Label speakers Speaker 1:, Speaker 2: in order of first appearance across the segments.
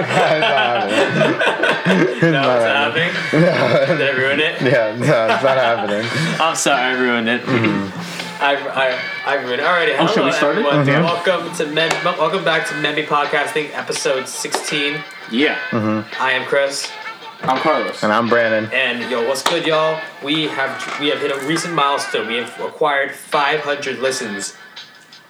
Speaker 1: no,
Speaker 2: no, it's
Speaker 1: not
Speaker 2: not
Speaker 1: happening.
Speaker 2: happening. Did I ruin it?
Speaker 1: yeah, no, it's not happening.
Speaker 2: I'm sorry, I ruined it. I, I, I ruined it. Alrighty, hello
Speaker 3: should we start it?
Speaker 2: everyone.
Speaker 3: Mhm.
Speaker 2: Welcome to Mem- welcome back to Memby Podcasting, episode 16.
Speaker 3: Yeah.
Speaker 2: I am Chris,
Speaker 3: I'm Carlos.
Speaker 1: Mm-hmm. And I'm Brandon.
Speaker 2: and yo, what's good, y'all? We have we have hit a recent milestone. We have acquired 500 listens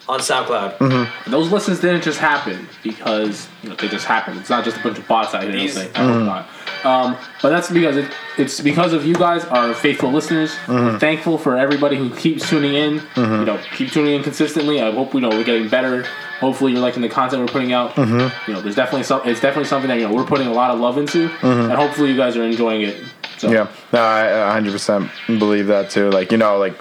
Speaker 2: on SoundCloud.
Speaker 3: And those listens didn't just happen because you know, they just happened. It's not just a bunch of bots out here
Speaker 2: These-
Speaker 3: saying,
Speaker 1: Mm-hmm.
Speaker 3: "Oh, God." Um, but that's because it, it's because of you guys, our faithful listeners.
Speaker 1: Mm-hmm.
Speaker 3: We're thankful for everybody who keeps tuning in. You know, keep tuning in consistently. I hope you know we're getting better. Hopefully, you're liking the content we're putting out.
Speaker 1: Mm-hmm.
Speaker 3: You know, there's definitely some. It's definitely something that you know we're putting a lot of love into, and hopefully, you guys are enjoying it. So,
Speaker 1: Yeah, no, I 100% believe that too. Like, you know, like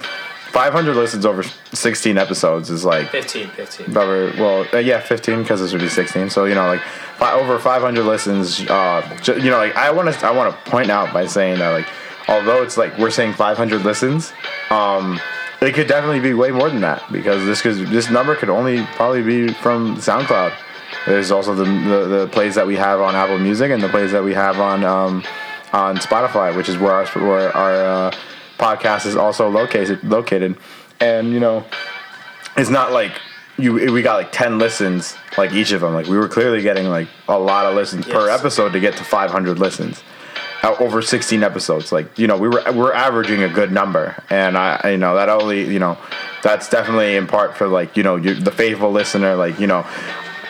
Speaker 1: 500 listens over 16 episodes is like
Speaker 2: 15, 15.
Speaker 1: over well uh, yeah 15 because this would be 16 so you know like fi- over 500 listens uh ju- you know like i want to i want to point out by saying that like although it's like we're saying 500 listens um it could definitely be way more than that because this could this number could only probably be from soundcloud there's also the, the the plays that we have on apple music and the plays that we have on um on spotify which is where our where our uh, podcast is also located located and you know it's not like you we got like 10 listens like each of them like we were clearly getting like a lot of listens per
Speaker 2: Yes.
Speaker 1: episode to get to 500 listens uh, over 16 episodes like you know we were we're averaging a good number and i I- you know that only you know that's definitely in part for like you know you the faithful listener like you know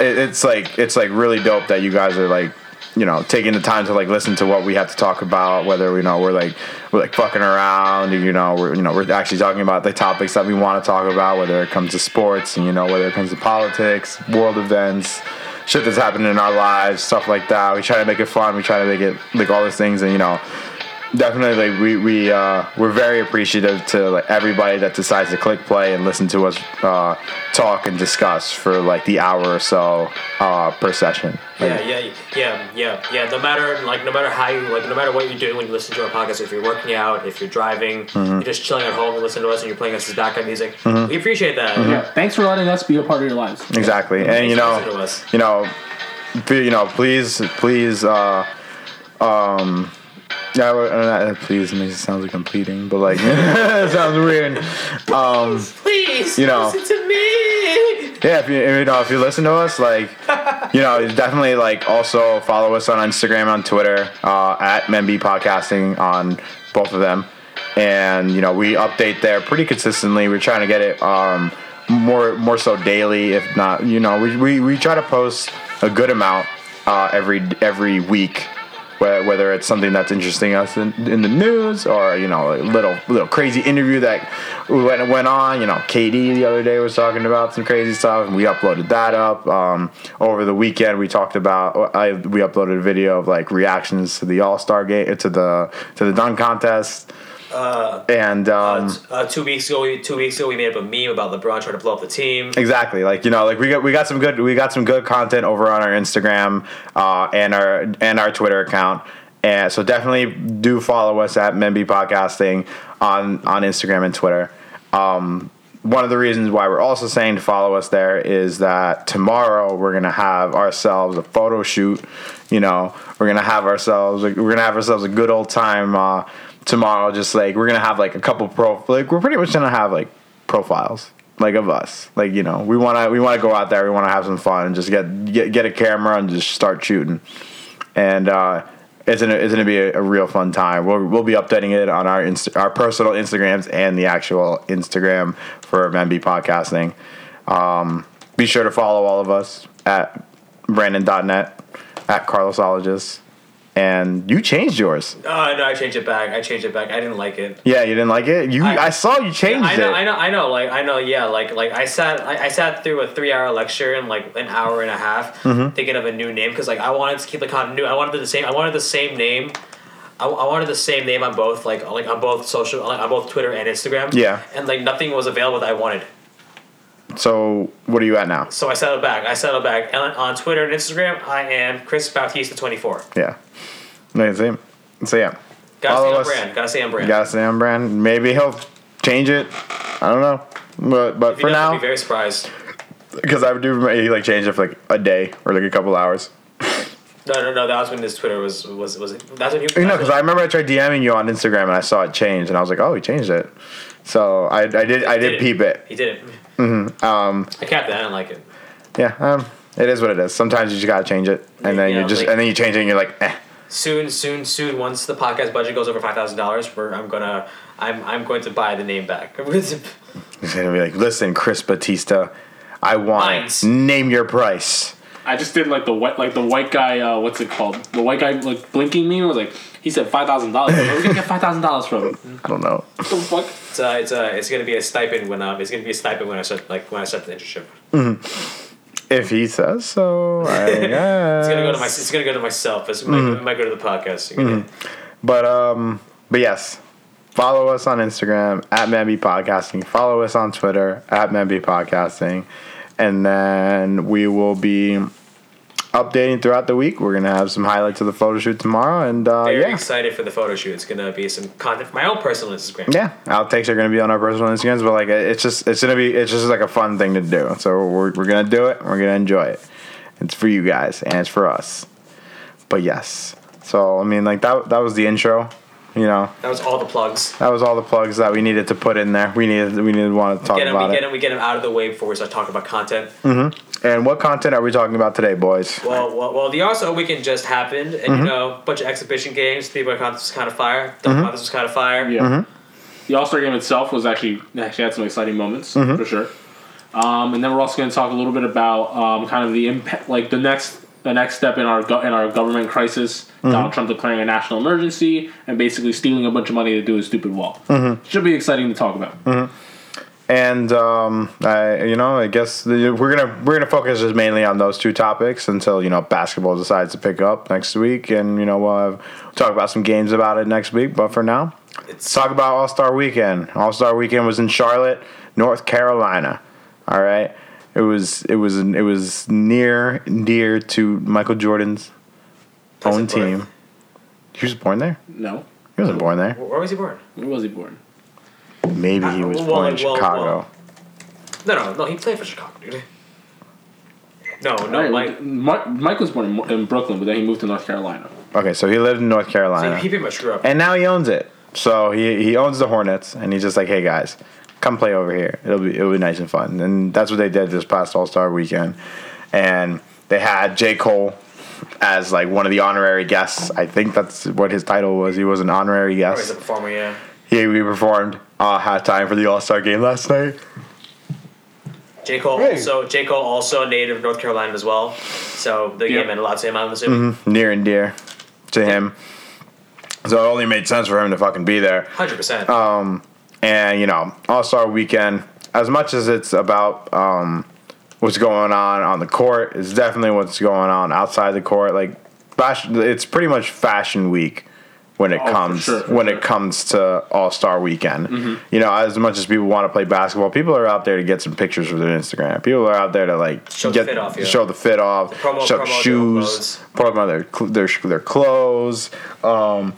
Speaker 1: it, it's like it's like really dope that you guys are like you know taking the time to like listen to what we have to talk about whether you know we're like we're like fucking around you know we're you know we're actually talking about the topics that we want to talk about whether it comes to sports and you know whether it comes to politics world events shit that's happening in our lives stuff like that we try to make it fun we try to make it like all those things and you know definitely like we we uh we're very appreciative to like everybody that decides to click play and listen to us uh talk and discuss for like the hour or so uh per session
Speaker 2: Yeah, yeah, yeah, yeah, yeah. No matter like, no matter how you like, no matter what you're doing when you listen to our podcast, if you're working out, if you're driving, you're just chilling at home and listening to us, and you're playing us as background music, we appreciate that.
Speaker 3: yeah. Thanks for letting us be a part of your lives.
Speaker 1: exactly and you
Speaker 2: Listen to
Speaker 1: know
Speaker 2: us.
Speaker 1: you know p- you know please please uh um yeah, we're- uh, please. It makes it sounds like I'm pleading, but like it sounds weird.
Speaker 2: Please,
Speaker 1: You know.
Speaker 2: listen to me.
Speaker 1: Yeah, if you, you know, if you listen to us, like, you know, definitely like also follow us on Instagram, on Twitter, uh, at Memby Podcasting on both of them, and you know we update there pretty consistently. We're trying to get it um, more more so daily, if not, you know, we, we, we try to post a good amount uh, every every week. whe- Whether it's something that's interesting us in, in the news, or you know, a little little crazy interview that went went on. You know, KD the other day was talking about some crazy stuff, and we uploaded that up. Um, over the weekend, we talked about I we uploaded a video of like reactions to the All Star game, to the to the dunk contest, and um,
Speaker 2: Uh, two weeks ago, we, two weeks ago, we made up a meme about LeBron trying to blow up the team.
Speaker 1: Exactly. Like you know, like we got we got some good we got some good content over on our Instagram uh, and our and our Twitter account. And so definitely do follow us at Memby Podcasting on on Instagram and Twitter. Um, one of the reasons why we're also saying to follow us there is that tomorrow we're gonna have ourselves a photo shoot. You know, we're gonna have ourselves we're gonna have ourselves a good old time uh, tomorrow. Just like we're gonna have like a couple pro like we're pretty much gonna have like profiles like of us like you know we want to we want to go out there we want to have some fun and just get, get get a camera and just start shooting and uh it's gonna, it's gonna be a, a real fun time. We'll, we'll be updating it on our Insta, our personal Instagrams and the actual Instagram for MB Podcasting. Um, be sure to follow all of us at Brandon.net, at Carlosologist. And you changed yours.
Speaker 2: Oh no, I changed it back. I changed it back. I didn't like it.
Speaker 1: Yeah, you didn't like it? You I,
Speaker 2: I-
Speaker 1: saw you changed
Speaker 2: I know,
Speaker 1: it.
Speaker 2: I know, I know. Like, I know, yeah. Like, like I sat, I, I sat through a three-hour lecture in like an hour and a half,
Speaker 1: Mm-hmm.
Speaker 2: thinking of a new name because like I wanted to keep the continuity. I wanted the same. I wanted the same name. I, I wanted the same name on both, like, like on both social, like, on both Twitter and Instagram.
Speaker 1: Yeah.
Speaker 2: And like nothing was available that I wanted,
Speaker 1: So what are you at now?
Speaker 2: so I settled back. I settled back. And on Twitter and Instagram, I am Chris Bautista twenty four.
Speaker 1: Yeah. No, same. So yeah.
Speaker 2: Gotta
Speaker 1: Follow
Speaker 2: stay on
Speaker 1: us.
Speaker 2: brand. Gotta stay on brand.
Speaker 1: You gotta stay on brand. Maybe he'll change it. I don't know. But but
Speaker 2: If he
Speaker 1: for
Speaker 2: doesn't, I'll
Speaker 1: now,
Speaker 2: be very surprised.
Speaker 1: because I would do remember he like changed it for like a day or like a couple hours.
Speaker 2: No, no, no. That was when his Twitter was was was. That's when he.
Speaker 1: You know, because I remember I tried DMing you on Instagram and I saw it change, and I was like, oh, he changed it. So I, I did I did peep it.
Speaker 2: He did it. Mm-hmm. Um, I capped that. I didn't like it.
Speaker 1: Yeah, um, it is what it is. Sometimes you just gotta change it, and then
Speaker 2: Yeah,
Speaker 1: you just
Speaker 2: like-
Speaker 1: and then you change it, and you're like, eh.
Speaker 2: Soon, soon, soon. Once the podcast budget goes over five thousand dollars, we're I'm gonna I'm I'm going to buy the name back.
Speaker 1: He's gonna be like, listen, Chris Batista, I want
Speaker 2: Mines.
Speaker 1: it. Name your price.
Speaker 3: I just did like the white, like the white guy. Uh, what's it called? The white guy like blinking me. I was like, he said five thousand dollars. Where are we gonna get five thousand dollars from? What
Speaker 1: I don't know.
Speaker 3: the fuck?
Speaker 2: it's uh, it's uh, it's gonna be a stipend when um it's gonna be a stipend when I start like when I start the internship.
Speaker 1: If he says so, I
Speaker 2: It's gonna go to my
Speaker 1: guess.
Speaker 2: it's gonna go to myself. It's,
Speaker 1: Mm-hmm.
Speaker 2: might, it might go to the podcast. You're gonna-
Speaker 1: But um, but yes, follow us on Instagram at Manby Podcasting. Follow us on Twitter at Manby Podcasting, and then we will be updating throughout the week. We're gonna have some highlights of the photo shoot tomorrow, and uh,
Speaker 2: Very
Speaker 1: yeah.
Speaker 2: excited for the photo shoot. It's gonna be some content for my own personal Instagram.
Speaker 1: Yeah, outtakes are going to be on our personal Instagrams, but like it's just it's going to be it's just like a fun thing to do. So we're we're going to do it. and We're going to enjoy it. It's for you guys and it's for us. But yes, so I mean like that that was the intro. You know,
Speaker 2: That was all the plugs.
Speaker 1: that was all the plugs that we needed to put in there. We needed we needed want to talk
Speaker 2: Get him, we
Speaker 1: about
Speaker 2: get
Speaker 1: it. Mm-hmm.
Speaker 2: him, we get him out of the way before we start talking about content.
Speaker 1: And what content are we talking about today, boys?
Speaker 2: Well, well, well, the RSL weekend just happened, and
Speaker 1: Mm-hmm.
Speaker 2: you know, a bunch of exhibition games. Three boy contest was kind of fire. Dunk contest was kind of fire.
Speaker 3: Yeah. The All Star game itself was actually actually had some exciting moments for sure. Um, and then we're also going to talk a little bit about um, kind of the impact, like the next the next step in our go- in our government crisis. Donald Trump declaring a national emergency and basically stealing a bunch of money to do his stupid wall. Should be exciting to talk about.
Speaker 1: and um, I, you know, I guess the, we're gonna we're gonna focus just mainly on those two topics until you know basketball decides to pick up next week, and you know we'll have, talk about some games about it next week. But for now, let's talk about All Star Weekend. All Star Weekend was in Charlotte, North Carolina. All right, it was it was it was near and dear to Michael Jordan's
Speaker 2: Place
Speaker 1: own
Speaker 2: of birth.
Speaker 1: team. He was born there.
Speaker 3: No,
Speaker 1: He wasn't born there.
Speaker 2: Where was he born?
Speaker 3: where was he born?
Speaker 1: Maybe he was
Speaker 2: Well,
Speaker 1: born in
Speaker 2: well, well,
Speaker 1: Chicago.
Speaker 2: well. No, no, no. He played for Chicago, dude. No, no,
Speaker 3: Right,
Speaker 2: Mike.
Speaker 3: Mike, Mike was born in, in Brooklyn, but then he moved to North Carolina.
Speaker 1: Okay, so he lived in North Carolina.
Speaker 2: He, he pretty much grew up.
Speaker 1: Uh, and now he owns it. So he, he owns the Hornets, and he's just like, hey guys, come play over here. It'll be it'll be nice and fun. And that's what they did this past All Star weekend, and they had J Cole as like one of the honorary guests. I think that's what his title was. He was an honorary
Speaker 2: Oh, he's a
Speaker 1: guest.
Speaker 2: performer, yeah.
Speaker 1: He, he performed uh, halftime for the All Star game last night.
Speaker 2: J Cole
Speaker 1: Hey.
Speaker 2: also J Cole also a native of North Carolina as well. So the
Speaker 3: Yeah.
Speaker 2: game meant a lot to him. I'm assuming
Speaker 1: Near and dear to him. So it only made sense for him to fucking be there.
Speaker 2: 100. percent
Speaker 1: and you know All Star Weekend. As much as it's about um, what's going on on the court, it's definitely what's going on outside the court. Like fashion, it's pretty much Fashion Week when it
Speaker 3: Oh, for
Speaker 1: comes
Speaker 3: sure, Mm-hmm. for
Speaker 1: when
Speaker 3: sure.
Speaker 1: it comes to All Star Weekend. You know, as much as people want to play basketball, people are out there to get some pictures for their Instagram. People are out there to like
Speaker 2: Show the
Speaker 1: get
Speaker 2: fit off, yeah.
Speaker 1: show the fit off,
Speaker 2: promo-
Speaker 1: show the
Speaker 2: promo their
Speaker 1: shoes,
Speaker 2: clothes.
Speaker 1: promo their cl- their sh- their clothes. Um,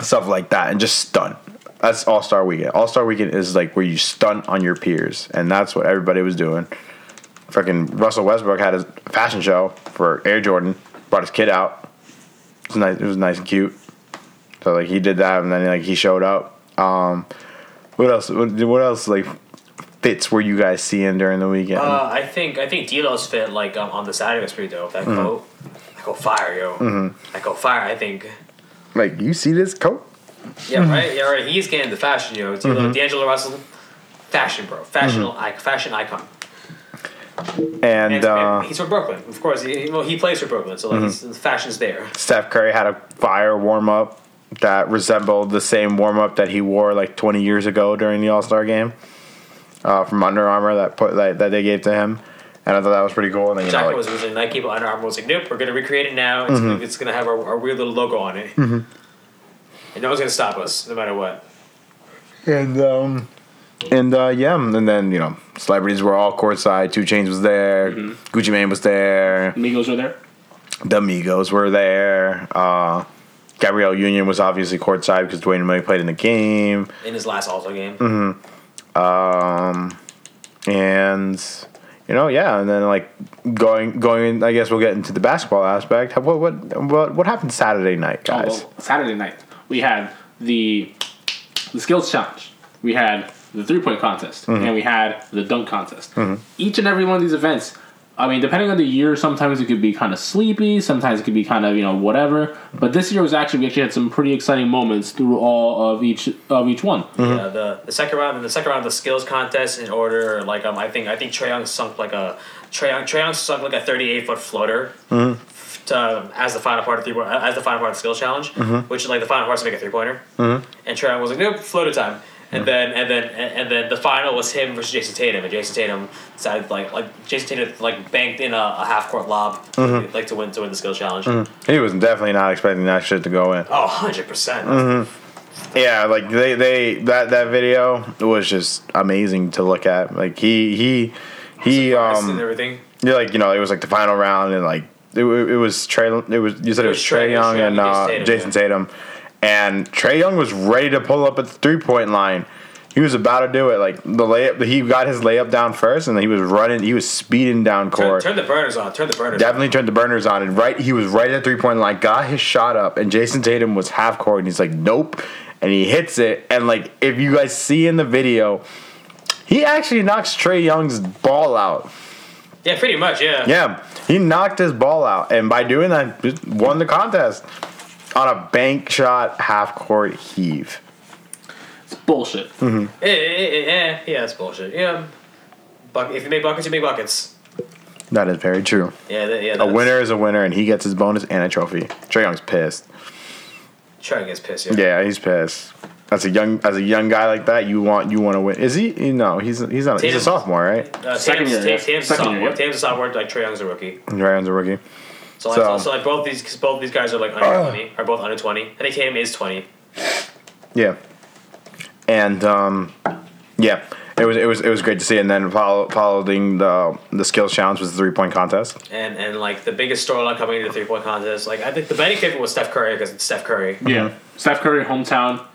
Speaker 1: stuff like that and just stunt. That's All Star Weekend. All Star Weekend is like where you stunt on your peers, and that's what everybody was doing. Fucking Russell Westbrook had his fashion show for Air Jordan, brought his kid out. It was nice. It was nice and cute. So like he did that, and then like he showed up. Um, what else? What, what else like fits were you guys seeing during the weekend?
Speaker 2: Uh, I think I think D'Lo's fit like um, on the side was pretty dope. That
Speaker 1: Mm-hmm.
Speaker 2: coat, I go fire, yo. I go fire. I think.
Speaker 1: like you see this coat?
Speaker 2: Yeah,
Speaker 1: Mm-hmm.
Speaker 2: right. Yeah, right. He's getting the fashion, yo. D'Lo, D'Angelo Russell, fashion, bro.
Speaker 1: Mm-hmm.
Speaker 2: Fashional, ic- fashion icon.
Speaker 1: And,
Speaker 2: And,
Speaker 1: uh,
Speaker 2: he's from Brooklyn, of course. He, he- well, he plays for Brooklyn, so like
Speaker 1: Mm-hmm.
Speaker 2: he's, the fashion's there.
Speaker 1: Steph Curry had a fire warm up that resembled the same warm up that he wore like 20 years ago during the All Star game uh, from Under Armour that put that, that they gave to him, and I thought that was pretty cool. And then, you
Speaker 2: Jack
Speaker 1: know,
Speaker 2: was
Speaker 1: like, Mm-hmm.
Speaker 2: originally Nike, but Under Armour was like, nope, we're gonna recreate it now. It's, gonna, it's gonna have our, our weird little logo on it, and no one's gonna stop us, no matter what.
Speaker 1: and um, and uh, yeah, and then you know celebrities were all courtside. Two Chains was there, Gucci Mane was there,
Speaker 3: Amigos are there.
Speaker 1: the Migos were there. Uh, Gabrielle Union was obviously courtside because Dwayne Wade played in the game. Mm-hmm.
Speaker 2: In his last All Star game,
Speaker 1: Um, and you know, yeah, and then like going going. I guess we'll get into the basketball aspect. What what what what happened Saturday night,
Speaker 3: Oh,
Speaker 1: guys?
Speaker 3: well, Saturday night we had the the skills challenge. We had the three point contest, and we had the dunk contest. Each and every one of these events. I mean, depending on the year, sometimes it could be kind of sleepy. Sometimes it could be kind of you know whatever. But this year was actually we actually had some pretty exciting moments through all of each of each one.
Speaker 2: Yeah, the, the second round and the second round of the skills contest in order like um I think I think Trae Young sunk like a Trae Young, Trae Young sunk like a thirty eight foot floater f- to, um, as the final part of three uh, as the final part of the skill challenge, which is like the final part to make a three pointer. And Trae Young was like, nope, floater time. And then and then and, and then the final was him versus Jason Tatum, and Jason Tatum decided like like Jason Tatum like banked in a, a half court lob like to win to win the skill challenge.
Speaker 1: He was definitely not expecting that shit to go in.
Speaker 2: Oh, 100 percent.
Speaker 1: Yeah, like they they that that video was just amazing to look at. Like he he he
Speaker 2: and
Speaker 1: um
Speaker 2: everything.
Speaker 1: yeah, like you know it was like the final round and like it, wa- it was Trey it was you said it was,
Speaker 2: was Trae-
Speaker 1: Trey
Speaker 2: it was
Speaker 1: Young
Speaker 2: Trae Young and
Speaker 1: and uh,
Speaker 2: Jason Tatum,
Speaker 1: Jason Tatum, and Trey Young was ready to pull up at the three point line. He was about to do it. Like the layup, he got his layup down first, and he was running. He was speeding down
Speaker 2: Turn,
Speaker 1: court.
Speaker 2: turn the burners on. Turn the burners. on.
Speaker 1: Definitely turned the burners on, and right he was right at the three point line, got his shot up, and Jason Tatum was half court, and he's like, "Nope," and he hits it, and like if you guys see in the video, he actually knocks Trey Young's ball out.
Speaker 2: Yeah, pretty much. Yeah.
Speaker 1: Yeah, he knocked his ball out, and by doing that, just won the contest on a bank shot half court heave.
Speaker 3: It's bullshit.
Speaker 2: Eh, eh, eh, eh, Yeah, that's bullshit. Yeah. um, Buck- if you make buckets, you make buckets.
Speaker 1: That is very true.
Speaker 2: Yeah, that, yeah.
Speaker 1: A
Speaker 2: that's-
Speaker 1: winner is a winner, and he gets his bonus and a trophy. Trey Young's pissed.
Speaker 2: Try gets pissed. Yeah.
Speaker 1: Yeah, he's pissed. As a young as a young guy like that, you want you want to win. Is he? No, he's he's not. He's a
Speaker 2: Tatum's-
Speaker 1: sophomore, right?
Speaker 2: Uh,
Speaker 3: Second
Speaker 2: Second year.
Speaker 3: year, yeah.
Speaker 2: Tatum's, Tatum's,
Speaker 3: Second
Speaker 2: Second
Speaker 3: year,
Speaker 2: sophomore,
Speaker 3: yeah.
Speaker 2: Tatum's a sophomore. Like Trae Young's a rookie.
Speaker 1: Ryan's a rookie.
Speaker 2: So, like,
Speaker 1: So-
Speaker 2: so, so like both these, cause both these guys are like under twenty, are both under twenty. I think Tatum is twenty.
Speaker 1: Yeah, and um, yeah, it was it was it was great to see. And then follow, following the the skills challenge was the three point contest.
Speaker 2: And and like the biggest storyline coming into the three point contest, like I think the betting favorite was Steph Curry because it's Steph Curry.
Speaker 3: Yeah, Steph Curry hometown.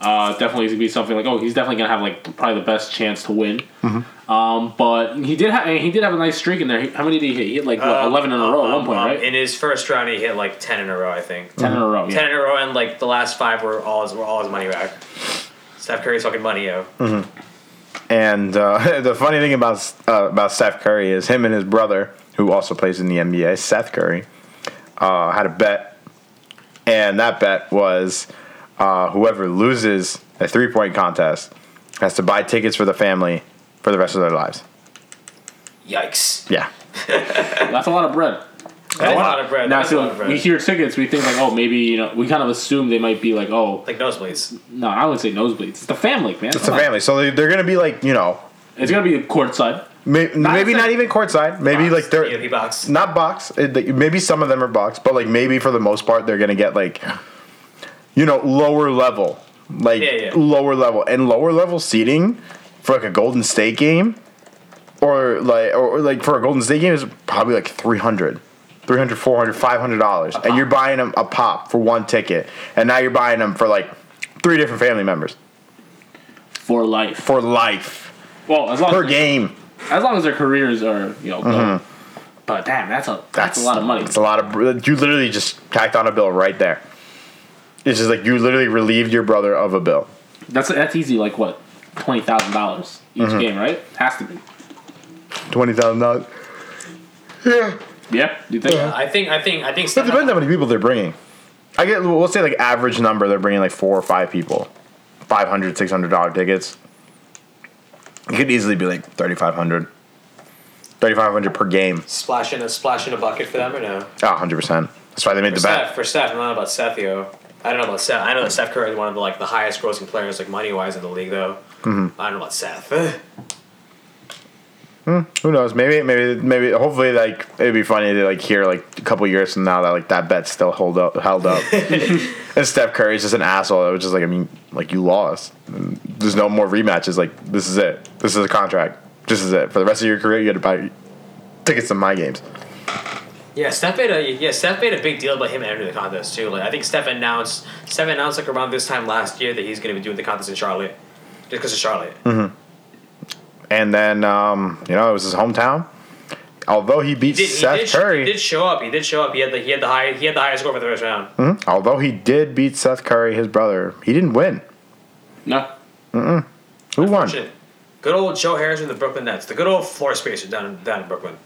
Speaker 3: Uh, definitely gonna be something like oh he's definitely gonna have like probably the best chance to win.
Speaker 1: Mm-hmm.
Speaker 3: Um, but he did have he did have a nice streak in there. He- How many did he hit? He hit like what,
Speaker 2: Um,
Speaker 3: eleven in a row Oh, at one point,
Speaker 2: um,
Speaker 3: right?
Speaker 2: In his first round, he hit like ten in a row, I think.
Speaker 3: Ten in a row. Yeah.
Speaker 2: Ten in a row, and like the last five were all his, were all his money back. Steph Curry's fucking money, yo.
Speaker 3: Hmm.
Speaker 1: And uh, the funny thing about uh, about Steph Curry is him and his brother, who also plays in the NBA, Seth Curry, uh, had a bet, and that bet was uh, whoever loses a three point contest has to buy tickets for the family for the rest of their lives.
Speaker 2: Yikes.
Speaker 1: Yeah,
Speaker 3: That's a lot of bread.
Speaker 2: That's a lot of bread.
Speaker 3: Now,
Speaker 2: That's a lot
Speaker 3: so
Speaker 2: of
Speaker 3: we
Speaker 2: bread.
Speaker 3: hear tickets, we think like, oh, maybe you know, we kind of assume they might be like, oh,
Speaker 2: Like nosebleeds.
Speaker 3: no, I would say nosebleeds. It's the family, man.
Speaker 1: it's a family, so they- they're gonna be like you know,
Speaker 3: It's gonna be courtside.
Speaker 1: may, maybe
Speaker 3: saying-
Speaker 1: not even courtside, maybe like
Speaker 2: Box,
Speaker 1: they're
Speaker 2: POP box.
Speaker 1: not box. It, like, maybe some of them are box, but like maybe for the most part, they're gonna get like, you know, lower level, like
Speaker 2: Yeah, yeah.
Speaker 1: lower level and lower level seating for like a Golden State game, or like or like for a Golden State game is probably like 300 300 400 500 dollars and you're buying them a pop for one ticket and now you're buying them for like three different family members
Speaker 3: For life,
Speaker 1: for life
Speaker 3: well, as long
Speaker 1: per
Speaker 3: as,
Speaker 1: game
Speaker 3: as long as their careers are, you know, good. but damn, that's a that's, a lot of money.
Speaker 1: It's a lot of you literally just tacked on a bill right there. It's just like you literally relieved your brother of a bill.
Speaker 3: That's that's easy, like what twenty thousand dollars each game, right? Has to be.
Speaker 1: Twenty thousand dollars. Yeah,
Speaker 3: Yeah, do you think?
Speaker 2: I think I think I think
Speaker 1: it
Speaker 2: Steph
Speaker 1: depends how many people they're bringing. I get we'll say like average number they're bringing like four or five people, 500 600 dollar tickets. It could easily be like 3,500. 3,500 per game.
Speaker 2: splash in a splash in a bucket for them or no?
Speaker 1: Ah, 100 percent. That's why they made the bet.
Speaker 2: Steph for Steph, I don't know about Steph yo. I don't know about Seth. I know that Steph Curry is one of the like the highest grossing players like money wise in the league though.
Speaker 1: Mm-hmm.
Speaker 2: I don't know about Seth.
Speaker 1: Who knows? Maybe, maybe, maybe. Hopefully, like it'd be funny to like hear like a couple years from now that like that bet still hold up, held up. and Steph Curry's just an asshole. It was just like I mean, like you lost. There's no more rematches. Like this is it. This is a contract. This is it for the rest of your career. You got to buy tickets to my games.
Speaker 2: yeah, Steph made a yeah, Steph made a big deal about him entering the contest too. Like I think Steph announced Steph announced like around this time last year that he's gonna be doing the contest in
Speaker 1: Mm.
Speaker 2: Charlotte. Just because of Charlotte.
Speaker 1: And then um, you know it was his hometown. although he beat
Speaker 2: Did, he,
Speaker 1: Seth
Speaker 2: did,
Speaker 1: Curry,
Speaker 2: he did show up. He did show up. He had the he had the high he had the highest score for the first round.
Speaker 1: although he did beat Seth Curry, his brother, he didn't win.
Speaker 3: No.
Speaker 1: Who won?
Speaker 2: Shit. Good old Joe Harris with the Brooklyn Nets. The good old floor spacer down in, down in Brooklyn.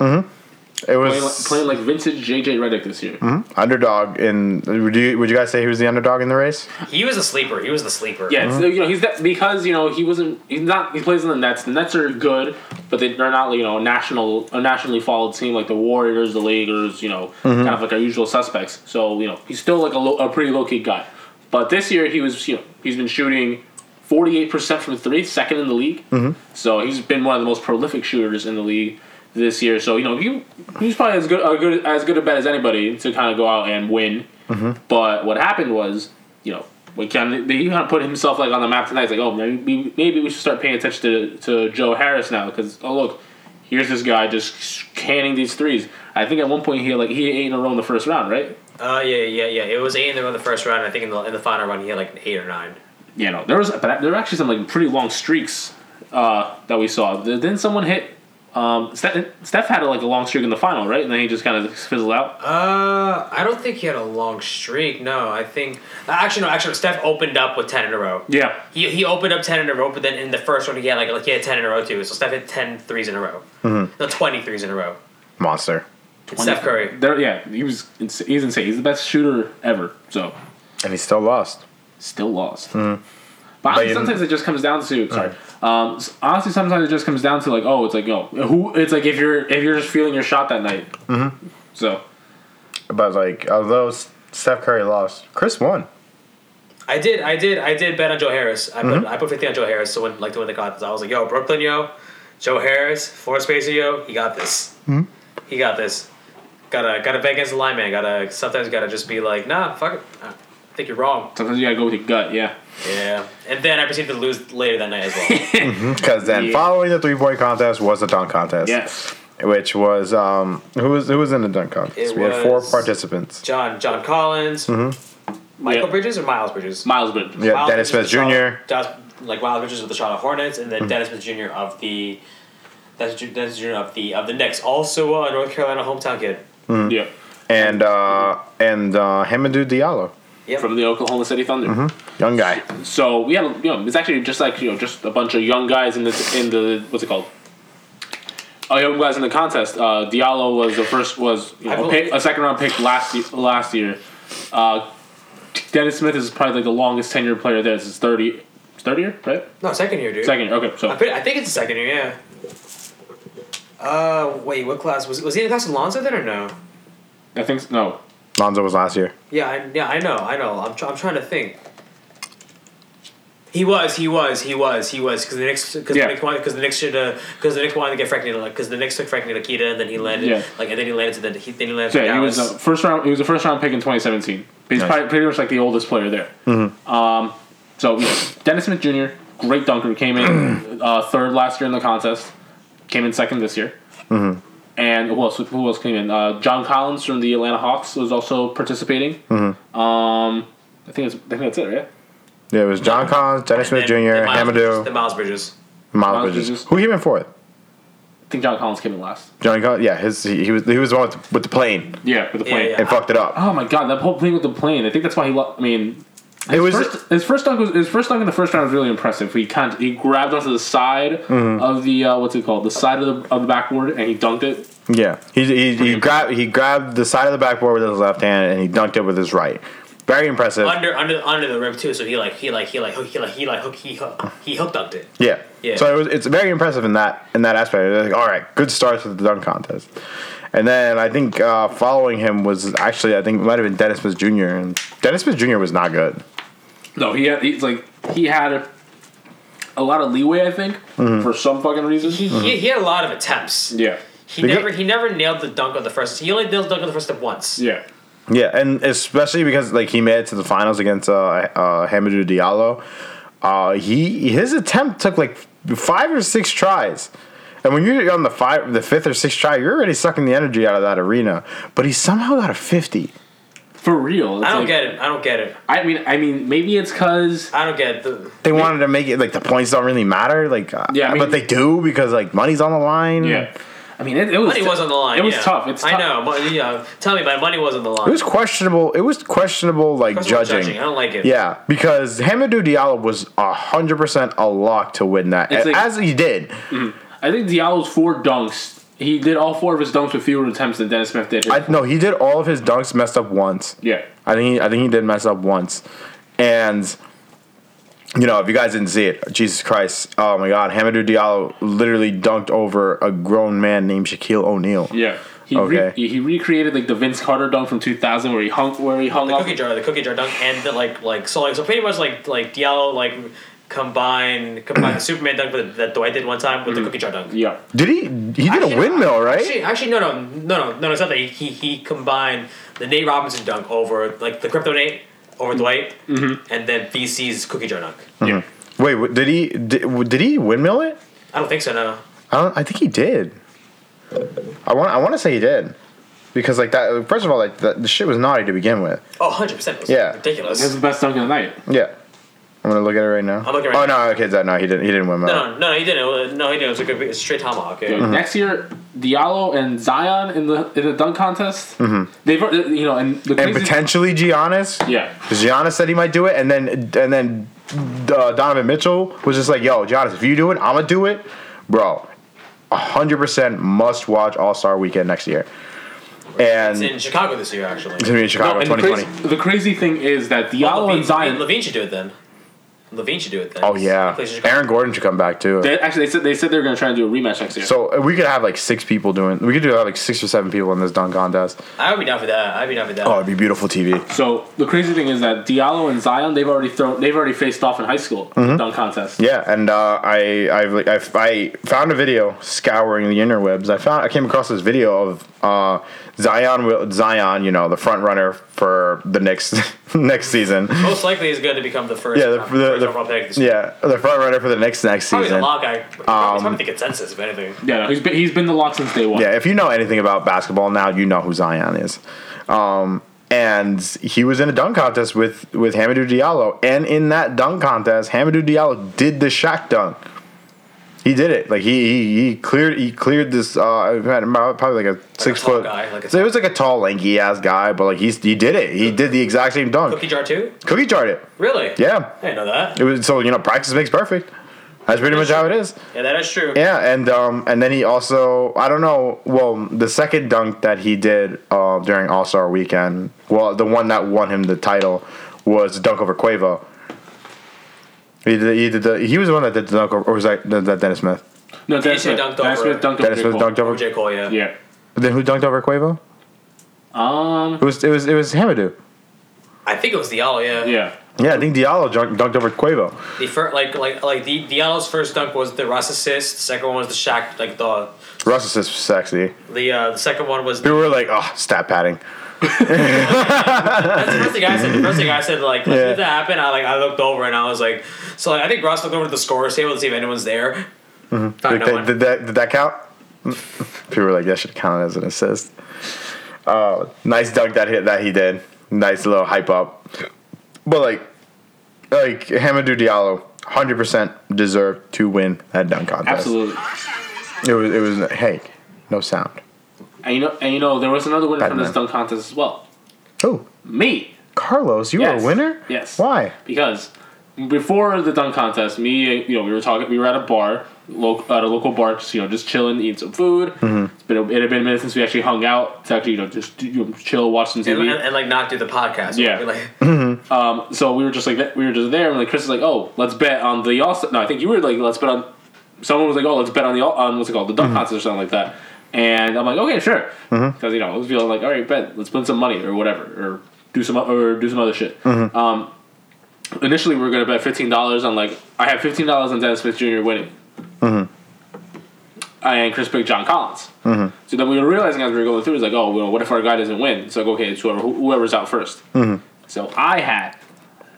Speaker 1: It
Speaker 3: Play like,
Speaker 1: was
Speaker 3: play like vintage JJ Redick this year.
Speaker 1: underdog. In would you would you guys say he was the underdog in the race?
Speaker 2: He was a sleeper. He was the sleeper.
Speaker 3: Yeah, so, you know he's that because you know he wasn't. He's not. He plays in the Nets. The Nets are good, but they, they're not you know a national a nationally followed team like the Warriors, the Lakers. You know, kind of like our usual suspects. So you know he's still like a, low, a pretty low key guy. But this year he was you know he's been shooting forty eight percent from three, second in the league. So he's been one of the most prolific shooters in the league this year. So you know he, he's probably as good, a good as good a bet as anybody to kind of go out and win. But what happened was, you know, we kind of he kind of put himself like on the map tonight. It's like, oh, maybe maybe we should start paying attention to to Joe Harris now because oh look, here's this guy just canning these threes. I think at one point he had like he had eight in a row in the first round, right?
Speaker 2: Uh, yeah, yeah, yeah. It was eight in the, in the first round. I think in the in the final round he had like an eight or nine.
Speaker 3: You know, there was but there were actually some like pretty long streaks uh, that we saw. Then someone hit. Um, Steph, Steph had like a long streak in the final, right? And then he just kind of fizzled out.
Speaker 2: Uh, I don't think he had a long streak. No, I think actually no. Actually, Steph opened up with ten in a row.
Speaker 3: Yeah,
Speaker 2: He, he opened up ten in a row, but then in the first one he had like, like he had ten in a row too. So Steph hit 10 threes in a row. No, 20 threes in a row.
Speaker 1: Monster.
Speaker 2: It's Steph Curry.
Speaker 3: There, yeah, he was. ins- He's insane. He's the best shooter ever. So
Speaker 1: And he still lost.
Speaker 3: still lost. Hmm. But honestly,
Speaker 1: you-
Speaker 3: sometimes it just comes down to sorry. Um, s- honestly, sometimes it just comes down to like, oh, it's like, oh, who? It's like if you're if you're just feeling your shot that night. Mm-hmm. So
Speaker 1: But like, although Steph Curry lost, Chris won.
Speaker 2: I did, I did, I did bet on Joe Harris. I
Speaker 1: Mm-hmm.
Speaker 2: put I put fifty on Joe Harris. So when like when they got this, I was like, yo, Brooklyn, yo, Joe Harris, four spacer, yo, he got this.
Speaker 1: Mm-hmm.
Speaker 2: He got this. Gotta gotta bet against the line, man. Gotta sometimes gotta just be like, nah, fuck it. I think you're wrong.
Speaker 3: sometimes you gotta go with your gut. Yeah,
Speaker 2: Yeah. And then I proceeded to lose later that night as well.
Speaker 1: Because then,
Speaker 3: Yeah.
Speaker 1: following the three point contest was the dunk contest.
Speaker 3: yes.
Speaker 1: Which was um who was who was in the dunk contest?
Speaker 2: It
Speaker 1: we had four
Speaker 2: was-
Speaker 1: participants.
Speaker 2: John John Collins,
Speaker 1: Mm-hmm.
Speaker 2: Michael
Speaker 3: Yeah.
Speaker 2: Bridges or Miles Bridges.
Speaker 3: Miles Bridges.
Speaker 1: Yeah,
Speaker 2: Miles
Speaker 1: Dennis Smith
Speaker 2: Bridges
Speaker 1: Mm-hmm. Jr.
Speaker 2: of the Charlotte- Dallas- like Miles Bridges of the Charlotte Hornets, and then Dennis Smith Jr. of the that's Ju- Dennis Jr. of the of the Knicks, also a North Carolina hometown kid.
Speaker 3: Yeah,
Speaker 1: and uh and uh Hamadou Diallo,
Speaker 2: Yep.
Speaker 3: from the Oklahoma City Thunder.
Speaker 1: young guy.
Speaker 3: So we had you know it's actually just like you know just a bunch of young guys in the in the what's it called. Oh, young guys in the contest. Uh, Diallo was the first was you
Speaker 2: I
Speaker 3: know, a,
Speaker 2: believe-
Speaker 3: pick, a second round pick last ye- last year. Uh, Dennis Smith is probably like the longest tenured player there. This is thirty. It's third year, right?
Speaker 2: no, second year, dude.
Speaker 3: Second year. Okay,
Speaker 2: I,
Speaker 3: so
Speaker 2: bet- I think it's the second year. Yeah. Uh, wait, what class was was he in the class of Lonzo then or no?
Speaker 3: I think s- no.
Speaker 1: Lonzo was last year.
Speaker 2: Yeah, I, yeah, I know, I know. I'm, tr- I'm trying to think. He was, he was, he was, he was, because the Knicks, because
Speaker 3: Yeah.
Speaker 2: the Knicks wanted, because the Knicks should, because the Nikes wanted to get Frank Ntilikina, because the Knicks took Frank Ntilikina, and then he landed,
Speaker 3: Yeah.
Speaker 2: like, and then he landed to the, he, then he landed
Speaker 3: So
Speaker 2: to
Speaker 3: yeah, he
Speaker 2: Dallas.
Speaker 3: was a first round. He was a first round pick in 2017. He's
Speaker 1: Nice.
Speaker 3: probably pretty much like the oldest player there. Um, so yeah, Dennis Smith Jr. Great dunker came in uh, third last year in the contest. Came in second this year. And who else? Who else came in? Uh, John Collins from the Atlanta Hawks was also participating. Um, I think it's, I think that's it, right?
Speaker 1: Yeah, it was John Collins, Dennis Smith
Speaker 2: And then- then
Speaker 1: Jr.,
Speaker 2: Miles Bridges-
Speaker 1: Hamadou,
Speaker 2: then Miles Bridges.
Speaker 1: Miles
Speaker 3: Miles
Speaker 1: Bridges.
Speaker 3: Bridges.
Speaker 1: Who came in fourth?
Speaker 3: I think John Collins came in last.
Speaker 1: Johnny Collins. Yeah, his he, he was he was the one with the, with the plane
Speaker 3: Yeah, with the plane.
Speaker 2: yeah.
Speaker 1: and fucked it up.
Speaker 3: Oh my god, that whole thing with the plane. I think that's why he. Lo- I mean,
Speaker 1: It was
Speaker 3: First, his first dunk was his first dunk in the first round was really impressive. He kind of, he grabbed onto the side
Speaker 1: Mm-hmm.
Speaker 3: of the uh, what's it called the side of the, of the backboard and he dunked it.
Speaker 1: yeah. He he, he grabbed he grabbed the side of the backboard with his left hand and he dunked it with his right. Very impressive.
Speaker 2: Under, under, under the rim too. So he like, he like, he like, hook- he like, he like, hook, he hook, he hook dunked it.
Speaker 1: Yeah.
Speaker 2: Yeah.
Speaker 1: So it was, it's very impressive in that in that aspect. It was like, all right, good start to the dunk contest. And then I think uh, following him was actually I think it might have been Dennis Smith Jr. and Dennis Smith Jr. was not good.
Speaker 3: No, he had he's like he had a, a lot of leeway, I think,
Speaker 1: Mm-hmm.
Speaker 3: for some fucking reason.
Speaker 2: He, he, he had a lot of attempts.
Speaker 3: yeah,
Speaker 2: He
Speaker 1: Because-
Speaker 2: never, he never nailed the dunk on the first. He only nailed the dunk on the first step once.
Speaker 3: yeah,
Speaker 1: Yeah, and especially because like he made it to the finals against uh, uh, Hamidou Diallo. Uh, he his attempt took like five or six tries. And when you're on the five, the fifth or sixth try, you're already sucking the energy out of that arena. But he somehow got a fifty.
Speaker 3: for real.
Speaker 2: I don't get it. I don't get it.
Speaker 3: I mean, I mean, maybe it's because
Speaker 2: I don't get it. The-
Speaker 1: they wanted to make it like the points don't really matter, like uh,
Speaker 3: Yeah, I mean-
Speaker 1: but they do because like money's on the line.
Speaker 3: yeah. I mean, it, it was
Speaker 2: Money was on the line.
Speaker 3: It was
Speaker 2: yeah.
Speaker 3: tough. It's tough.
Speaker 2: I know, but yeah, tell me, but money was on the line.
Speaker 1: It was questionable. It was questionable, like
Speaker 2: Questionable
Speaker 1: judging.
Speaker 2: I don't like it.
Speaker 1: Yeah, because Hamadou Diallo was hundred percent a lock to win that,
Speaker 3: It's like-
Speaker 1: as he did.
Speaker 3: I think Diallo's four dunks. He did all four of his dunks with fewer attempts than Dennis Smith did.
Speaker 1: I, no, he did all of his dunks messed up once.
Speaker 3: yeah,
Speaker 1: I think he, I think he did mess up once, and you know if you guys didn't see it, Jesus Christ, oh my God, Hamadou Diallo literally dunked over a grown man named Shaquille O'Neal.
Speaker 3: yeah. He,
Speaker 1: Okay.
Speaker 3: re- he recreated like the Vince Carter dunk from 2000 where he hung where he hung
Speaker 2: the
Speaker 3: up.
Speaker 2: cookie jar, the cookie jar dunk, and the like, like so, like so, pretty much like like Diallo like combine combine the Superman dunk with, that Dwight did one time with the cookie jar dunk.
Speaker 3: Mm. Yeah,
Speaker 1: Did he? He did
Speaker 2: Actually,
Speaker 1: a windmill, right?
Speaker 2: Actually, actually, no, no, no, no, no. It's not that he, he he combined the Nate Robinson dunk over like the crypto Nate over
Speaker 3: Mm.
Speaker 2: Dwight,
Speaker 3: Mm-hmm.
Speaker 2: and then VC's cookie jar dunk.
Speaker 3: yeah.
Speaker 1: Wait, w- did he? Did, did he windmill it?
Speaker 2: I don't think so. No,
Speaker 1: I don't. I think he did. I want. I want to say he did, because like that. First of all, like that, the shit was naughty to begin with.
Speaker 2: oh, 100 percent.
Speaker 1: Yeah.
Speaker 3: That was
Speaker 2: ridiculous.
Speaker 3: the best dunk of the night.
Speaker 1: Yeah. I'm gonna look at it right now.
Speaker 2: I'm looking
Speaker 1: oh
Speaker 2: right
Speaker 1: no, okay, that no, he didn't. He didn't win.
Speaker 2: No, no, no, he didn't. It was- No, he didn't. It was a good, a straight tomahawk. Yeah.
Speaker 1: Mm-hmm.
Speaker 3: Next year, Diallo and Zion in the in the dunk contest. Mm-hmm. They've al- you know and the
Speaker 1: And
Speaker 3: crazy-
Speaker 1: potentially Giannis.
Speaker 3: Yeah,
Speaker 1: Because Giannis said he might do it, and then and then uh, Donovan Mitchell was just like, "Yo, Giannis, if you do it, I'm gonna do it, bro." hundred percent must watch All Star Weekend next year, and
Speaker 2: It's in
Speaker 1: it's
Speaker 2: Chicago this year, actually.
Speaker 1: gonna be in Chicago,
Speaker 3: No, and the
Speaker 1: 2020.
Speaker 3: crazy, the crazy thing is that
Speaker 2: Well,
Speaker 3: Diallo
Speaker 2: Levine-
Speaker 3: and Zion.
Speaker 2: Levine should do it then. Levine should do it then.
Speaker 1: oh yeah,
Speaker 2: Plays in Chicago.
Speaker 1: Aaron Gordon should come back too.
Speaker 3: They, actually, they said they said they were going to try and do a rematch next year.
Speaker 1: So uh, we could have like six people doing. We could do have like six or seven people in this dunk contest.
Speaker 2: I would be down for that. I'd be down for that.
Speaker 1: Oh, it'd be beautiful TV.
Speaker 3: So the crazy thing is that Diallo and Zion they've already thrown they've already faced off in high school in the dunk contest.
Speaker 1: Mm-hmm. Yeah, and uh, I I've, like, I've I found a video scouring the interwebs. I found I came across this video of uh, Zion Wil- Zion, you know, the front runner for the next next season.
Speaker 2: Most likely he's going to become the first.
Speaker 1: Yeah, the,
Speaker 2: um,
Speaker 1: the,
Speaker 2: first overall pick this
Speaker 1: the,
Speaker 2: year.
Speaker 1: yeah, the front runner for the next next
Speaker 2: Probably the
Speaker 1: season. Um,
Speaker 2: lock guy. Probably, probably the consensus, if anything.
Speaker 3: Yeah, no, he's been he's been the lock since day one.
Speaker 1: Yeah, if you know anything about basketball now, you know who Zion is. Um, and he was in a dunk contest with with Hamidou Diallo, and in that dunk contest, Hamidou Diallo did the Shaq dunk. He did it. Like he he, he cleared he cleared this. Uh, probably like a six
Speaker 2: tall
Speaker 1: foot.
Speaker 2: guy, like a
Speaker 1: so it was like a tall, lanky ass guy, but like he's he did it. He did the exact same dunk.
Speaker 2: Cookie jar too?
Speaker 1: Cookie jarred it.
Speaker 2: Really?
Speaker 1: Yeah.
Speaker 2: I didn't know that.
Speaker 1: It was so you know practice makes perfect. That's pretty much how it is.
Speaker 2: Yeah, that is true.
Speaker 1: Yeah, and um, and then he also I don't know. Well, the second dunk that he did uh, during All Star Weekend, well, the one that won him the title was the dunk over Quavo. He did, he did the, he was the one that did the dunk over, or was that, that that Dennis Smith?
Speaker 3: No, Dennis
Speaker 2: He
Speaker 3: Smith,
Speaker 2: should dunked
Speaker 3: Dennis
Speaker 2: over-
Speaker 3: Smith dunked over.
Speaker 1: Dennis Smith
Speaker 3: Jake Paul.
Speaker 1: dunked over.
Speaker 2: OJ Cole, yeah.
Speaker 3: Yeah.
Speaker 1: Then who dunked over Quavo?
Speaker 3: Um.
Speaker 1: It was it was it was Hamadou.
Speaker 2: I think it was Diallo, yeah.
Speaker 3: Yeah.
Speaker 1: Yeah, I think Diallo dunked, dunked over Quavo.
Speaker 2: The first, like, like, like the Diallo's first dunk was the Russ assist. The second one was the Shaq, like the
Speaker 1: Russell's just sexy.
Speaker 2: the, uh, the second one was
Speaker 1: We were like, oh, stat padding.
Speaker 2: That's the first thing I said. The first thing I said, like, as soon
Speaker 1: Yeah.
Speaker 2: as that happened, I like I looked over and I was like, so like, I think Ross looked over to the scorer's table to see if anyone's there. Found
Speaker 1: Did,
Speaker 2: no
Speaker 1: that-
Speaker 2: one.
Speaker 1: Mm-hmm. did that, did that count? People were like, that should count as an assist. Uh, nice dunk that hit that he did. Nice little hype up. But like, like Hamadou Diallo, hundred percent deserved to win that dunk contest.
Speaker 3: Absolutely.
Speaker 1: It was. It was. Hey, no sound.
Speaker 3: And you know, and you know, there was another winner from
Speaker 1: Batman.
Speaker 3: this dunk contest as well.
Speaker 1: Oh,
Speaker 3: Me,
Speaker 1: Carlos, you
Speaker 3: Yes.
Speaker 1: were a winner.
Speaker 3: Yes.
Speaker 1: Why?
Speaker 3: because before the dunk contest, me, you know, we were talking, we were at a bar, local, at a local bar, just you know, just chilling, eating some food.
Speaker 1: Mm-hmm.
Speaker 3: It's been a, it had been a minute since we actually hung out to actually, you know, just you know, chill, watch some
Speaker 2: and,
Speaker 3: TV.
Speaker 2: and, and, like not do the podcast.
Speaker 3: Yeah.
Speaker 2: We're like,
Speaker 3: Um, so we were just like that. We were just there, and like Chris was like, "Oh, let's bet on the all." No, I think you were like, "Let's bet on." Someone was like, "Oh, let's bet on the all on what's it called the
Speaker 1: Mm-hmm.
Speaker 3: dunk contest or something like that." And I'm like, "Okay, sure," because you know I was feeling like, "All right, bet, let's win some money or whatever, or do some or do some other shit."
Speaker 1: Mm-hmm.
Speaker 3: Um, initially, we were gonna bet fifteen dollars on like I have fifteen dollars on Dennis Smith Jr. winning.
Speaker 1: Mm-hmm.
Speaker 3: And Chris picked John Collins.
Speaker 1: Mm-hmm.
Speaker 3: So then we were realizing as we were going through, it's like, oh, well, what if our guy doesn't win? It's like, okay, it's whoever, whoever's out 1st So I had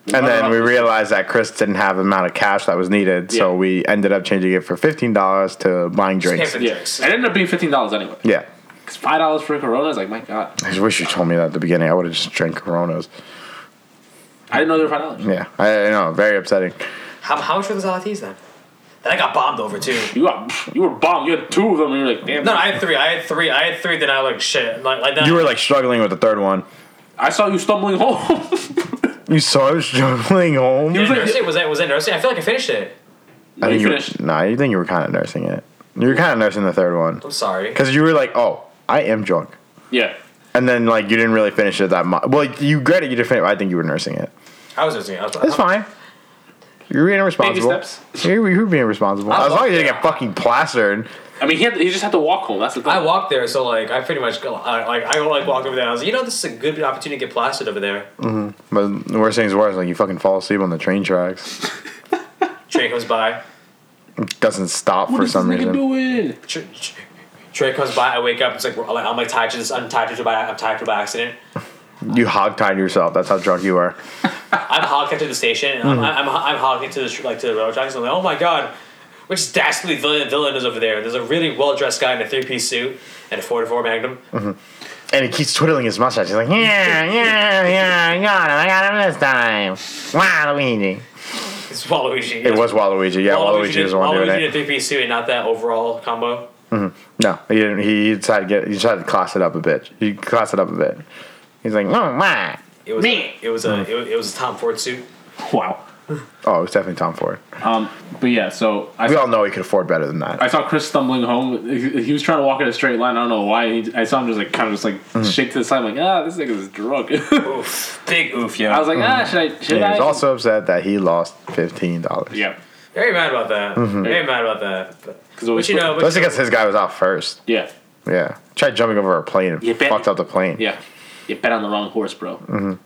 Speaker 1: Mm-hmm. And then we
Speaker 3: Runner-up was-
Speaker 1: realized that Chris didn't have the amount of cash that was needed, so
Speaker 3: Yeah.
Speaker 1: we ended up changing it for fifteen dollars to buying drinks.
Speaker 2: for the-
Speaker 3: Yeah,
Speaker 2: Drinks.
Speaker 3: it ended up being fifteen dollars anyway.
Speaker 1: Yeah.
Speaker 3: It's five dollars for a Corona. It's like my god,
Speaker 1: I wish you told me that at the beginning. I would have just drank Coronas.
Speaker 3: I didn't know they were five dollars.
Speaker 1: Yeah, I, I know. Very upsetting.
Speaker 2: how, how much were those LFTs then? that I got bombed over too.
Speaker 3: You got you were bombed. You had two of them, and you're like, damn.
Speaker 2: No, I had three. I had three. I had three. Then I like shit. Like, like then
Speaker 1: You
Speaker 2: I-
Speaker 1: were like struggling with the third one.
Speaker 3: I saw you stumbling home.
Speaker 1: You saw I was struggling home.
Speaker 2: Did I
Speaker 3: was like-
Speaker 2: nurse it? Was that was that nursing? I feel like I finished it.
Speaker 1: I think
Speaker 3: you
Speaker 1: you.
Speaker 3: finished.
Speaker 1: Were, nah, you think you were kind of nursing it. You were kind of nursing the third one
Speaker 2: I'm sorry.
Speaker 1: because you were like, "Oh, I am drunk,"
Speaker 3: yeah.
Speaker 1: and then like you didn't really finish it that much. Well, you granted you didn't finish. I think you were nursing it.
Speaker 2: I was nursing. it. I was,
Speaker 1: It's fine. You're being
Speaker 3: Baby
Speaker 1: responsible.
Speaker 3: steps.
Speaker 1: You're, you're being responsible.
Speaker 2: I
Speaker 1: As long as you
Speaker 2: love-
Speaker 1: didn't get fucking plastered.
Speaker 3: I mean, he, had, he just had to walk home. That's the thing.
Speaker 2: I walked there, so like I pretty much go- I, like I like walked over there. and I was like, you know, this is a good opportunity to get plastered over there.
Speaker 1: But the worst thing's worse, like you fucking fall asleep on the train tracks.
Speaker 2: Train comes by.
Speaker 1: Doesn't stop
Speaker 3: What
Speaker 1: for
Speaker 3: is
Speaker 1: some
Speaker 3: this nigga
Speaker 1: reason.
Speaker 3: doing?
Speaker 2: Tra- tra- Train comes by. I wake up. It's like, we're- like I'm like tied to this. I'm tied to it by I'm tied to it by accident.
Speaker 1: You hogtied yourself. That's how drunk you were.
Speaker 2: I'm hogged into the station. And
Speaker 1: Mm-hmm.
Speaker 2: I'm, I'm I'm hogged into the tr- like to the railroad tracks. I'm like, oh my god, which dastardly villain villain is over there? There's a really well dressed guy in a three piece suit and a four to four Magnum.
Speaker 1: And he keeps twiddling his mustache. He's like, yeah, yeah, yeah, I got him. I got him this time. Wow, Luigi.
Speaker 2: It's Waluigi.
Speaker 1: It was Waluigi. Yeah, Waluigi,
Speaker 2: did-
Speaker 1: is the one
Speaker 2: Waluigi
Speaker 1: doing
Speaker 2: did a
Speaker 1: it.
Speaker 2: three piece suit and not that overall combo.
Speaker 1: No, he didn't. He decided to get. He decided to class it up a bit. He classed it up a bit. He's like, oh my.
Speaker 2: It was
Speaker 3: Me.
Speaker 2: A, it was
Speaker 1: Mm.
Speaker 2: a it, was- it was a Tom Ford suit.
Speaker 3: Wow.
Speaker 1: Oh, it's definitely Tom Ford.
Speaker 3: Um, but yeah, so I
Speaker 1: We
Speaker 3: saw,
Speaker 1: all know he could afford better than that.
Speaker 3: I saw Chris stumbling home. He he was trying to walk in a straight line. I don't know why. He, I saw him just like kind of just like
Speaker 1: Mm-hmm.
Speaker 3: shake to the side, like ah, this nigga's drunk. I
Speaker 2: Oof, big oof, yo.
Speaker 3: was like ah, should I? Should
Speaker 1: And he
Speaker 3: I?
Speaker 1: Mm-hmm. was also upset that he lost fifteen dollars.
Speaker 3: yeah.
Speaker 2: very mad about that.
Speaker 1: Mm-hmm.
Speaker 2: Very mad about that. But,
Speaker 3: 'Cause it was-
Speaker 2: but you know, but
Speaker 1: That's because his guy was out first.
Speaker 3: Yeah.
Speaker 1: Yeah, tried jumping over a plane and
Speaker 3: You bet.
Speaker 1: fucked up the plane.
Speaker 3: Yeah. You bet on the wrong horse, bro.
Speaker 1: Mm.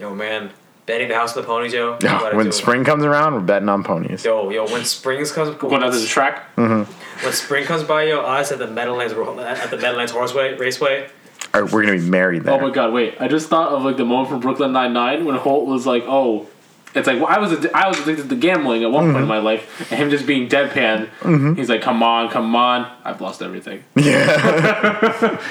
Speaker 2: yo man, betting the house of the ponies, yo. You
Speaker 1: Yeah,
Speaker 2: gotta do
Speaker 1: when
Speaker 2: it.
Speaker 1: spring comes around, we're betting on ponies.
Speaker 2: Yo, yo, when springs comes,
Speaker 3: Going down to the track.
Speaker 2: When spring comes by, yo, us at the Meadowlands at the Meadowlands Horseway Raceway.
Speaker 1: Or we're gonna be married there.
Speaker 3: Oh my god! Wait, I just thought of like the moment from Brooklyn Nine Nine when Holt was like, "Oh, it's like well, I was addi- I was addicted to gambling at one point in my life," and him just being deadpan. He's like, "Come on, come on! I've lost everything."
Speaker 1: Yeah,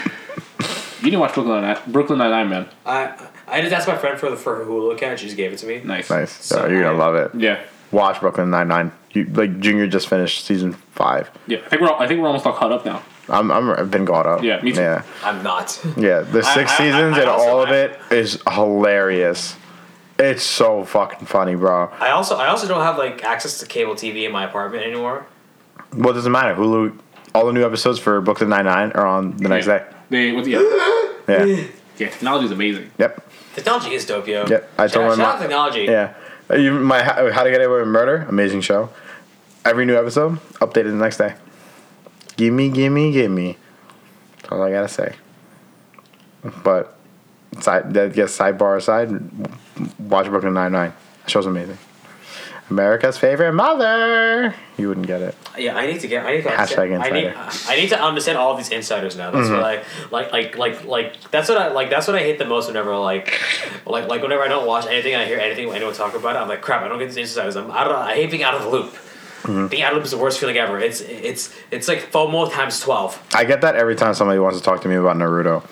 Speaker 3: You didn't watch Brooklyn Nine Brooklyn Nine Nine, man.
Speaker 2: I I just asked my friend for the for her Hulu account. She just gave it to me.
Speaker 3: Nice,
Speaker 1: nice. So
Speaker 2: So
Speaker 1: you're gonna
Speaker 2: I-
Speaker 1: love it.
Speaker 3: Yeah,
Speaker 1: Watch Brooklyn Nine Nine. You like Junior just finished season five.
Speaker 3: yeah. I think we're all, I think we're almost all caught up now.
Speaker 1: I'm, I'm I've been caught up.
Speaker 3: Yeah, me too.
Speaker 1: Yeah,
Speaker 2: I'm not.
Speaker 1: yeah. The six
Speaker 2: I- I-
Speaker 1: seasons
Speaker 2: I
Speaker 1: and
Speaker 2: also-
Speaker 1: all of
Speaker 2: I-
Speaker 1: it is hilarious. It's so fucking funny, bro.
Speaker 2: I also I also don't have like access to cable TV in my apartment anymore.
Speaker 1: Well, it doesn't matter. Hulu. All the new episodes for Brooklyn Nine Nine are on the next day.
Speaker 3: They what's yeah.
Speaker 1: Yeah.
Speaker 3: yeah, technology is amazing.
Speaker 1: yep.
Speaker 2: Technology is dope, yo.
Speaker 1: Yep, I
Speaker 2: Shout-
Speaker 1: told my
Speaker 2: shout
Speaker 1: mom-
Speaker 2: out technology.
Speaker 1: Yeah. Uh, You, my How How to Get Away with Murder, amazing show. Every new episode, updated the next day. Gimme, gimme, gimme. That's all I gotta say. But side that gets sidebar aside, w- watch Brooklyn Nine Nine. Show's amazing. America's favorite mother. You wouldn't get it.
Speaker 2: Yeah, I need to get. I need to.
Speaker 1: Hashtag
Speaker 2: understand- I need. I need to understand all these insiders now. That's what I like. Like like like. That's what I like. That's what I hate the most. Whenever like, like like whenever I don't watch anything, I hear anything anyone talk about it. I'm like, crap. I don't get these insiders. I'm out of. I hate being out of the loop. Being out of the loop is the worst feeling ever. It's it's it's like FOMO times twelve.
Speaker 1: I get that every time somebody wants to talk to me about Naruto.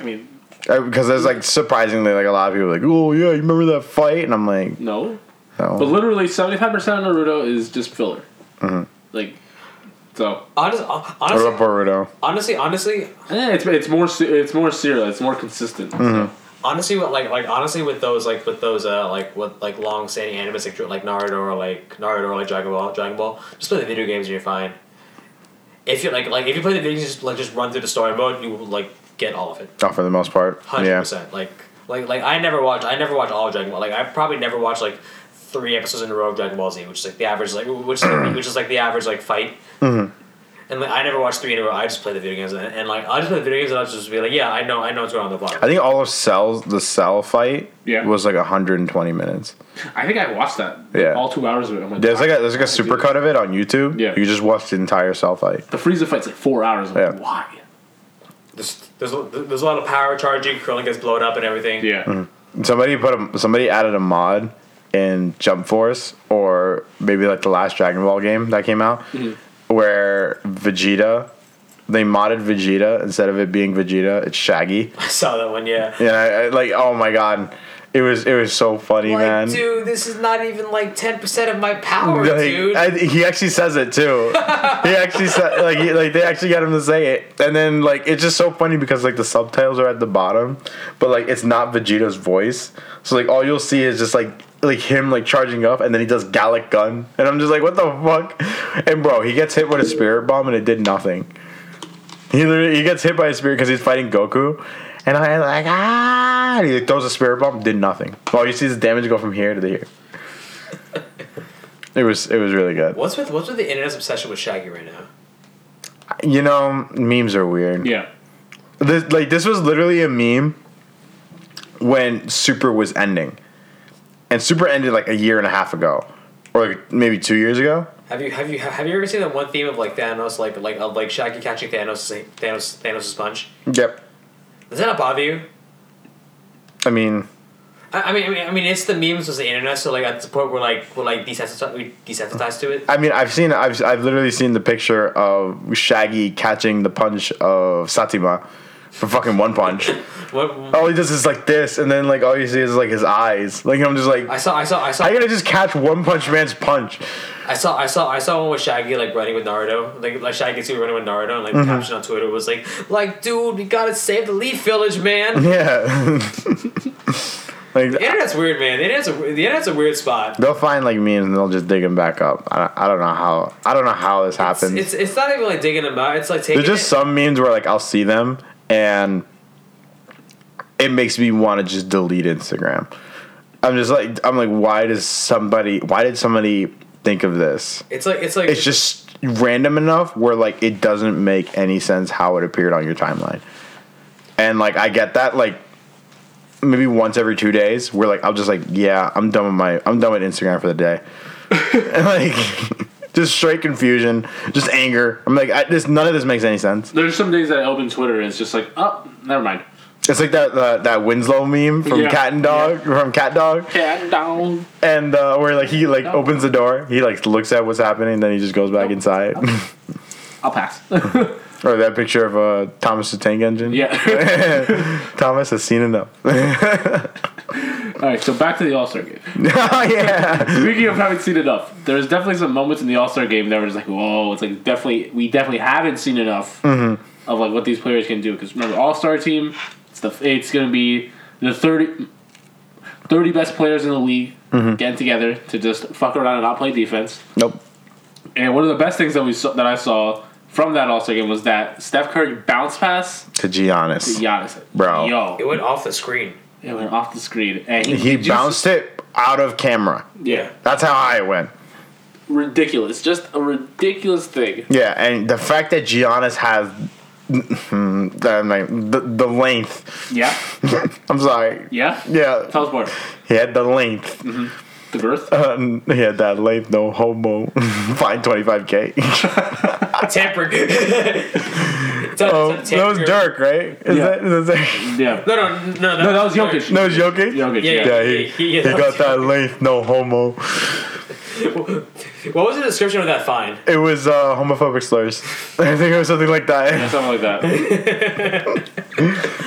Speaker 3: I mean,
Speaker 1: Uh, Because there's like surprisingly like a lot of people like, oh yeah, you remember that fight? And I'm like,
Speaker 3: no,
Speaker 1: no.
Speaker 3: but literally seventy five percent of Naruto is just filler. Like, so
Speaker 2: Honest,
Speaker 1: What
Speaker 2: honestly,
Speaker 1: about Boruto?
Speaker 2: honestly, honestly,
Speaker 3: eh, it's it's more se- it's more serial. It's more consistent.
Speaker 2: honestly what like like honestly with those like with those uh like with like long standing animes like dr- like Naruto or like Naruto or like Dragon Ball Dragon Ball just play the video games and you're fine. If you like like if you play the video games just like just run through the story mode you will like get all of it
Speaker 1: Oh, for the most part.
Speaker 2: hundred
Speaker 1: Yeah.
Speaker 2: percent like like like I never watched I never watched all of Dragon Ball like I probably never watched like three episodes in a row of Dragon Ball Z which is like the average like which which is like the average like fight. And like, I never watched three in a row. I just play the video games, and, and like I just play the video games, and I'll just be like, yeah, I know, I know what's going on in the plot.
Speaker 1: I think all of Cell's the Cell fight
Speaker 3: Yeah.
Speaker 1: was like 120 minutes.
Speaker 3: I think I watched that.
Speaker 1: Yeah.
Speaker 3: all two hours of it. I'm like,
Speaker 1: There's like a there's like a supercut of it on YouTube.
Speaker 3: Yeah.
Speaker 1: You just watch the entire Cell fight.
Speaker 3: The Frieza fight's like four hours. I'm like,
Speaker 1: Yeah.
Speaker 3: Why?
Speaker 2: there's there's a, there's a lot of power charging. Krillin gets blown up and everything.
Speaker 3: Yeah.
Speaker 1: Mm-hmm. Somebody put a somebody added a mod in Jump Force or maybe like the last Dragon Ball game that came out
Speaker 3: Mm-hmm.
Speaker 1: where Vegeta they modded Vegeta instead of it being Vegeta, it's Shaggy.
Speaker 2: I saw that one. Yeah,
Speaker 1: And I, I like, oh my god, It was it was so funny,
Speaker 2: Like,
Speaker 1: man.
Speaker 2: dude, this is not even like ten percent of my power,
Speaker 1: Like,
Speaker 2: dude.
Speaker 1: I, he actually says it too. he actually said like he, like they actually got him to say it, and then like it's just so funny because like the subtitles are at the bottom, but like it's not Vegeta's voice. So like all you'll see is just like like him like charging up, and then he does Gallic gun, and I'm just like, what the fuck? And bro, he gets hit with a spirit bomb, and it did nothing. He literally he gets hit by a spirit because he's fighting Goku. And I like ah, and he like, throws a spirit bomb, did nothing. All you see is damage go from here to here. It was it was really good.
Speaker 2: what's with what's with the internet's obsession with Shaggy right now?
Speaker 1: You know, memes are weird.
Speaker 3: Yeah.
Speaker 1: This, like this was literally a meme when Super was ending, and Super ended like a year and a half ago, or like maybe two years ago.
Speaker 2: Have you have you have you ever seen that one theme of like Thanos like like of like Shaggy catching Thanos Thanos Thanos' punch?
Speaker 1: Yep.
Speaker 2: Does that not bother you?
Speaker 1: I mean,
Speaker 2: I, I mean I mean I mean it's the memes was the internet, so like at the point we're like we're like desensitized we desensitized to it.
Speaker 1: I mean, I've seen, I've, I've literally seen the picture of Shaggy catching the punch of Satima for fucking one punch.
Speaker 2: What,
Speaker 1: all he does is like this, and then like all you see is like his eyes. Like I'm just like,
Speaker 2: I saw I saw I saw
Speaker 1: I gotta just catch One Punch Man's punch.
Speaker 2: I saw I saw I saw one with Shaggy like running with Naruto. Like like Shaggy too running with Naruto and like the
Speaker 1: Mm-hmm.
Speaker 2: caption on Twitter was like like dude, we gotta save the Leaf Village,
Speaker 1: Mm-hmm.
Speaker 2: man.
Speaker 1: Yeah. like
Speaker 2: The internet's weird, man. The internet's a, the internet's a weird spot.
Speaker 1: They'll find like memes and they'll just dig them back up. I don't, I don't know how. I don't know how this happens.
Speaker 2: It's, it's not even like digging them out. It's like taking
Speaker 1: There's just
Speaker 2: it-
Speaker 1: some memes where like I'll see them and it makes me want to just delete Instagram. I'm just like I'm like why does somebody why did somebody think of this?
Speaker 2: It's like it's like
Speaker 1: It's just random enough where like it doesn't make any sense how it appeared on your timeline. And like I get that like maybe once every 2 days where like I'll just like yeah, I'm done with my I'm done with Instagram for the day. and like just straight confusion, just anger. I'm like I, this none of this makes any sense.
Speaker 3: There's some days that I open Twitter and it's just like, oh, never mind.
Speaker 1: It's like that uh, that Winslow meme from
Speaker 3: Yeah.
Speaker 1: Cat and Dog from Cat Dog,
Speaker 3: Cat down.
Speaker 1: and uh, where like he like
Speaker 3: Oh.
Speaker 1: opens the door, he like looks at what's happening, then he just goes back inside.
Speaker 3: I'll pass.
Speaker 1: or that picture of uh, Thomas the Tank Engine.
Speaker 3: yeah.
Speaker 1: Thomas has seen enough.
Speaker 3: All right. So back to the All Star game.
Speaker 1: Oh, yeah,
Speaker 3: Speaking of haven't seen enough, there's definitely some moments in the All Star game that were just like, whoa, it's like definitely we definitely haven't seen enough
Speaker 1: Mm-hmm.
Speaker 3: of like what these players can do. Because remember, All Star team, it's the it's gonna be the 30, 30 best players in the league
Speaker 1: Mm-hmm.
Speaker 3: getting together to just fuck around and not play defense.
Speaker 1: nope.
Speaker 3: And one of the best things that we saw, that I saw from that All Star game was that Steph Curry bounce pass
Speaker 1: To Giannis,
Speaker 3: Giannis,
Speaker 1: Bro.
Speaker 3: yo,
Speaker 2: it went off the screen.
Speaker 3: it went off the screen and he,
Speaker 1: he
Speaker 3: did you see-
Speaker 1: bounced it out of camera.
Speaker 3: yeah,
Speaker 1: That's how I went.
Speaker 3: ridiculous, just a ridiculous thing.
Speaker 1: Yeah, and the fact that Giannis has I'm like, the the length.
Speaker 3: Yeah,
Speaker 1: I'm sorry.
Speaker 3: yeah.
Speaker 1: Yeah,
Speaker 3: Tell us more.
Speaker 1: he had the length.
Speaker 3: The girth?
Speaker 1: Um, yeah, that late no homo. Fine, twenty five k.
Speaker 2: Tamper. It's not-
Speaker 1: Oh, That
Speaker 2: it's not
Speaker 1: was
Speaker 2: tamper-
Speaker 1: Dirk, right? Is
Speaker 3: Yeah.
Speaker 1: that, is that,
Speaker 3: yeah.
Speaker 2: No, no, no, no.
Speaker 3: No, that was Jokic.
Speaker 1: no, it's Jokic.
Speaker 3: Jokic,
Speaker 2: Yeah,
Speaker 3: yeah.
Speaker 1: Yeah, he,
Speaker 2: Yeah,
Speaker 1: he,
Speaker 2: he- yeah, that
Speaker 1: got
Speaker 2: was
Speaker 1: that length, no homo.
Speaker 2: What was the description of that find?
Speaker 1: It was uh, homophobic slurs. I think it was something like that.
Speaker 3: Something like that.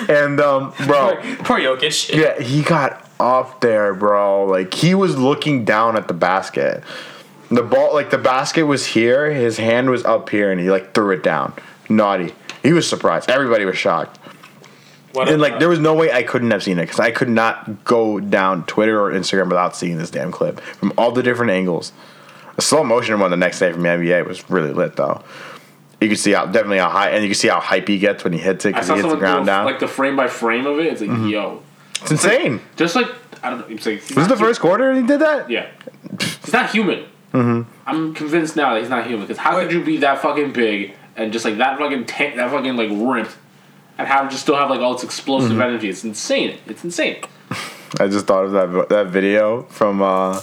Speaker 1: And um, bro,
Speaker 2: Poor Jokic.
Speaker 1: yeah, he got up there, bro. Like he was looking down at the basket. The ball, like the basket was here, his hand was up here, and he like threw it down. Naughty. He was surprised. Everybody was shocked.
Speaker 2: What
Speaker 1: And
Speaker 2: a-
Speaker 1: like, there was no way I couldn't have seen it because I could not go down Twitter or Instagram without seeing this damn clip from all the different angles. A slow motion one the next day from the NBA was really lit though. You can see how definitely how high, and you can see how hype he gets when he hits it
Speaker 3: I
Speaker 1: because he
Speaker 3: saw
Speaker 1: hits the
Speaker 3: someone
Speaker 1: ground
Speaker 3: do a-
Speaker 1: down.
Speaker 3: like the frame by frame of it. It's like, yo.
Speaker 1: it's insane.
Speaker 3: Just like, I don't know. It's like,
Speaker 1: This is the first quarter and he did that.
Speaker 3: Yeah. He's not human. Mm-hmm. I'm convinced now that he's not human because how could you be that fucking big and just like that fucking tank, that fucking like ripped and have just still have like all its explosive
Speaker 1: Mm-hmm.
Speaker 3: energy? It's insane. It's insane.
Speaker 1: I just thought of that that video from uh,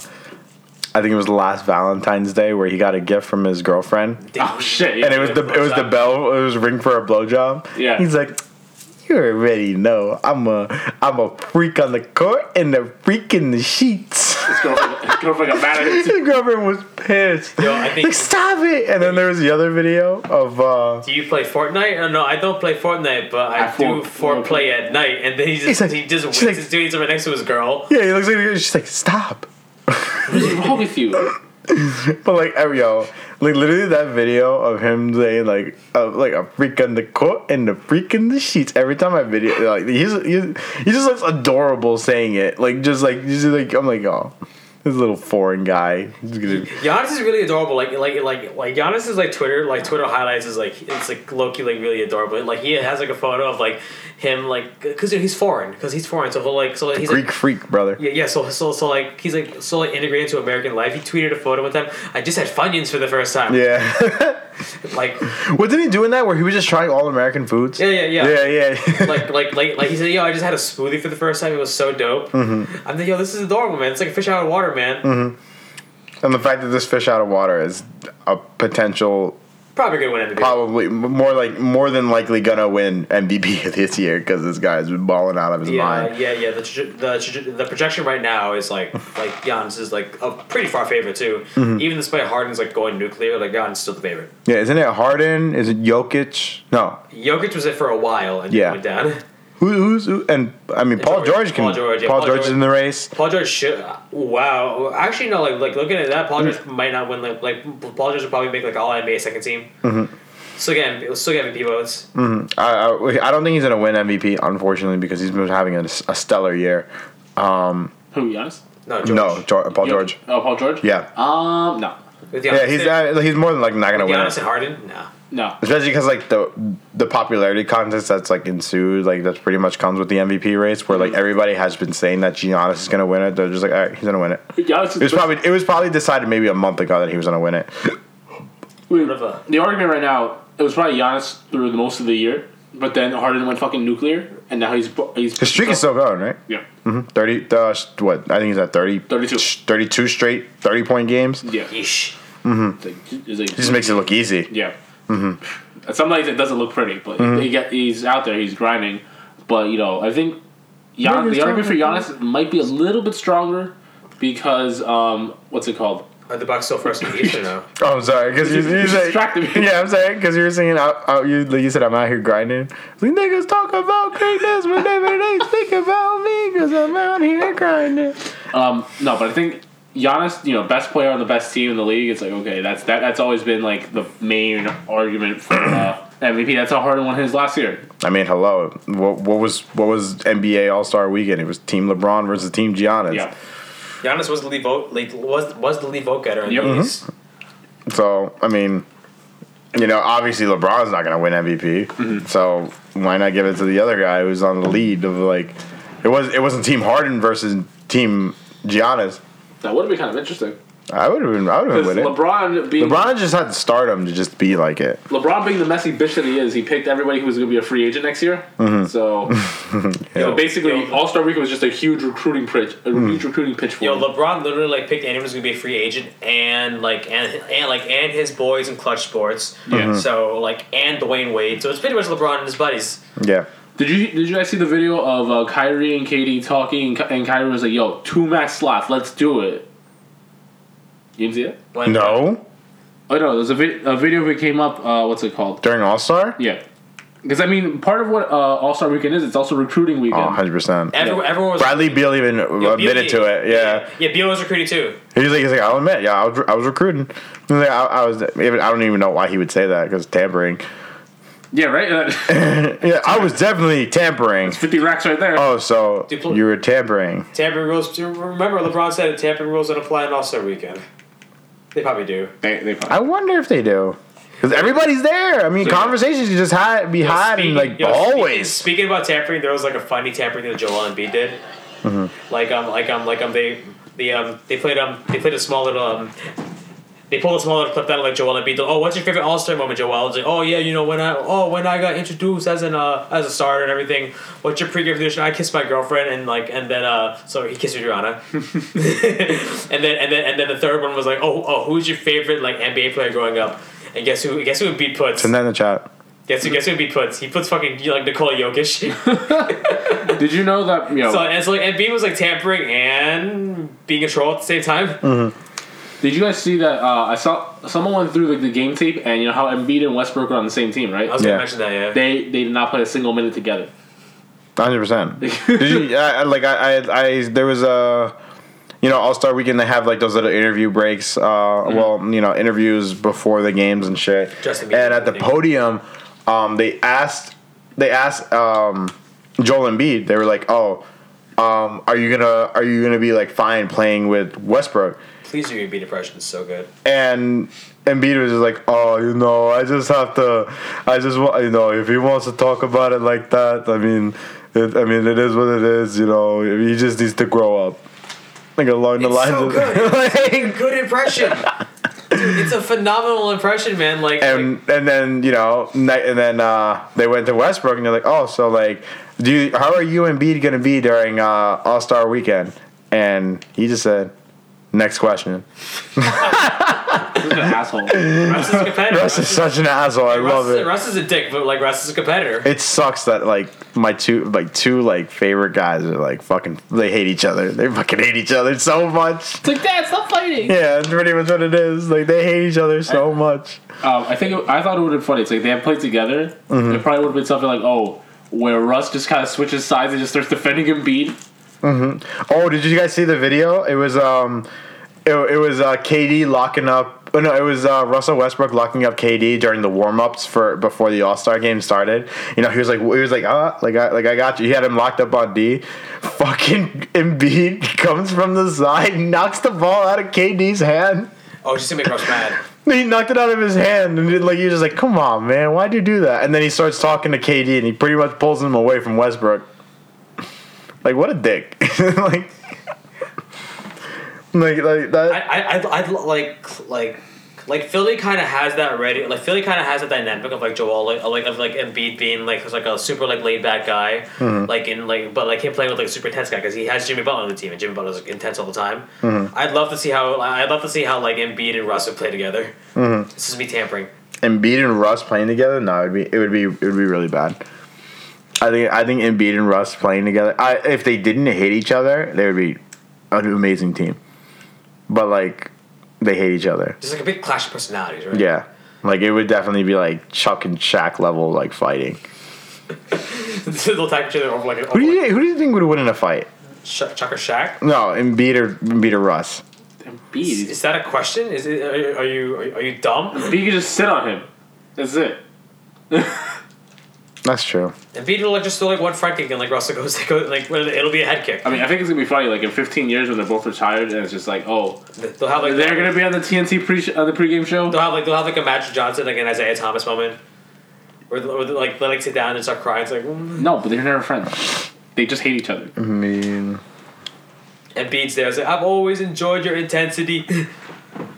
Speaker 1: I think it was last Valentine's Day where he got a gift from his girlfriend.
Speaker 3: Oh shit. Yeah,
Speaker 1: and it was
Speaker 3: yeah.
Speaker 1: the it was the bell it was ring for a blowjob.
Speaker 3: Yeah.
Speaker 1: he's like, you already know I'm a I'm a freak on the court and a freak in the sheets.
Speaker 3: His girlfriend, Girlfriend got mad at him.
Speaker 1: The girlfriend was pissed.
Speaker 2: Yo, I think-
Speaker 1: like, stop it. And then there was the other video of uh,
Speaker 2: Do you play Fortnite? Oh, no, I don't play Fortnite, but I,
Speaker 3: I
Speaker 2: do
Speaker 3: for-
Speaker 2: foreplay at night. And then he
Speaker 1: He's
Speaker 2: just
Speaker 1: like-
Speaker 2: he just
Speaker 1: she's
Speaker 2: wakes
Speaker 1: like-
Speaker 2: his dude. He's right next to his girl.
Speaker 1: yeah, he looks like she's like stop.
Speaker 3: What is wrong with you?
Speaker 1: But like every- yo, like literally that video of him saying like uh, like a freak on the court and the freak in the sheets. Every time I video like he's, he's he just looks adorable saying it. Like just like he's just like I'm like oh this little foreign guy. He's gonna-
Speaker 2: Giannis is really adorable. Like like like like Giannis is like Twitter like Twitter highlights is like it's like Loki like really adorable. Like he has like a photo of like him like because he's foreign because he's foreign. So he'll, like so like, he's like,
Speaker 1: Greek freak brother.
Speaker 2: Yeah, yeah. So, so, so, like, he's like, so, like, integrated into American life. He tweeted a photo one time. I just had Funyuns for the first time.
Speaker 1: Yeah.
Speaker 2: Like,
Speaker 1: what did he do in that where he was just trying all American foods?
Speaker 2: yeah, yeah, yeah.
Speaker 1: Yeah, yeah.
Speaker 2: Like, like, like, like, he said, yo, I just had a smoothie for the first time. It was so dope. Mm-hmm. I'm like, yo, this is adorable, man. It's like a fish out of water, man.
Speaker 1: Mm-hmm. and the fact that this fish out of water is a potential
Speaker 2: Probably gonna win MVP.
Speaker 1: probably more like more than likely gonna win MVP this year because this guy's been balling out of his
Speaker 2: yeah,
Speaker 1: mind.
Speaker 2: yeah, yeah. The, traje- the traje- the projection right now is like like Giannis is like a pretty far favorite too.
Speaker 1: Mm-hmm.
Speaker 2: Even despite Harden's like going nuclear, like Giannis is still the favorite.
Speaker 1: Yeah, isn't it Harden? Is it Jokic? No,
Speaker 2: Jokic was it for a while and then
Speaker 1: Yeah.
Speaker 2: went down.
Speaker 1: who, who's who? And I mean, Paul
Speaker 2: George.
Speaker 1: George can.
Speaker 2: Paul
Speaker 1: Paul George,
Speaker 2: George, yeah, Paul
Speaker 1: is
Speaker 2: George.
Speaker 1: in the race.
Speaker 2: Paul George should. Wow. Actually, no. Like, like looking at that, Paul George
Speaker 1: Mm-hmm.
Speaker 2: might not win. Like, like Paul George would probably make like all NBA second team. Mm-hmm. Still getting, it'll still get MVP votes.
Speaker 1: Mm-hmm. I, I, I don't think he's gonna win MVP, unfortunately, because he's been having a, a stellar year.
Speaker 3: Who, Giannis?
Speaker 2: No, George.
Speaker 1: No, George, Paul George.
Speaker 3: Oh, Paul George?
Speaker 1: Yeah,
Speaker 3: Um, no.
Speaker 2: With
Speaker 1: yeah,
Speaker 2: Giannis,
Speaker 1: he's uh, he's more than like not gonna win.
Speaker 2: Giannis
Speaker 1: it.
Speaker 2: and Harden. No.
Speaker 3: No.
Speaker 1: Especially because like the the popularity contest that's like ensued, like that's pretty much comes with the MVP race, where like
Speaker 2: Mm-hmm.
Speaker 1: everybody has been saying that Giannis is gonna win it. They're just like, all right, he's gonna win it.
Speaker 3: Giannis is
Speaker 1: It was probably it was probably decided maybe a month ago that he was gonna win it.
Speaker 3: Wait,
Speaker 2: What about-
Speaker 3: the argument right now, it was probably Giannis through the most of the year, but then Harden went fucking nuclear, and now he's he's
Speaker 1: His streak is
Speaker 2: Oh.
Speaker 1: still going, right?
Speaker 3: yeah
Speaker 1: hmm Thirty, uh, sh- what I think he's at 30,
Speaker 3: 32.
Speaker 1: sh- 32 straight thirty point games.
Speaker 3: yeah.
Speaker 2: Yeesh.
Speaker 3: It's like- it's like-
Speaker 1: Just makes it look easy.
Speaker 3: yeah. Mm-hmm. Sometimes it doesn't look pretty, but
Speaker 1: Mm-hmm.
Speaker 3: he get, he's out there, he's grinding. But you know, I think Gian,
Speaker 1: Maybe
Speaker 3: the
Speaker 1: it's
Speaker 3: argument for
Speaker 1: not-
Speaker 3: Giannis might be a little bit stronger because um, what's it called?
Speaker 2: Are the Bucks still first in the East or no?
Speaker 1: Oh, I'm sorry, because you,
Speaker 3: Just-
Speaker 1: you
Speaker 3: just
Speaker 1: said,
Speaker 3: distracted me.
Speaker 1: yeah, I'm sorry, because you were singing out, out you, like you said, I'm out here grinding. These niggas talk about greatness whenever they speak about me, because I'm out here grinding.
Speaker 3: Um, no, but I think Giannis, you know, best player on the best team in the league. It's like okay, that's that. That's always been like the main argument for uh, MVP. That's how Harden won his last year.
Speaker 1: I mean, hello, what, what was what was NBA All Star Weekend? It was Team LeBron versus Team Giannis.
Speaker 3: Yeah,
Speaker 2: Giannis was the lead vote. Like, was was the lead vote getter in
Speaker 3: Yep.
Speaker 2: the
Speaker 3: Mhm.
Speaker 2: East.
Speaker 1: So I mean, you know, obviously LeBron's not going to win MVP. So why not give it to the other guy who's on the lead of like, it was it wasn't Team Harden versus Team Giannis.
Speaker 3: that would have been kind of interesting.
Speaker 1: I would have been I would have been
Speaker 3: Because
Speaker 1: with it.
Speaker 3: LeBron being LeBron?
Speaker 1: LeBron just had stardom to just be like it.
Speaker 3: being the messy bitch that he is, he picked everybody who was going to be a free agent next year.
Speaker 1: Mm-hmm.
Speaker 3: So, so basically, All Star Week was just a huge recruiting pitch, a
Speaker 1: Mm.
Speaker 3: huge recruiting pitch for
Speaker 2: Yo,
Speaker 3: him.
Speaker 2: LeBron literally like picked anyone who's gonna be a free agent, and like and, and like and his boys in clutch sports.
Speaker 3: Yeah. Mhm.
Speaker 2: So like and Dwayne Wade. So it's pretty much LeBron and his buddies.
Speaker 1: Yeah.
Speaker 3: Did you did you guys see the video of uh, Kyrie and Katie talking? And, Ky- and Kyrie was like, "Yo, two max slots, let's do it." You didn't see it?
Speaker 2: When-
Speaker 1: No,
Speaker 3: Oh no, there's a, vi- a video that came up. Uh, what's it called?
Speaker 1: during All Star.
Speaker 3: Yeah, because I mean, part of what uh, All Star Weekend is, it's also recruiting
Speaker 1: Oh,
Speaker 3: weekend.
Speaker 1: 100 percent.
Speaker 2: Everyone, everyone was
Speaker 1: Bradley Beal even
Speaker 2: Yo,
Speaker 1: admitted
Speaker 2: Beal-
Speaker 1: to it. Yeah.
Speaker 2: yeah. Beal was recruited too.
Speaker 1: He's like, he's like, I'll admit, yeah, I was, I was recruiting. He's like, I, I was, even, I don't even know why he would say that because tampering.
Speaker 3: yeah, right. Uh,
Speaker 1: Yeah, I was definitely tampering.
Speaker 3: Fifty racks right there.
Speaker 1: Oh, so
Speaker 2: Diplo-
Speaker 1: you were tampering.
Speaker 2: Tampering rules. Remember, LeBron said tampering rules don't apply on All Star Weekend. They probably do.
Speaker 3: They, they
Speaker 1: I wonder if they do. Because everybody's there. I mean,
Speaker 3: Yeah.
Speaker 1: conversations you just had be had in like
Speaker 2: yo,
Speaker 1: always.
Speaker 2: Speaking, speaking about tampering, there was like a funny tampering that Joel Embiid did.
Speaker 1: Mm-hmm.
Speaker 2: Like um, like um, like um, they the um, they played um, they played a small little um. They pulled a small little clip down like Joel Embiid. Oh, what's your favorite All Star moment, Joel? It's like, oh yeah, you know when I oh when I got introduced as an uh, as a starter and everything. What's your pre-game tradition? I kissed my girlfriend and like and then uh so he kissed Adriana. and then and then and then the third one was like oh oh who's your favorite like NBA player growing up? And guess who guess who Embiid puts?
Speaker 1: Send that in the chat.
Speaker 2: Guess who? Guess who he puts? He puts fucking like Nicole Jokic.
Speaker 3: Did you know that? You know,
Speaker 2: so and so like and Beam was like tampering and being a troll at the same time.
Speaker 1: Mm,
Speaker 3: Did you guys see that? Uh, I saw someone went through like the game tape, and you know how Embiid and Westbrook are on the same team, right?
Speaker 2: I was gonna
Speaker 1: Yeah.
Speaker 2: mention that. Yeah.
Speaker 3: They they did not play a single minute together.
Speaker 1: Hundred percent. Did you I, I- like? I, I, I, there was a, you know, All Star Weekend. They have like those little interview breaks. Uh, well, you know, interviews before the games and shit.
Speaker 2: Mm-hmm. Justin Bieber
Speaker 1: and at the
Speaker 2: interview.
Speaker 1: podium, um, they asked, they asked um, Joel Embiid. They were like, "Oh, um, are you gonna, are you gonna be like fine playing with Westbrook?"
Speaker 2: Please do your beat impression. It's so good.
Speaker 1: and Embiid was just like, oh, you know, I just have to, I just want, you know, if he wants to talk about it like that, I mean, it, I mean, it is what it is, you know. He just needs to grow up, like along the
Speaker 2: It's
Speaker 1: lines.
Speaker 2: so
Speaker 1: of,
Speaker 2: good.
Speaker 1: like,
Speaker 2: Good impression. Dude, it's a phenomenal impression, man. Like, like,
Speaker 1: and and then you know, ni- and then uh, they went to Westbrook, and they're like, oh, so like, do you, how are you and Embiid gonna be during uh, All Star Weekend? And he just said, next question.
Speaker 3: This is an asshole. That's
Speaker 2: Russ is a competitor.
Speaker 1: Russ is such an asshole. I
Speaker 2: Russ,
Speaker 1: love
Speaker 2: is-
Speaker 1: it.
Speaker 2: Russ is a dick, but like Russ is a competitor.
Speaker 1: it sucks that like my two like two like favorite guys are like fucking they hate each other. They fucking hate each other so much.
Speaker 3: like Dad, stop fighting.
Speaker 1: Yeah, that's pretty much what it is. Like they hate each other so much.
Speaker 3: Um, I think it, I thought it would have been funny. It's like they had played together.
Speaker 1: Mm-hmm.
Speaker 3: It probably would have been something like, oh, where Russ just kind of switches sides and just starts defending Embiid.
Speaker 1: Oh, did you guys see the video? It was um, it, it was uh, KD locking up. Oh no, it was uh, Russell Westbrook locking up KD during the warm ups for before the All Star game started. You know, he was like, he was like, ah, like I, like I got you. He had him locked up on D. Fucking Embiid comes from the side, knocks the ball out of KD's hand.
Speaker 2: Oh, she's gonna make Russ mad.
Speaker 1: He knocked it out of his hand, and it, like you're just like, "Come on, man, why'd you do that?" And then he starts talking to KD, and he pretty much pulls him away from Westbrook. Like, what a dick! like, like, like
Speaker 2: I,
Speaker 1: that.
Speaker 2: I, I'd, I'd l- like, like, like Philly kind of has that already. Like Philly kind of has a dynamic of like Joel, like, like of like Embiid being like who's like a super like laid back guy, like in like, but like him playing with like a super intense guy because he has Jimmy Butler on the team and Jimmy Butler's like, intense all the time. I'd love to see how I'd love to see how like Embiid and Russ would play together. This is me tampering.
Speaker 1: Embiid and Russ playing together? No, it'd be it would be it would be really bad. I think I think Embiid and Russ playing together. I if they didn't hate each other, they would be an amazing team. But like, they hate each other.
Speaker 2: Just like a big clash of personalities, right?
Speaker 1: Yeah. Like it would definitely be like Chuck and Shaq level like fighting.
Speaker 2: They'll attack each other over like an over,
Speaker 1: Who do
Speaker 2: like,
Speaker 1: you who do you think would win in a fight?
Speaker 2: sh- Chuck or Shaq.
Speaker 1: No, Embiid or Embiid or Russ.
Speaker 3: Embiid,
Speaker 2: Is that a question? Is it? Are you are you, are you dumb?
Speaker 3: Embiid can just sit on him. That's it.
Speaker 1: That's true.
Speaker 2: Embiid will like just throw like one front kick and like Russell goes like, like it'll be a head kick.
Speaker 3: I mean, I think it's gonna be funny. Like in 15 years when they're both retired, and it's just like, oh,
Speaker 2: They'll have like
Speaker 3: they're gonna be on the TNT pre on the pregame show.
Speaker 2: They'll have like they'll have like a Magic Johnson like an Isaiah Thomas moment, where, where they, like they like sit down and start crying. It's like mm.
Speaker 3: No, but they're never friends. They just hate each other.
Speaker 1: I
Speaker 2: Mm-hmm.
Speaker 1: mean,
Speaker 2: and Bede's there. It's like I've always enjoyed your intensity.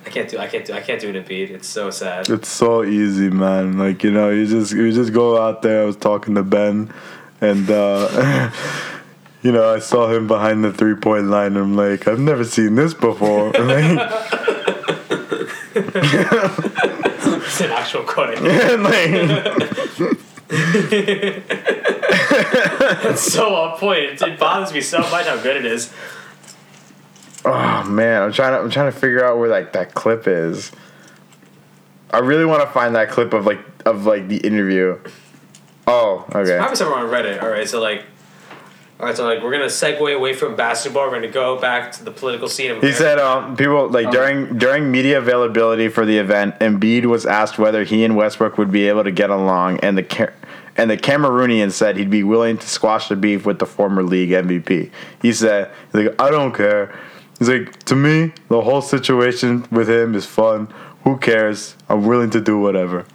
Speaker 2: I can't do I can't do I can't do an Embiid. It's so sad.
Speaker 1: it's so easy, man. Like you know, you just you just go out there. I was talking to Ben, and uh, you know, I saw him behind the three point line. I'm like, I've never seen this before. Like,
Speaker 2: It's an actual quote.
Speaker 1: and, like,
Speaker 2: It's so on point. It, it bothers me so much how good it is.
Speaker 1: oh man, I'm trying to I'm trying to figure out where like that clip is. I really want to find that clip of like of like the interview. Oh, okay.
Speaker 2: Probably somewhere on Reddit. All right, so like. All right, so like we're gonna segue away from basketball. We're gonna go back to the political scene. Of
Speaker 1: He said, um, "People like during during media availability for the event, Embiid was asked whether he and Westbrook would be able to get along, and the Ca- and the Cameroonian said he'd be willing to squash the beef with the former league MVP. He said, he's like, I don't care. He's like, to me, the whole situation with him is fun. Who cares? I'm willing to do whatever."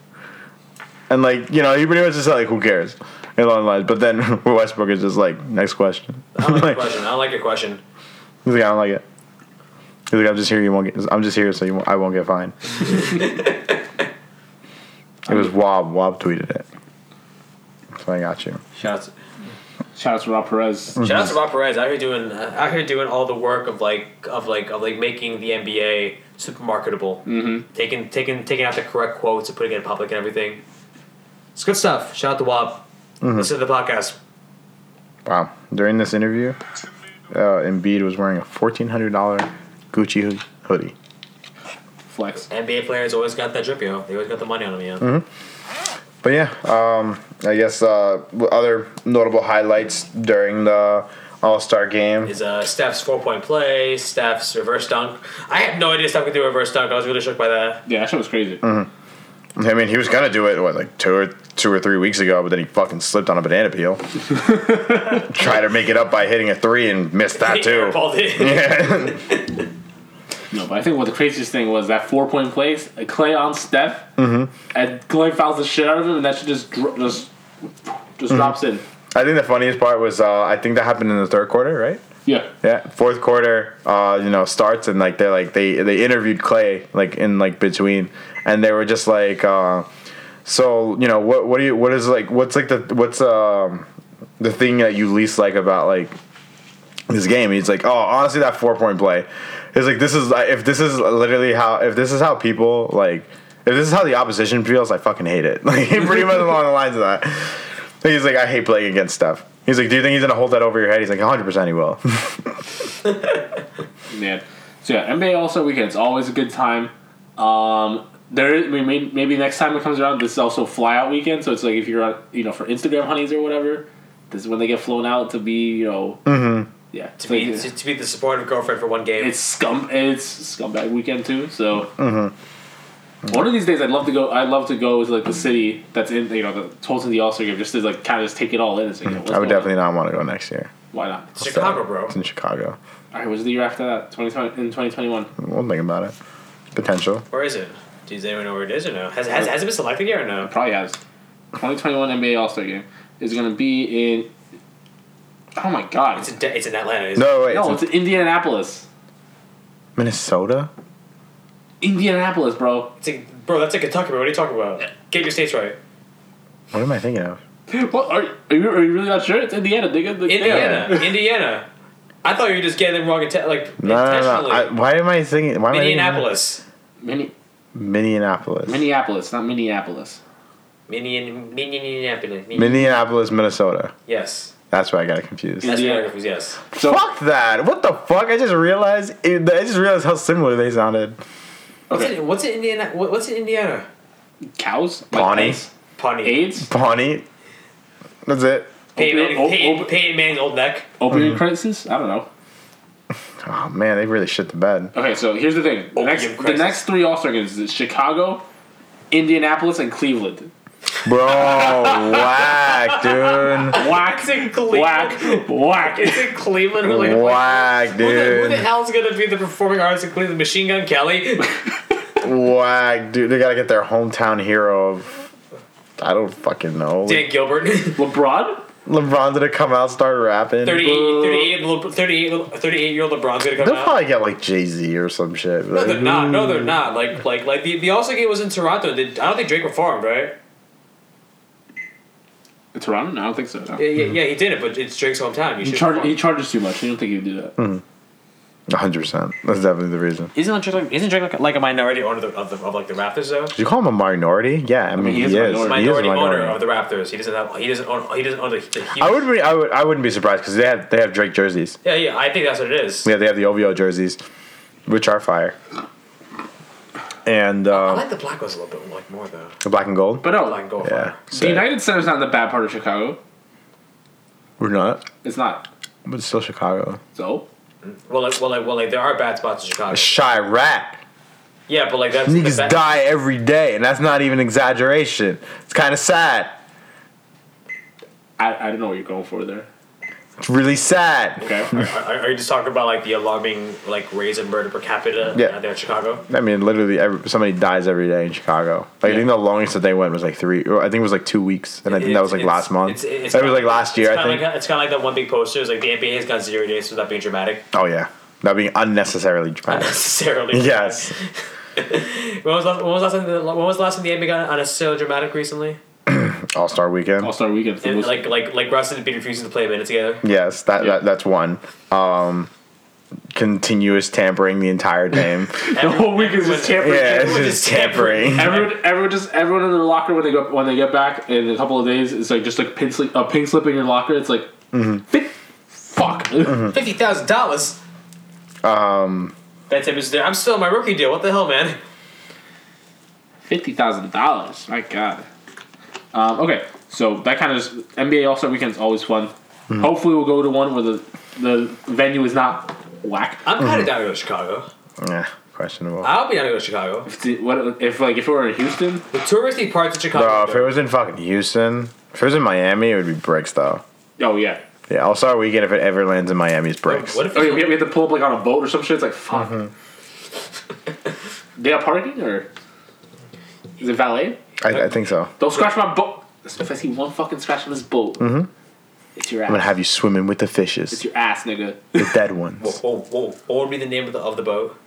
Speaker 1: And like you know, he pretty much just said like, "Who cares?" Along the lines, but then Westbrook is just like, "Next question."
Speaker 2: "I don't like your
Speaker 1: Like,
Speaker 2: question. I don't like your question."
Speaker 1: He's like, I don't like it. He's like, I'm just here. You won't get. I'm just here, so you won't, I won't get fined. it was Wob. Wob tweeted it. So I got you.
Speaker 3: Shouts, shouts to Rob Perez.
Speaker 1: Mm-hmm.
Speaker 2: Shout out to Rob Perez out here doing uh, out here doing all the work of like of like of like making the NBA super marketable, mm-hmm. taking taking taking out the correct quotes and putting it in public and everything. It's good stuff. Shout out to Wob.
Speaker 1: Mm-hmm.
Speaker 2: Listen to the podcast.
Speaker 1: Wow. During this interview, uh, Embiid was wearing a $1,400 Gucci hood- hoodie.
Speaker 3: Flex.
Speaker 2: NBA players always got that drip, yo. They always got the money on them, yeah.
Speaker 1: Mm-hmm. But yeah, um, I guess uh, other notable highlights during the All Star game.
Speaker 2: Is uh, Steph's four point play, Steph's reverse dunk. I had no idea Steph could do a reverse dunk. I was really shook by that.
Speaker 3: Yeah, that shit was crazy.
Speaker 2: Mm-hmm.
Speaker 1: I mean, he was gonna do it what like two or two or three weeks ago, but then he fucking slipped on a banana peel. Tried to make it up by hitting a three and missed that
Speaker 2: He
Speaker 1: too. Mm-hmm.
Speaker 2: airballed it.
Speaker 1: Yeah.
Speaker 3: No, but I think what the craziest thing was that four point plays, Clay on Steph,
Speaker 2: Mm-hmm.
Speaker 3: and Clay fouls the shit out of him, and that shit just dro- just just
Speaker 2: Mm-hmm.
Speaker 3: drops in.
Speaker 1: I think the funniest part was uh, I think that happened in the third quarter, right?
Speaker 3: Yeah.
Speaker 1: Yeah, fourth quarter, uh, you know, starts and like they're like they they interviewed Clay like in like between, and they were just like, uh, so you know what what do you what is like what's like the what's um the thing that you least like about like this game? He's like, oh, honestly, that four point play. He's like, this is like, if this is literally how if this is how people like if this is how the opposition feels, I fucking hate it. Like pretty much along the lines of that. He's like, I hate playing against stuff. He's like, do you think he's gonna hold that over your head? He's like, 100 percent he will.
Speaker 3: Man. So yeah, NBA All Star Weekend is always a good time. Um, there, is- I mean, may- maybe next time it comes around, this is also flyout weekend. So it's like if you're on, you know, for Instagram honeys or whatever, this is when they get flown out to be, you know,
Speaker 1: Mm-hmm.
Speaker 3: yeah,
Speaker 2: to, be, to, to be the supportive girlfriend for one game.
Speaker 3: it's scum, it's scumbag weekend too. So
Speaker 1: Mm-hmm.
Speaker 3: one of these days, I'd love to go. I'd love to go to like the city that's in, you know, that holds in the All Star game, just to like kind of just take it all in. And say, you know, what's
Speaker 1: Mm-hmm. I would
Speaker 3: going on?
Speaker 1: definitely not want to go next year.
Speaker 3: Why not?
Speaker 2: It's Chicago, bro.
Speaker 1: It's in Chicago.
Speaker 3: All right, was it the year after that? Twenty twenty in twenty twenty one.
Speaker 1: We'll think about it. Potential.
Speaker 2: Where is it? Does anyone know where it is or no? Has, has, has it been selected yet or no?
Speaker 3: probably has. 2021 NBA All Star game is going to be in. Oh my god.
Speaker 2: It's in, it's in Atlanta. Is
Speaker 1: No, wait.
Speaker 3: no,
Speaker 1: it's
Speaker 3: it's in Indianapolis.
Speaker 1: in Minnesota?
Speaker 3: Indianapolis, bro.
Speaker 2: It's in, bro, that's in Kentucky, bro. What are you talking about? Get your states right.
Speaker 1: What am I thinking of?
Speaker 3: What are, are, you, are you really not sure? It's Indiana, nigga. Like,
Speaker 2: Indiana. Indiana. I thought you were just getting them wrong, inte- like,
Speaker 1: No, no, no. no.
Speaker 2: intentionally.
Speaker 1: I, why am I thinking? Why am
Speaker 2: Minneapolis.
Speaker 3: Mini,
Speaker 1: I thinking of- Minneapolis.
Speaker 3: Minneapolis, not Minneapolis.
Speaker 2: Minion, Minneapolis. Minion.
Speaker 1: Minneapolis, Minnesota.
Speaker 2: yes.
Speaker 1: That's why I got it confused.
Speaker 2: That's
Speaker 3: Indiana.
Speaker 2: Indiana. yes.
Speaker 3: So,
Speaker 1: Fuck that! What the fuck? I just realized. It, I just realized how similar they sounded.
Speaker 2: What's,
Speaker 3: Okay.
Speaker 2: in, what's in Indiana? what- What's in Indiana?
Speaker 3: cows?
Speaker 1: Pawnee.
Speaker 3: Like,
Speaker 2: Pawnee.
Speaker 3: AIDS?
Speaker 1: Pawnee. That's it.
Speaker 2: Peyton,
Speaker 3: Open-
Speaker 2: Manning,
Speaker 3: op-
Speaker 2: Peyton,
Speaker 3: op-
Speaker 2: Peyton Manning's old neck.
Speaker 3: Opium crisis? I don't know.
Speaker 1: Oh man, they really shit the bed.
Speaker 3: Okay, so here's the thing. The,
Speaker 2: Opium
Speaker 3: next, the
Speaker 2: crisis.
Speaker 3: next three All Star games is Chicago, Indianapolis, and Cleveland.
Speaker 1: Bro, whack, dude.
Speaker 3: Whack,
Speaker 2: It's in Cleveland.
Speaker 3: whack, whack.
Speaker 2: It's in Cleveland. We're like,
Speaker 1: Whack,
Speaker 2: Who the, who the
Speaker 1: dude.
Speaker 2: hell's gonna be the performing artist in Cleveland? Machine Gun Kelly?
Speaker 1: Whack, dude. They gotta get their hometown hero of. I don't fucking know.
Speaker 2: Dan Gilbert? 38,
Speaker 3: LeBron?
Speaker 1: LeBron's gonna come out, start rapping.
Speaker 2: 38, little- 38, little- 38 year old LeBron's gonna come
Speaker 1: They'll
Speaker 2: out.
Speaker 1: probably get like Jay Z or some shit.
Speaker 2: No, they're not. No, they're not. Like, like, like the the All Star game was in Toronto. Did, I don't think Drake performed, right?
Speaker 3: Toronto? No, I don't think so. No.
Speaker 2: Yeah, yeah, yeah he did it, but it's Drake's hometown. You
Speaker 3: He,
Speaker 2: should.
Speaker 3: charge,
Speaker 2: perform.
Speaker 3: he charges too much. I don't think he'd do that.
Speaker 1: 100. percent That's definitely the reason.
Speaker 2: Isn't Drake like, isn't Drake like, like a minority owner of, the, of, the, of like the Raptors though?
Speaker 1: Did you call him a minority? Yeah, I mean,
Speaker 3: he
Speaker 1: he,
Speaker 3: is
Speaker 1: is.
Speaker 3: a
Speaker 1: He is a
Speaker 3: minority.
Speaker 2: Minority owner
Speaker 1: minority.
Speaker 2: of the Raptors. He doesn't have. He doesn't own. He doesn't own the. the huge,
Speaker 1: I would be. I would. I wouldn't be surprised because they have they have Drake jerseys.
Speaker 2: Yeah, yeah. I think that's what it is.
Speaker 1: Yeah, they have the OVO jerseys, which are fire. And
Speaker 2: I
Speaker 1: um,
Speaker 2: like the black ones a little bit like more though.
Speaker 1: the black and gold.
Speaker 3: But no,
Speaker 2: Black and gold.
Speaker 1: yeah,
Speaker 3: the
Speaker 1: sick.
Speaker 3: United Center's not in the bad part of Chicago.
Speaker 1: we're not,
Speaker 3: It's not.
Speaker 1: but it's still Chicago.
Speaker 3: So?
Speaker 2: Well, like, well, like, well, like there are bad spots in Chicago.
Speaker 1: Chirac
Speaker 2: Yeah, but like that's the
Speaker 1: niggas
Speaker 2: bad-
Speaker 1: die every day, and that's not even exaggeration. It's kind of sad.
Speaker 3: I, I don't know what you're going for there.
Speaker 1: It's really sad.
Speaker 3: Okay.
Speaker 2: Are, are, are you just talking about like the alarming like raise in murder per capita
Speaker 1: Yeah.
Speaker 2: out there in Chicago?
Speaker 1: I mean, literally, every, somebody dies every day in Chicago. Like, I
Speaker 3: Yeah.
Speaker 1: think the longest that they went was like three. Or I think it was like two weeks, and I think that was like
Speaker 2: It's-
Speaker 1: last
Speaker 2: it's-
Speaker 1: month.
Speaker 2: it's
Speaker 1: it was
Speaker 2: kinda
Speaker 1: like last year,
Speaker 2: It's
Speaker 1: I
Speaker 2: kinda
Speaker 1: think.
Speaker 2: Like, it's kind of like that one big poster. It's like the NBA has got zero days without being dramatic
Speaker 1: oh yeah, that being unnecessarily dramatic.
Speaker 2: necessarily.
Speaker 1: yes,
Speaker 2: When was, last, when was last time? The, when was the last time the NBA got unnecessarily dramatic recently?
Speaker 1: All Star Weekend.
Speaker 3: All Star Weekend.
Speaker 2: And,
Speaker 3: was-
Speaker 2: like like like Russ and Pete refusing to play minutes together.
Speaker 1: Yes, that,
Speaker 3: Yeah.
Speaker 1: that that's one. Um, continuous tampering the entire game.
Speaker 3: The whole week is just tampering.
Speaker 1: yeah, it's
Speaker 2: Everyone
Speaker 1: just
Speaker 2: just tampering.
Speaker 1: tampering.
Speaker 3: Everyone, everyone just everyone in their locker when they go when they get back in a couple of days, it's like just like pin slip, a pink slip in your locker. It's like, fit, fuck.
Speaker 2: Fifty thousand dollars.
Speaker 1: Mm. Um,
Speaker 2: That tip is there. I'm still on my rookie deal. What the hell, man?
Speaker 3: Fifty thousand dollars. My God. Um, okay, so that kind of just, NBA All Star Weekend is always fun. Hopefully, we'll go to one where the the venue is not whack.
Speaker 2: I'm kind
Speaker 1: Mm.
Speaker 2: of down to go to Chicago.
Speaker 1: yeah, questionable.
Speaker 2: I'll be down to go to Chicago.
Speaker 3: If the- what if like if we were in Houston?
Speaker 2: The touristy parts of
Speaker 1: Bro,
Speaker 2: Chicago.
Speaker 1: if it was in fucking Houston, if it was in Miami, it would be bricks though.
Speaker 3: Oh yeah.
Speaker 1: Yeah, All Star Weekend if it ever lands in Miami is bricks.
Speaker 2: what if
Speaker 3: Okay,
Speaker 2: it's
Speaker 3: we we have to pull up like on a boat or some shit. It's like fuck.
Speaker 1: Mm-hmm.
Speaker 3: they got parking or is it valet?
Speaker 1: I, I think so.
Speaker 3: Don't scratch my boat. If I see one fucking scratch on this boat, it's your ass.
Speaker 1: Mm-hmm. I'm gonna have you swimming with the
Speaker 3: it's
Speaker 1: fishes,
Speaker 3: your ass, nigga.
Speaker 1: the dead ones.
Speaker 2: Whoa, whoa, whoa. What would be the name of the, of the boat?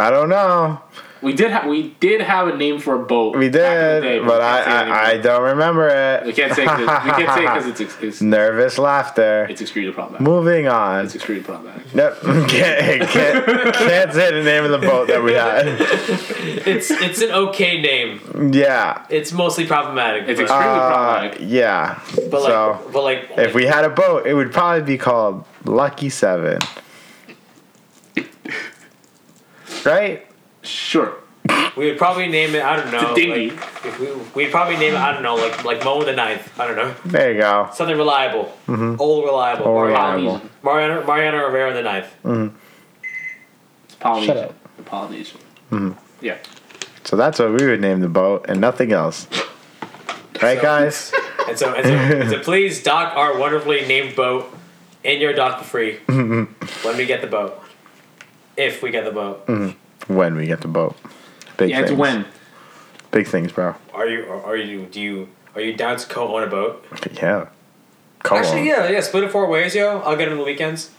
Speaker 1: I don't know.
Speaker 3: We did have we did have a name for a boat.
Speaker 1: We
Speaker 3: back in the day,
Speaker 1: did, but
Speaker 3: we
Speaker 1: I,
Speaker 3: can't say it
Speaker 1: I, I
Speaker 3: anymore.
Speaker 1: don't remember it.
Speaker 3: we can't say 'cause it- we can't say because it's ex- it's
Speaker 1: nervous laughter.
Speaker 3: it's extremely problematic.
Speaker 1: Moving on.
Speaker 3: It's extremely problematic.
Speaker 1: Nope. Can't, can't, can't say the name of the boat that we had.
Speaker 2: It's it's an okay name.
Speaker 1: Yeah.
Speaker 2: It's mostly problematic.
Speaker 3: It's
Speaker 2: but,
Speaker 3: extremely
Speaker 1: Uh,
Speaker 3: problematic.
Speaker 1: yeah.
Speaker 2: but like,
Speaker 1: so
Speaker 2: but like,
Speaker 1: if we had a boat, it would probably be called Lucky Seven. Right?
Speaker 3: Sure.
Speaker 2: we would probably name it. I don't
Speaker 1: oh,
Speaker 2: know.
Speaker 3: a dinghy.
Speaker 2: Like, if we, we'd probably name it. I don't know. Like like Mo the Ninth. I don't know.
Speaker 1: There you go.
Speaker 2: Something reliable.
Speaker 1: Mm-hmm.
Speaker 2: Old reliable.
Speaker 1: Old
Speaker 2: Mariano,
Speaker 1: reliable.
Speaker 2: Mariano, Mariano Rivera the Ninth.
Speaker 3: It's Polynesian.
Speaker 1: Shut up.
Speaker 3: The Polynesian.
Speaker 1: Mm-hmm.
Speaker 3: Yeah.
Speaker 1: So that's what we would name the boat and nothing else. Right,
Speaker 2: So-
Speaker 1: guys?
Speaker 2: And so, and so, and so please dock our wonderfully named boat in your dock for free
Speaker 1: Mm-hmm.
Speaker 2: when we get the boat. If we get the boat,
Speaker 1: When we get the boat. Big
Speaker 3: Yeah,
Speaker 1: things.
Speaker 3: it's when.
Speaker 1: Big things, bro.
Speaker 2: are you are are you do you are you down to co-own a boat?
Speaker 1: Yeah. Come on.
Speaker 2: Actually, yeah, yeah, split it four ways, yo. I'll get it on the weekends.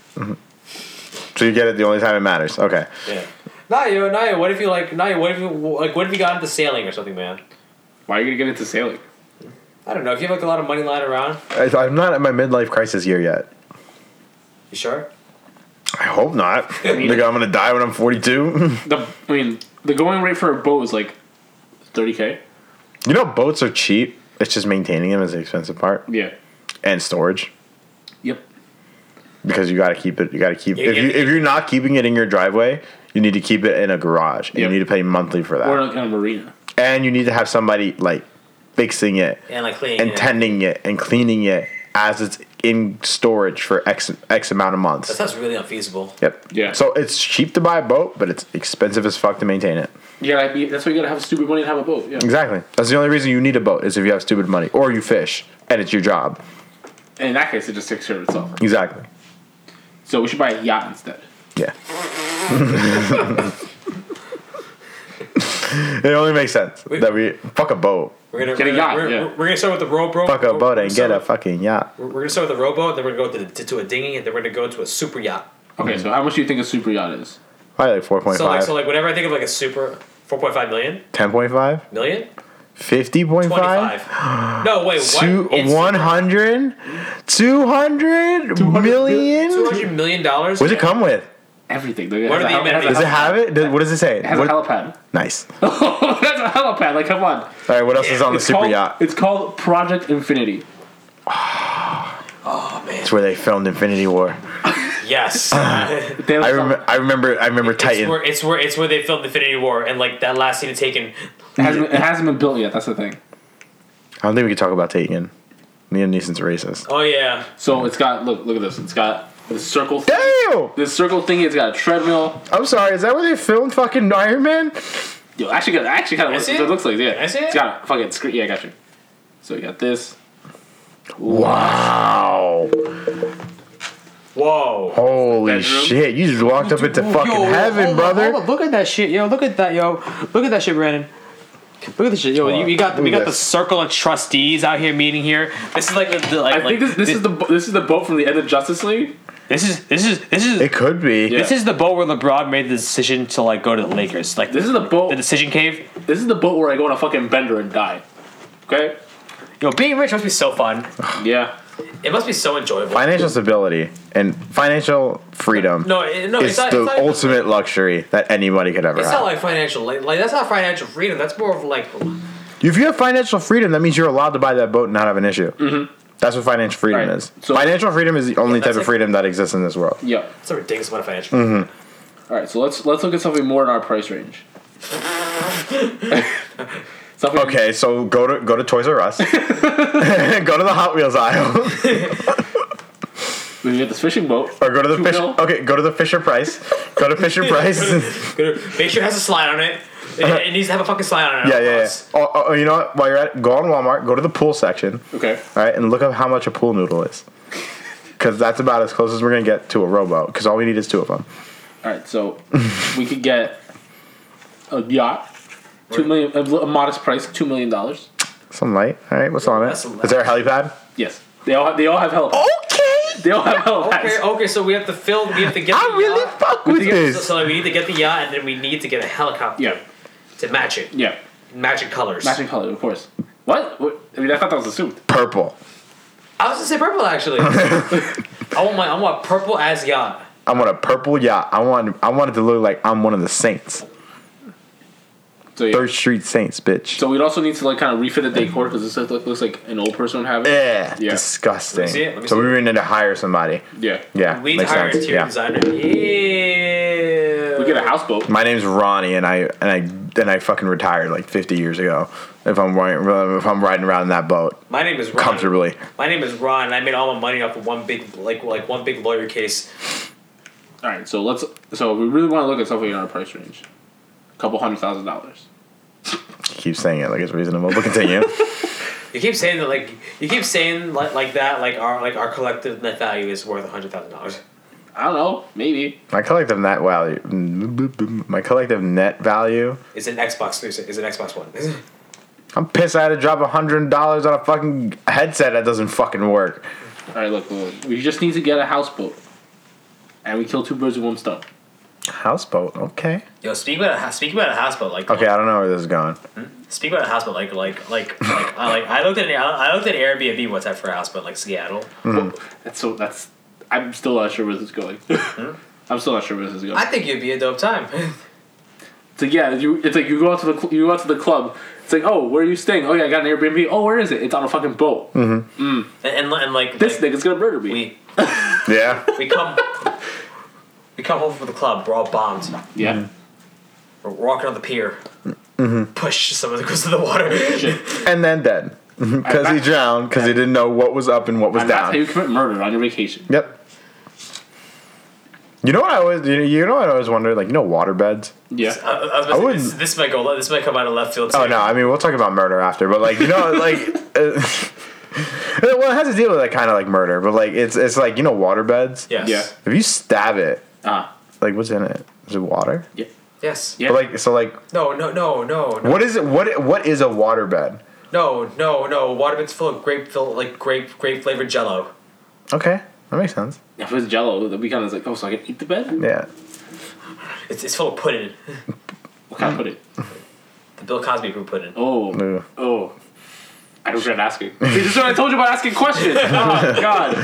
Speaker 1: So you get it the only time it matters. Okay.
Speaker 2: Yeah. Nah, yo, nah, yo. What if you like, nah, yo, what if you like, what if you got into sailing or something, man?
Speaker 3: Why are you gonna get into sailing?
Speaker 2: I don't know. If you have like a lot of money lying around,
Speaker 1: I, I'm not at my midlife crisis year yet.
Speaker 2: you sure?
Speaker 1: I hope not. Nigga, I'm gonna die when I'm 42.
Speaker 3: The I mean the going rate for a boat is like thirty k.
Speaker 1: you know, boats are cheap. It's just maintaining them is the expensive part
Speaker 3: Yeah.
Speaker 1: and storage
Speaker 3: Yep.
Speaker 1: because you gotta keep it. You gotta keep
Speaker 2: Yeah,
Speaker 1: if
Speaker 2: yeah.
Speaker 1: you if you're not keeping it in your driveway, you need to keep it in a garage and
Speaker 3: Yep.
Speaker 1: you need to pay monthly for that.
Speaker 3: Or like on a marina.
Speaker 1: and you need to have somebody like fixing it
Speaker 2: And like cleaning.
Speaker 1: and
Speaker 2: it.
Speaker 1: tending it and cleaning it as it's in storage for x x amount of months.
Speaker 2: That sounds really unfeasible.
Speaker 1: Yep.
Speaker 3: Yeah.
Speaker 1: So it's cheap to buy a boat, but it's expensive as fuck to maintain it.
Speaker 3: Yeah, like, that's why you gotta have stupid money to have a boat. Yeah.
Speaker 1: Exactly. That's the only reason you need a boat is if you have stupid money or you fish and it's your job.
Speaker 3: And in that case, it just takes care of itself.
Speaker 1: Exactly.
Speaker 3: So we should buy a yacht instead.
Speaker 1: Yeah. it only makes sense that we fuck a boat,
Speaker 2: We're gonna
Speaker 3: Get a
Speaker 2: we're gonna-
Speaker 3: yacht,
Speaker 2: We're,
Speaker 3: yeah.
Speaker 2: we're gonna start with the rowboat.
Speaker 1: fuck a boat, and get a fucking yacht.
Speaker 2: We're gonna start with a rowboat, then we're gonna go to, to, to a dinghy, and then we're gonna go to a super yacht.
Speaker 3: Okay,
Speaker 1: Mm-hmm.
Speaker 3: so how much do you think a super yacht is?
Speaker 1: Probably like 4.5,
Speaker 2: So like, so like, whenever I think of like a super, four point five million,
Speaker 1: 10.5,
Speaker 2: million,
Speaker 1: 50.5,
Speaker 2: twenty-five. no, wait, what?
Speaker 1: two,
Speaker 2: It's
Speaker 1: 100, 200
Speaker 2: Two
Speaker 1: million.
Speaker 2: hundred million dollars.
Speaker 1: What's it come with?
Speaker 3: Everything.
Speaker 2: What are the amenities?
Speaker 1: Does it have it? Does- What does it say?
Speaker 3: It has a
Speaker 1: What-
Speaker 3: helipad.
Speaker 1: nice. All
Speaker 3: That's a helipad. Like, come on.
Speaker 1: right, what else is on the
Speaker 3: It's
Speaker 1: super
Speaker 3: called,
Speaker 1: yacht?
Speaker 3: It's called Project Infinity.
Speaker 1: It's where they filmed Infinity War.
Speaker 2: Yes,
Speaker 3: They
Speaker 1: I, rem- I remember. I remember
Speaker 2: it's
Speaker 1: Ah, Titan.
Speaker 2: where it's where it's where they filmed Infinity War, and like that last scene is taken.
Speaker 3: it, hasn't, it hasn't been built yet. That's the thing.
Speaker 1: I don't think we can talk about Taken. Liam Neeson's racist.
Speaker 2: Oh yeah,
Speaker 3: So it's got look. Look at this. It's got this circle. Thing,
Speaker 1: Damn!
Speaker 3: this circle thingy. It's got a treadmill.
Speaker 1: I'm sorry, is that where they filmed fucking Iron Man?
Speaker 3: Yo, actually, got actually kind of looks.
Speaker 2: see
Speaker 3: It?
Speaker 2: it?
Speaker 3: looks like yeah.
Speaker 2: I see
Speaker 3: It's
Speaker 2: it?
Speaker 3: got a fucking screen. Yeah, I got you. So you got this.
Speaker 1: Wow.
Speaker 2: whoa.
Speaker 1: Holy
Speaker 3: Bedroom.
Speaker 1: shit, you just walked up into fucking heaven, brother.
Speaker 2: Look at that shit, yo! Look at that, yo! Look at that shit, Brandon. Look at this shit, yo!
Speaker 1: you- you got- we got the
Speaker 2: circle of trustees out here meeting here. This is like the, like,
Speaker 3: I think this, this is the bo- this is the boat from the end of Justice League.
Speaker 2: This is this is this is
Speaker 1: It could be.
Speaker 3: Yeah.
Speaker 2: this is the boat where LeBron made the decision to like go to the Lakers. Like
Speaker 3: This is the boat.
Speaker 2: the decision cave.
Speaker 3: This is the boat where I go on a fucking bender and die. Okay.
Speaker 2: Yo, being rich must be so fun.
Speaker 3: Yeah.
Speaker 2: It must be so enjoyable.
Speaker 1: Financial stability and financial freedom
Speaker 2: No, it, no,
Speaker 1: is
Speaker 2: it's not,
Speaker 1: the
Speaker 2: it's not even-
Speaker 1: ultimate luxury that anybody could ever
Speaker 2: It's
Speaker 1: have.
Speaker 2: not like financial, like, like that's not financial freedom. That's more of like,
Speaker 1: if you have financial freedom, that means you're allowed to buy that boat and not have an issue.
Speaker 2: Mm-hmm.
Speaker 1: That's what financial freedom
Speaker 3: Right.
Speaker 1: is.
Speaker 3: So-
Speaker 1: financial freedom is the only
Speaker 2: that's
Speaker 1: type of
Speaker 2: like-
Speaker 1: freedom that exists in this world.
Speaker 3: Yeah.
Speaker 2: it's a ridiculous amount of financial. freedom.
Speaker 3: All right, so let's let's look at something more in our price range. something
Speaker 1: Okay, so go to go to Toys R Us, go to the Hot Wheels aisle,
Speaker 3: we can get this fishing boat.
Speaker 1: or go to the
Speaker 3: Two
Speaker 1: fish.
Speaker 3: mil.
Speaker 1: Okay, go to the Fisher Price. Go to Fisher Price. yeah,
Speaker 2: Good. Make sure it has a slide on it. It, it needs to have a fucking slide on it.
Speaker 1: Mm. Uh-huh. yeah. yeah. Oh, oh, you know what? While you're at, it, go on Walmart. Go to the pool section.
Speaker 3: Okay.
Speaker 1: All right, and look up how much a pool noodle is. Because that's about as close as we're gonna get to a rowboat. Because all we need is two of them.
Speaker 3: All right, so we could get a yacht, two million, a, a modest price, two million dollars.
Speaker 1: Some light. All right, what's on it?
Speaker 2: that's
Speaker 1: Is
Speaker 2: a lot.
Speaker 1: there a helipad?
Speaker 3: Yes, they all have, they all have help.
Speaker 1: Okay,
Speaker 3: They all have help.
Speaker 2: Okay. Okay. So we have to fill. We have to get.
Speaker 1: I
Speaker 2: the
Speaker 1: really
Speaker 2: yacht.
Speaker 1: fuck with
Speaker 2: So,
Speaker 1: this.
Speaker 2: so we need to get the yacht, and then we need to get a helicopter
Speaker 3: Yeah,
Speaker 2: to match it.
Speaker 3: yeah,
Speaker 2: Magic colors.
Speaker 3: matching color, of course. What? what? I mean, I thought that was assumed.
Speaker 1: Purple.
Speaker 2: I was gonna say purple actually. I want my I want purple as yacht.
Speaker 1: I want a purple yacht. I want. I want it to look like I'm one of the saints.
Speaker 3: So yeah.
Speaker 1: Third Street Saints, bitch.
Speaker 3: So we'd also need to like kind of refit the decor because this look- looks like an old person would have it.
Speaker 1: yeah,
Speaker 3: Yeah.
Speaker 1: disgusting.
Speaker 2: Let me see it, let me
Speaker 1: So
Speaker 2: see
Speaker 1: we were going to hire somebody.
Speaker 3: Yeah.
Speaker 1: Yeah,
Speaker 2: We need to
Speaker 1: makes
Speaker 2: hire an
Speaker 1: sense.
Speaker 2: interior
Speaker 1: Yeah.
Speaker 2: designer. Yeah.
Speaker 3: We get a houseboat.
Speaker 1: My name's Ronnie, and I and I and I fucking retired like 50 years ago. If I'm riding, if I'm riding around in that boat
Speaker 2: My name is Ron.
Speaker 1: comfortably,
Speaker 2: My name is Ron, and I made all my money off of one big like like one big lawyer case.
Speaker 3: All right, so let's. So if we really want to look at something in our price range, a couple hundred thousand dollars.
Speaker 1: keep saying it like it's reasonable. But continue.
Speaker 2: You keep saying that like you keep saying like, like that like our like our collective net value is worth hundred thousand dollars.
Speaker 3: I don't know, maybe.
Speaker 1: my collective net value. My collective net value.
Speaker 2: It's an Xbox three. It's an Xbox One.
Speaker 1: I'm pissed. I had to drop hundred dollars on a fucking headset that doesn't fucking work.
Speaker 3: All right, look, look, look, we just need to get a houseboat, and we kill two birds with one stone.
Speaker 1: Houseboat. Okay.
Speaker 2: Yo, speak about a, speak about a houseboat like
Speaker 1: Okay. I don't know where this is going.
Speaker 2: Speak about a houseboat, like like like like I like I looked at I looked at Airbnb one time for a houseboat, like Seattle. Mm.
Speaker 3: That's so. That's. I'm still not sure where this is going. I'm still not sure where this is going.
Speaker 2: Hmm? I think it'd be a dope time.
Speaker 3: so yeah, you, it's like you go out to the cl- you go out to the club. It's like, oh, where are you staying? Oh yeah, I got an Airbnb. Oh, where is it? It's on a fucking boat.
Speaker 2: and, and, and like
Speaker 3: This
Speaker 2: like,
Speaker 3: nigga's gonna murder me.
Speaker 2: Hmm. we
Speaker 1: Yeah.
Speaker 2: we come we come home from the club. We're all bombed.
Speaker 3: yeah.
Speaker 2: We're walking on the pier.
Speaker 1: Mm-hmm.
Speaker 2: Push someone goes to the water.
Speaker 3: Shit.
Speaker 1: and then dead because he
Speaker 3: that's-
Speaker 1: drowned because he didn't know what was up and what was
Speaker 3: And that's how
Speaker 1: down.
Speaker 3: you commit murder on your vacation.
Speaker 1: Yep. You know what I always you know, you know what I always wondered like you know water beds.
Speaker 3: Yeah.
Speaker 2: I, I was about to
Speaker 1: I
Speaker 2: say,
Speaker 1: wouldn't-
Speaker 2: uh, this, this might go. This might come out of left field. Too.
Speaker 1: Oh no, I mean we'll talk about murder after, but like you know like uh, well it has to deal with that kind of like murder, but like it's it's like you know water beds.
Speaker 2: Yes.
Speaker 3: Yeah.
Speaker 1: If you stab it,
Speaker 3: Ah.
Speaker 1: like what's in it? Is it water?
Speaker 3: Yeah.
Speaker 2: Yes.
Speaker 3: Yeah.
Speaker 1: But like so like
Speaker 2: No. No. No. No. No.
Speaker 1: what is it? What what is a water bed?
Speaker 2: No. No. No. Waterbeds full of grape fill like grape grape flavored Jello.
Speaker 1: Okay, that makes sense.
Speaker 3: If it's Jello, that'd be kind of like, oh, so I can eat the bed?
Speaker 1: Yeah.
Speaker 2: It's, it's full of pudding.
Speaker 3: What
Speaker 2: Hmm.
Speaker 3: kind of put it?
Speaker 2: The Bill Cosby group pudding.
Speaker 3: Oh.
Speaker 2: Hmm.
Speaker 1: Ooh.
Speaker 3: Oh. I regret asking. this is what I told you about asking questions. oh God.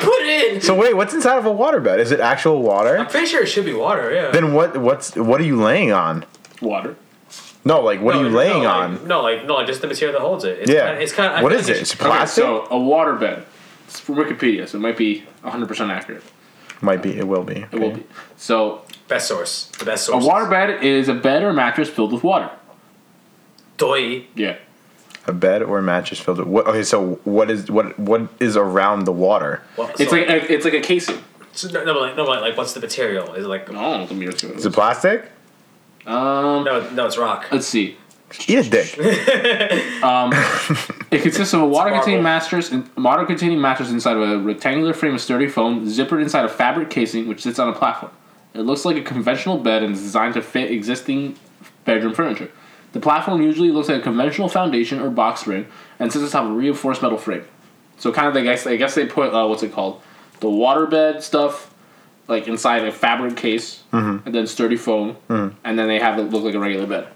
Speaker 2: Pudding.
Speaker 1: So wait, what's inside of a water bed? Is it actual water?
Speaker 2: I'm pretty sure it should be water. Yeah.
Speaker 1: Then what what's what are you laying on?
Speaker 3: Water.
Speaker 1: No, like what are
Speaker 2: No,
Speaker 1: you laying
Speaker 2: no,
Speaker 1: on?
Speaker 2: Like, no, like no, like just the material that holds it. It's
Speaker 1: yeah,
Speaker 2: Kinda, Uh, it's kind of.
Speaker 1: what is it? It's plastic.
Speaker 3: so a water bed. It's from Wikipedia, so it might be 100 percent accurate.
Speaker 1: Might be. It will be.
Speaker 3: It will be. So
Speaker 2: Best source. The best
Speaker 3: a
Speaker 2: source.
Speaker 3: water bed is a bed or mattress filled with water.
Speaker 2: Doi.
Speaker 3: Yeah.
Speaker 1: A bed or mattress filled with. What, okay, so what is what what is around the water?
Speaker 2: Well,
Speaker 3: It's
Speaker 2: so-
Speaker 3: like a, it's like a casing.
Speaker 2: so, no, no, but like no, but like what's the material? Is it like no,
Speaker 3: Oh, let me look at
Speaker 1: Is it plastic?
Speaker 3: this. Um.
Speaker 2: no, it's rock.
Speaker 3: Let's see.
Speaker 1: Eat a dick.
Speaker 3: It consists of a water-containing
Speaker 2: marble.
Speaker 3: mattress, and water-containing mattress inside of a rectangular frame of sturdy foam, zippered inside a fabric casing, which sits on a platform. It looks like a conventional bed and is designed to fit existing bedroom furniture. The platform usually looks like a conventional foundation or box spring, and sits atop a reinforced metal frame. So, kind of, I guess, I guess they put uh, what's it called, the waterbed stuff, like inside a fabric case, and then sturdy foam, and then they have it look like a regular bed,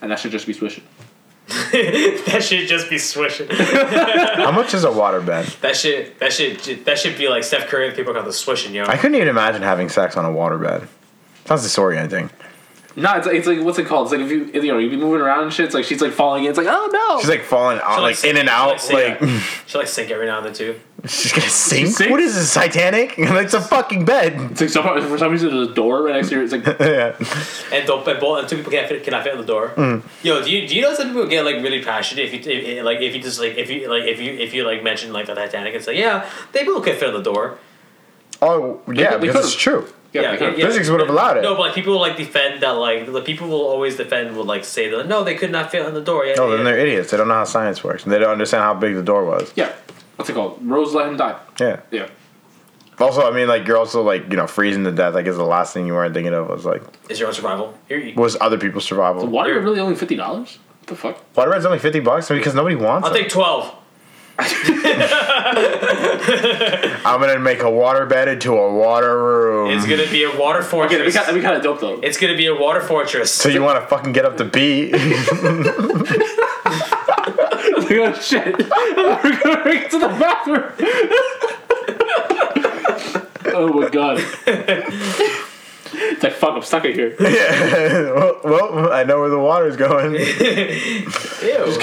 Speaker 3: and that should just be swishing.
Speaker 2: that should just be swishing.
Speaker 1: How much is a water bed?
Speaker 2: that should that should that should be like Steph Curry and people call the swishing, yo.
Speaker 1: I couldn't even imagine having sex on a water bed. Sounds disorienting.
Speaker 3: No, it's like, it's like what's it called? It's like if you you know you be moving around and shit. It's like she's like falling in. It's like oh no.
Speaker 1: She's like falling out, like, in and out,
Speaker 2: She
Speaker 1: like
Speaker 2: like, she like sink every now and then too.
Speaker 1: she's gonna sink.
Speaker 3: sinks?
Speaker 1: What is this Titanic? it's a fucking bed.
Speaker 3: It's like some, for some reason there's a door right next to her. It's like
Speaker 1: Yeah.
Speaker 2: and don't and both and two people can't fit cannot fit in the door.
Speaker 1: Mm.
Speaker 2: Yo, do you do you know some people get like really passionate if you if, if- like if you just like if you like if you if you like mention like the Titanic and say yeah they both could fit in the door.
Speaker 1: Oh yeah,
Speaker 3: they
Speaker 1: because it's
Speaker 3: could've.
Speaker 1: true.
Speaker 3: yeah,
Speaker 1: Physics would have allowed it.
Speaker 2: No, but like people will, like defend that like the people will always defend will like say that no they could not fit in the door. Yeah,
Speaker 1: No,
Speaker 2: yeah,
Speaker 1: Oh, then
Speaker 2: yeah.
Speaker 1: they're idiots. They don't know how science works, and they don't understand how big the door was.
Speaker 3: yeah. What's it called? Rose let him die.
Speaker 1: Yeah.
Speaker 3: Yeah.
Speaker 1: Also, I mean, like you're also like you know freezing to death. I guess the last thing you weren't thinking of was like
Speaker 2: It's your own survival. Here you.
Speaker 1: was other people's survival.
Speaker 3: Why are really only fifty dollars? What the fuck?
Speaker 1: Water bed's only fifty bucks because nobody wants
Speaker 2: I'll
Speaker 1: it.
Speaker 2: take twelve.
Speaker 1: I'm gonna make a water bed into a water room.
Speaker 2: It's gonna be a water fortress.
Speaker 3: Okay, we kind we kind of dope though.
Speaker 2: it's gonna be a water fortress.
Speaker 1: so you want to fucking get up the beat?
Speaker 3: oh shit! We're gonna make it to the bathroom. oh my god! it's like fuck. I'm stuck in here.
Speaker 1: yeah. Well, well, I know where the water's going.
Speaker 2: Ew. Ew.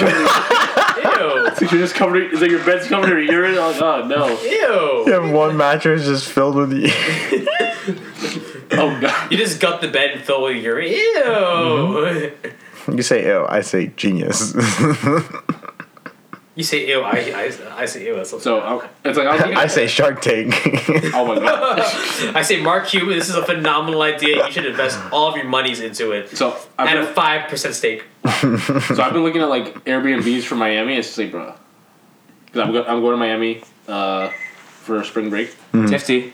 Speaker 3: It's like you're just covered. It's like your bed's covered in urine. Oh god, no!
Speaker 1: You
Speaker 2: Ew.
Speaker 1: have one mattress just filled with. You.
Speaker 3: Oh god!
Speaker 2: You just gut the bed and fill it with urine. Ew.
Speaker 1: Mm-hmm. you say ew. I say genius.
Speaker 2: You say ew. I, I, I say ew. That's so,
Speaker 3: So okay, it's like I'll
Speaker 1: I say Shark Tank.
Speaker 3: Oh my god!
Speaker 2: I say Mark Cuban. This is a phenomenal idea. You should invest all of your monies into it.
Speaker 3: So I've
Speaker 2: at a
Speaker 3: been,
Speaker 2: five percent stake.
Speaker 3: so I've been looking at like Airbnbs for Miami. It's just like, bro, because I'm, go- I'm going to Miami uh, for spring break.
Speaker 2: Nifty.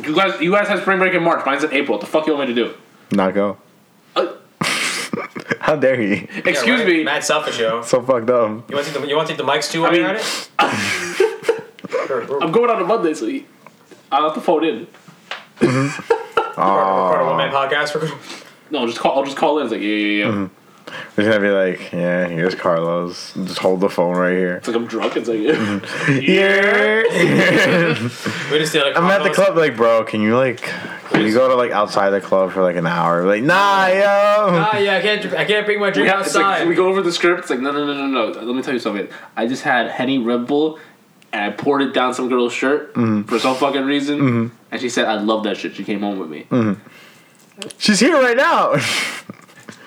Speaker 3: You guys, you guys have spring break in March. Mine's in April. What the fuck you want me to do?
Speaker 1: Not go.
Speaker 3: Uh,
Speaker 1: How dare he?
Speaker 3: excuse me.
Speaker 2: Mad selfish, yo.
Speaker 1: So fucked up.
Speaker 2: You want to take the, you want to take the mics too while
Speaker 3: I mean-
Speaker 2: you're at it? Or- or-
Speaker 3: I'm going on a Monday, so you- I'll have to phone in.
Speaker 2: Record a one man podcast. Record-
Speaker 3: No, just call. I'll just call in. It's like yeah, yeah, yeah.
Speaker 1: He's gonna be like, yeah, here's Carlos. Just hold the phone right here.
Speaker 3: It's like I'm drunk. It's like yeah.
Speaker 1: Yeah.
Speaker 2: We just did a
Speaker 1: I'm at the
Speaker 2: combos.
Speaker 1: club, like, bro, can you like, can you go to like outside the club for like an hour? Like, nah, yo.
Speaker 2: Ah, yeah, I can't. I can't bring my drink
Speaker 3: it's
Speaker 2: outside.
Speaker 3: like we go over the script. It's like no, no, no, no, no. Let me tell you something. I just had Henny Red Bull, and I poured it down some girl's shirt for some fucking reason, and she said I love that shit. She came home with me.
Speaker 1: She's here right now.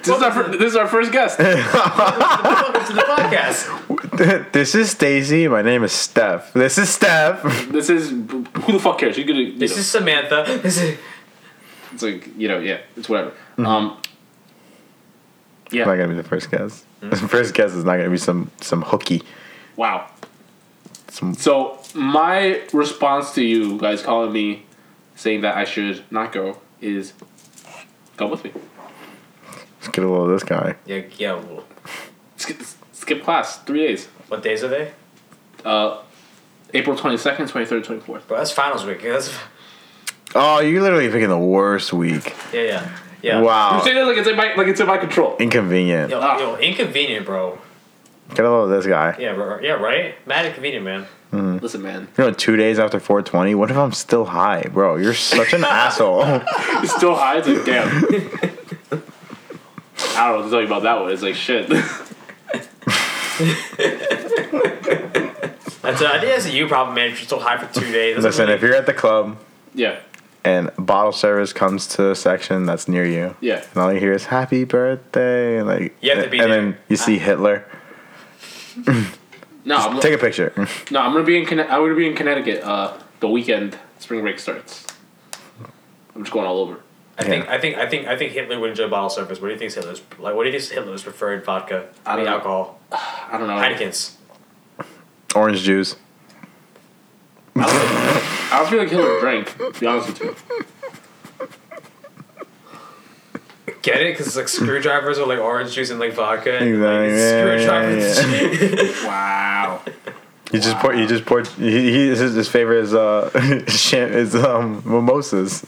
Speaker 3: This is our fir- this is our first guest.
Speaker 2: Welcome to the podcast.
Speaker 1: this is Stacy. My name is Steph. This is Steph.
Speaker 3: this is who the fuck cares? You're gonna. You
Speaker 2: This
Speaker 3: know,
Speaker 2: is Samantha. This is.
Speaker 3: it's like you know yeah. It's whatever. Um. Yeah.
Speaker 1: I'm not gonna be the first guess. The first guess is not gonna be some some hooky.
Speaker 3: wow.
Speaker 1: Some
Speaker 3: So my response to you guys calling me saying that I should not go is come with me.
Speaker 1: let's get a little of this guy.
Speaker 2: Yeah, yeah. well,
Speaker 3: Skip, skip class three days.
Speaker 2: What days are they?
Speaker 3: Uh, April twenty second, twenty third, twenty fourth.
Speaker 2: Bro, that's finals week. That's,
Speaker 1: Oh, you're literally picking the worst week.
Speaker 2: yeah, yeah, yeah.
Speaker 3: You
Speaker 1: Wow.
Speaker 3: say that like it's in my like it's in my control.
Speaker 1: Inconvenient.
Speaker 2: Yo,
Speaker 3: Ah.
Speaker 2: yo, inconvenient, bro.
Speaker 1: Get a little of this guy.
Speaker 2: Yeah, bro, yeah, right. Mad inconvenient, man.
Speaker 3: Listen, man,
Speaker 1: You know, two days after 420. What if I'm still high, bro? You're such an asshole.
Speaker 3: it's still high. It's like damn. I don't know what to tell you about that one. It's like shit.
Speaker 2: That's a, I think that's a you problem, man. If you're still high for two days. That's
Speaker 1: Listen,
Speaker 2: really-
Speaker 1: if you're at the club
Speaker 3: yeah,
Speaker 1: and bottle service comes to a section that's near you,
Speaker 3: yeah.
Speaker 1: and all you hear is "Happy Birthday," and like,
Speaker 2: You have to be
Speaker 1: and
Speaker 2: there. Ah.
Speaker 1: then you see Hitler.
Speaker 3: No, I'm,
Speaker 1: Take a picture.
Speaker 3: no, I'm gonna be in. Conne- I'm gonna be in Connecticut. Uh, the weekend spring break starts. I'm just going all over.
Speaker 2: I think, I think, I think, I think Hitler would enjoy bottle service. What do you think Hitler's like? What do you think Hitler's preferred vodka?
Speaker 3: I
Speaker 2: I
Speaker 3: don't
Speaker 2: mean,
Speaker 3: know.
Speaker 2: alcohol.
Speaker 3: I don't know.
Speaker 2: Heineken's.
Speaker 1: Orange juice.
Speaker 3: I don't feel like Hitler drank. To be honest with you.
Speaker 2: Get it? Because like screwdrivers are like orange juice and like vodka. And,
Speaker 1: Exactly,
Speaker 2: like,
Speaker 1: yeah,
Speaker 2: screwdrivers.
Speaker 3: Wow.
Speaker 1: You just pour. You just pour. He, he his, his favorite is uh, sham- is um mimosas.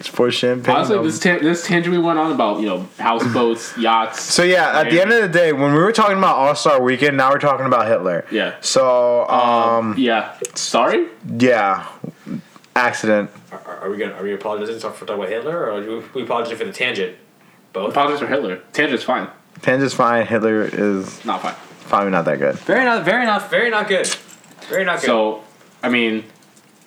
Speaker 1: It's for champagne.
Speaker 3: Honestly,
Speaker 1: um,
Speaker 3: this tan- this tangent we went on about you know houseboats, yachts.
Speaker 1: So yeah, at the end of the day, when we were talking about All Star Weekend, now we're talking about Hitler.
Speaker 3: Yeah.
Speaker 1: So um,
Speaker 3: yeah, sorry.
Speaker 1: yeah, accident.
Speaker 2: Are, are- are we gonna are we apologizing for talking about Hitler or are we apologizing for the tangent? Both.
Speaker 1: Uh,
Speaker 3: Apologies for Hitler. Tangent's fine.
Speaker 1: Tangent's fine. Hitler is
Speaker 3: Not fine.
Speaker 1: probably not that good.
Speaker 2: Very not very not very not good. Very not good.
Speaker 3: So, I mean,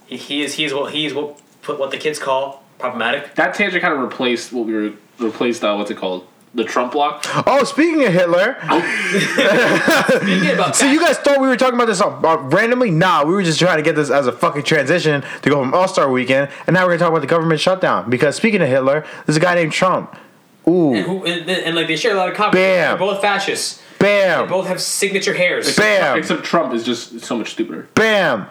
Speaker 2: he, he is he is what he is what put what the kids call problematic.
Speaker 3: that tangent kind of replaced what we were replaced. Uh, what's it called? The Trump block. Oh,
Speaker 1: Oh, speaking of Hitler,
Speaker 2: Forget about
Speaker 1: so
Speaker 2: that.
Speaker 1: you guys thought we were talking about this uh, uh, randomly? Nah, we were just trying to get this as a fucking transition to go from All Star Weekend, and now we're gonna talk about the government shutdown. Because speaking of Hitler, there's a guy named Trump. Ooh,
Speaker 2: Who, and, and like they share a lot of common. They're
Speaker 1: Bam.
Speaker 2: both fascists. They
Speaker 1: bam,
Speaker 2: both have signature hairs.
Speaker 1: bam,
Speaker 3: Except Trump is just so much stupider.
Speaker 1: bam.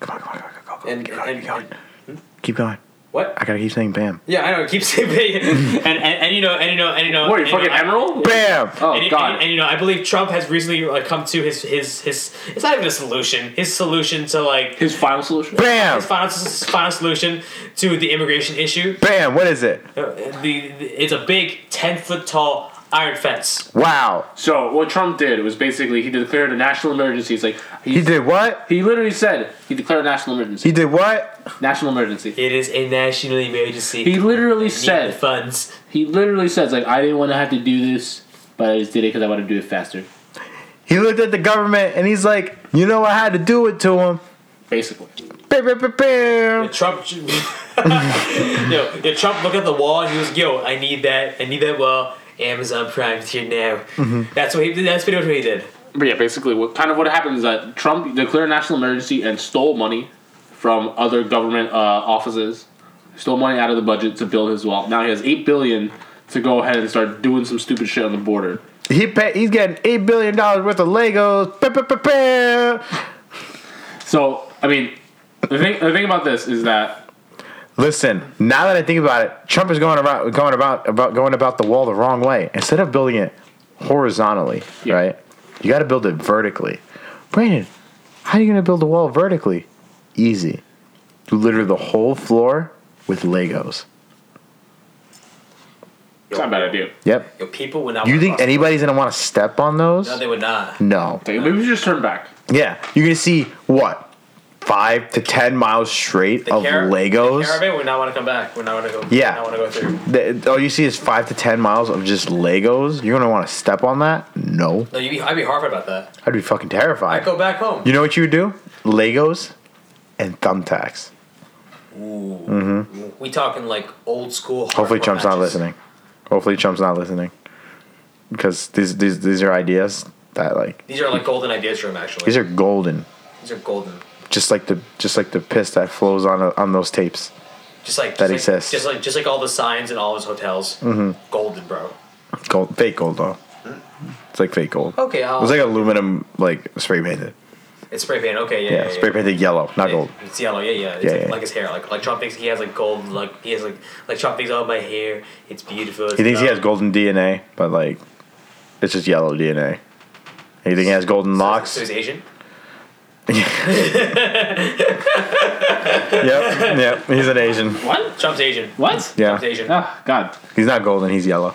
Speaker 1: Come on, come on, come on, go, go,
Speaker 2: And,
Speaker 1: keep going,
Speaker 2: and, Hmm?
Speaker 1: keep going.
Speaker 2: and
Speaker 1: Keep going.
Speaker 2: what?
Speaker 1: I gotta keep saying bam,
Speaker 2: Yeah, I know. Keep saying and, and and you know and you know and you know.
Speaker 3: What are
Speaker 2: and,
Speaker 3: you
Speaker 2: you know,
Speaker 3: fucking
Speaker 2: I-
Speaker 3: Emerald?
Speaker 1: bam.
Speaker 3: Oh
Speaker 2: and, you-
Speaker 3: God.
Speaker 2: And, and, you know, I believe Trump has recently like, come to his, his his it's not even a solution. His solution to like
Speaker 3: His final solution.
Speaker 1: Bam!
Speaker 2: his final his final solution to the immigration issue.
Speaker 1: Bam! What is it?
Speaker 2: Uh, The, the- it's a big ten foot tall iron fence.
Speaker 1: Wow.
Speaker 3: So what Trump did was basically he declared a national emergency. He's like
Speaker 1: He
Speaker 3: he,
Speaker 1: did what?
Speaker 3: he literally said he declared a national emergency.
Speaker 1: He did what?
Speaker 3: national emergency.
Speaker 2: It is a national emergency.
Speaker 3: He literally
Speaker 2: We need the
Speaker 3: said
Speaker 2: funds.
Speaker 3: he literally says like I didn't want to have to do this, but I just did it because I want to do it faster.
Speaker 1: He looked at the government and he's like, you know, I had to do it to him.
Speaker 3: Basically,
Speaker 1: Bam, bam, bam, bam.
Speaker 2: Trump. no, yeah, Trump looked at the wall and he was, "Yo, I need that. I need that wall. Amazon Prime's here now."
Speaker 1: Mm-hmm.
Speaker 2: That's what he. That's pretty much what he did.
Speaker 3: but yeah, basically what kind of what happened is that Trump declared a national emergency and stole money from other government uh, offices, stole money out of the budget to build his wall. Now he has eight billion to go ahead and start doing some stupid shit on the border.
Speaker 1: He pay, he's getting eight billion dollars worth of Legos. Bam, bam, bam, bam.
Speaker 3: So I mean, the thing the thing about this is that.
Speaker 1: Listen, now that I think about it, Trump is going about going about about going about the wall the wrong way. Instead of building it horizontally,
Speaker 3: Yeah.
Speaker 1: right? You got to build it vertically. Brandon, how are you going to build a wall vertically? Easy. You litter the whole floor with Legos.
Speaker 3: It's not a bad idea.
Speaker 1: Yep.
Speaker 2: Yo, people would not.
Speaker 1: You
Speaker 2: wanna
Speaker 1: think
Speaker 2: cross-
Speaker 1: anybody's gonna want to step on those?
Speaker 2: No, they would not.
Speaker 1: No.
Speaker 3: Like, maybe we should just turn back.
Speaker 1: Yeah, you're gonna see what five to ten miles straight
Speaker 2: The
Speaker 1: of
Speaker 2: car- The
Speaker 1: Legos.
Speaker 2: caravan would not want to come back. Would not want to go.
Speaker 1: Yeah.
Speaker 2: Would not want to go through.
Speaker 1: The- all you see is five to ten miles of just Legos. You're gonna want to step on that? No,
Speaker 2: No, you'd be, I'd be horrified about that.
Speaker 1: I'd be fucking
Speaker 2: I'd
Speaker 1: terrified.
Speaker 2: go back home.
Speaker 1: You know what you would do? Legos and thumbtacks.
Speaker 2: We talking like old school.
Speaker 1: Mm-hmm. Hopefully,
Speaker 2: hardcore
Speaker 1: Trump's not
Speaker 2: matches.
Speaker 1: listening. Hopefully, Trump's not listening because these these these are ideas that like
Speaker 2: These are like golden ideas for him. Actually,
Speaker 1: these are golden.
Speaker 2: These are golden.
Speaker 1: Just like the just like the piss that flows on on those tapes.
Speaker 2: Just like
Speaker 1: That
Speaker 2: just like-
Speaker 1: exists. Mm-hmm.
Speaker 2: Just like just like all the signs in all his hotels. Golden, bro.
Speaker 1: gold, fake gold though. It's like fake gold.
Speaker 2: Okay, I'll,
Speaker 1: It's like aluminum, like spray painted.
Speaker 2: it's spray paint. Okay, yeah,
Speaker 1: Yeah,
Speaker 2: yeah, yeah.
Speaker 1: spray painted yellow, not gold.
Speaker 2: It's yellow, yeah, yeah. It's
Speaker 1: Yeah,
Speaker 2: like,
Speaker 1: yeah.
Speaker 2: like his hair. Like like Trump thinks he has like gold. Like he has like like Trump thinks oh my hair, it's beautiful.
Speaker 1: He thinks he has golden DNA, but like it's just yellow DNA. You think he has golden
Speaker 2: So
Speaker 1: locks?
Speaker 2: he's Asian.
Speaker 1: Yep, yep. He's an Asian.
Speaker 3: What?
Speaker 2: Trump's Asian.
Speaker 3: What?
Speaker 1: Yeah,
Speaker 2: Trump's Asian.
Speaker 3: Ah, God.
Speaker 1: he's not golden. He's yellow.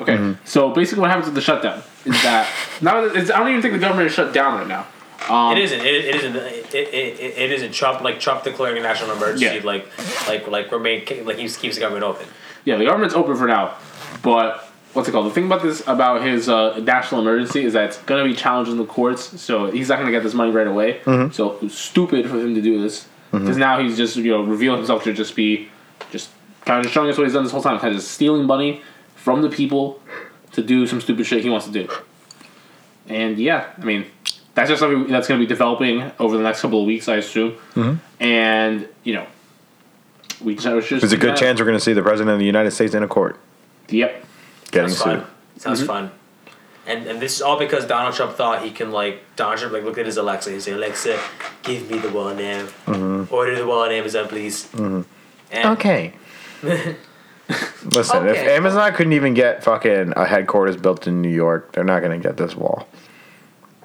Speaker 3: Okay. So basically, what happens with the shutdown is that now that it's, I don't even think the government is shut down right now. Um,
Speaker 2: It isn't. It, it isn't. It, it, it, it isn't Trump like Trump declaring a national emergency.
Speaker 3: Yeah.
Speaker 2: Like like like remain like he keeps the government open.
Speaker 3: Yeah, the government's open for now, but what's it called? The thing about this about his uh, national emergency is that it's gonna be challenged in the courts, so he's not gonna get this money right away.
Speaker 1: Mm-hmm.
Speaker 3: So it was stupid for him to do this because now he's just you know revealing himself to just be just kind of showing us what he's done this whole time, kind of just stealing money from the people to do some stupid shit he wants to do. And yeah, I mean. That's just something that's going to be developing over the next couple of weeks, I assume. And you know, we just
Speaker 1: Mm-hmm. There's a good chance we're going to see the president of the United States in a court
Speaker 3: Yep.
Speaker 1: getting
Speaker 2: Sounds fun.
Speaker 1: sued.
Speaker 2: Sounds fun. And and this is all because Donald Trump thought he can like Donald Trump like looked at his Alexa. He said, "Alexa, give me the wall now.
Speaker 1: Mm-hmm.
Speaker 2: Order the wall on Amazon, please." And
Speaker 1: Okay. Listen, if
Speaker 2: Okay.
Speaker 1: Amazon couldn't even get fucking a headquarters built in New York, they're not going to get this wall.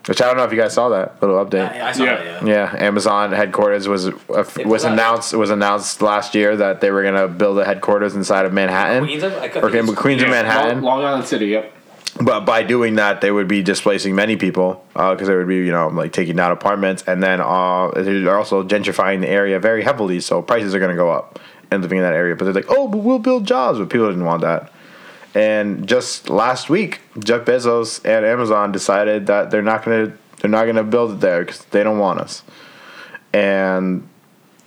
Speaker 1: Which I don't know if you guys saw that little update.
Speaker 2: I, I saw
Speaker 3: Yeah.
Speaker 2: that. Yeah.
Speaker 1: Yeah, Amazon headquarters was uh, was
Speaker 2: that.
Speaker 1: announced was announced last year that they were gonna build a headquarters inside of Manhattan
Speaker 2: Queens of- I think
Speaker 1: or Queens
Speaker 2: it's-
Speaker 1: of Manhattan.
Speaker 3: Long, Long Island City. Yep.
Speaker 1: But by doing that, they would be displacing many people because they would be, you know, like taking down apartments, and then uh, they're also gentrifying the area very heavily, so prices are going to go up and living in that area. But they're like, oh, but we'll build jobs, but people didn't want that. And just last week, Jeff Bezos and Amazon decided that they're not going to they're not going to build it there because they don't want us. And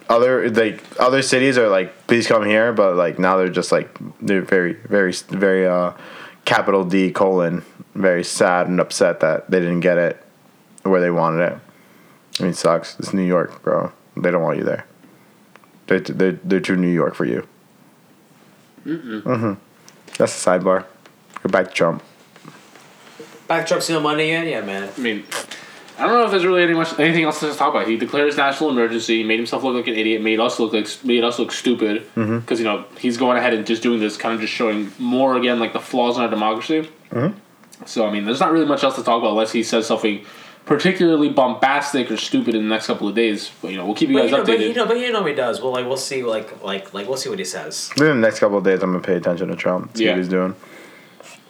Speaker 1: other like other cities are like please come here but like now they're just like they're very very very uh capital d colon very sad and upset that they didn't get it where they wanted it i mean it sucks it's new york bro they don't want you there they're, they're, they're too new york for you mm-hmm. that's a sidebar go back to trump
Speaker 2: Back trucks no money in. Yeah, man.
Speaker 3: I mean, I don't know if there's really any much, anything else to talk about. He declares national emergency, made himself look like an idiot, made us look like made us look stupid because
Speaker 1: Mm-hmm.
Speaker 3: you know he's going ahead and just doing this, kind of just showing more again like the flaws in our democracy.
Speaker 1: Mm-hmm.
Speaker 3: So I mean, there's not really much else to talk about unless he says something particularly bombastic or stupid in the next couple of days. But you know, we'll keep you
Speaker 2: But
Speaker 3: guys
Speaker 2: you, know, but
Speaker 3: updated.
Speaker 2: you know, but you know what he does. Well, like we'll see, like like like we'll see what he says.
Speaker 1: in the next couple of days i'm gonna pay attention to trump see
Speaker 3: Yeah.
Speaker 1: what he's doing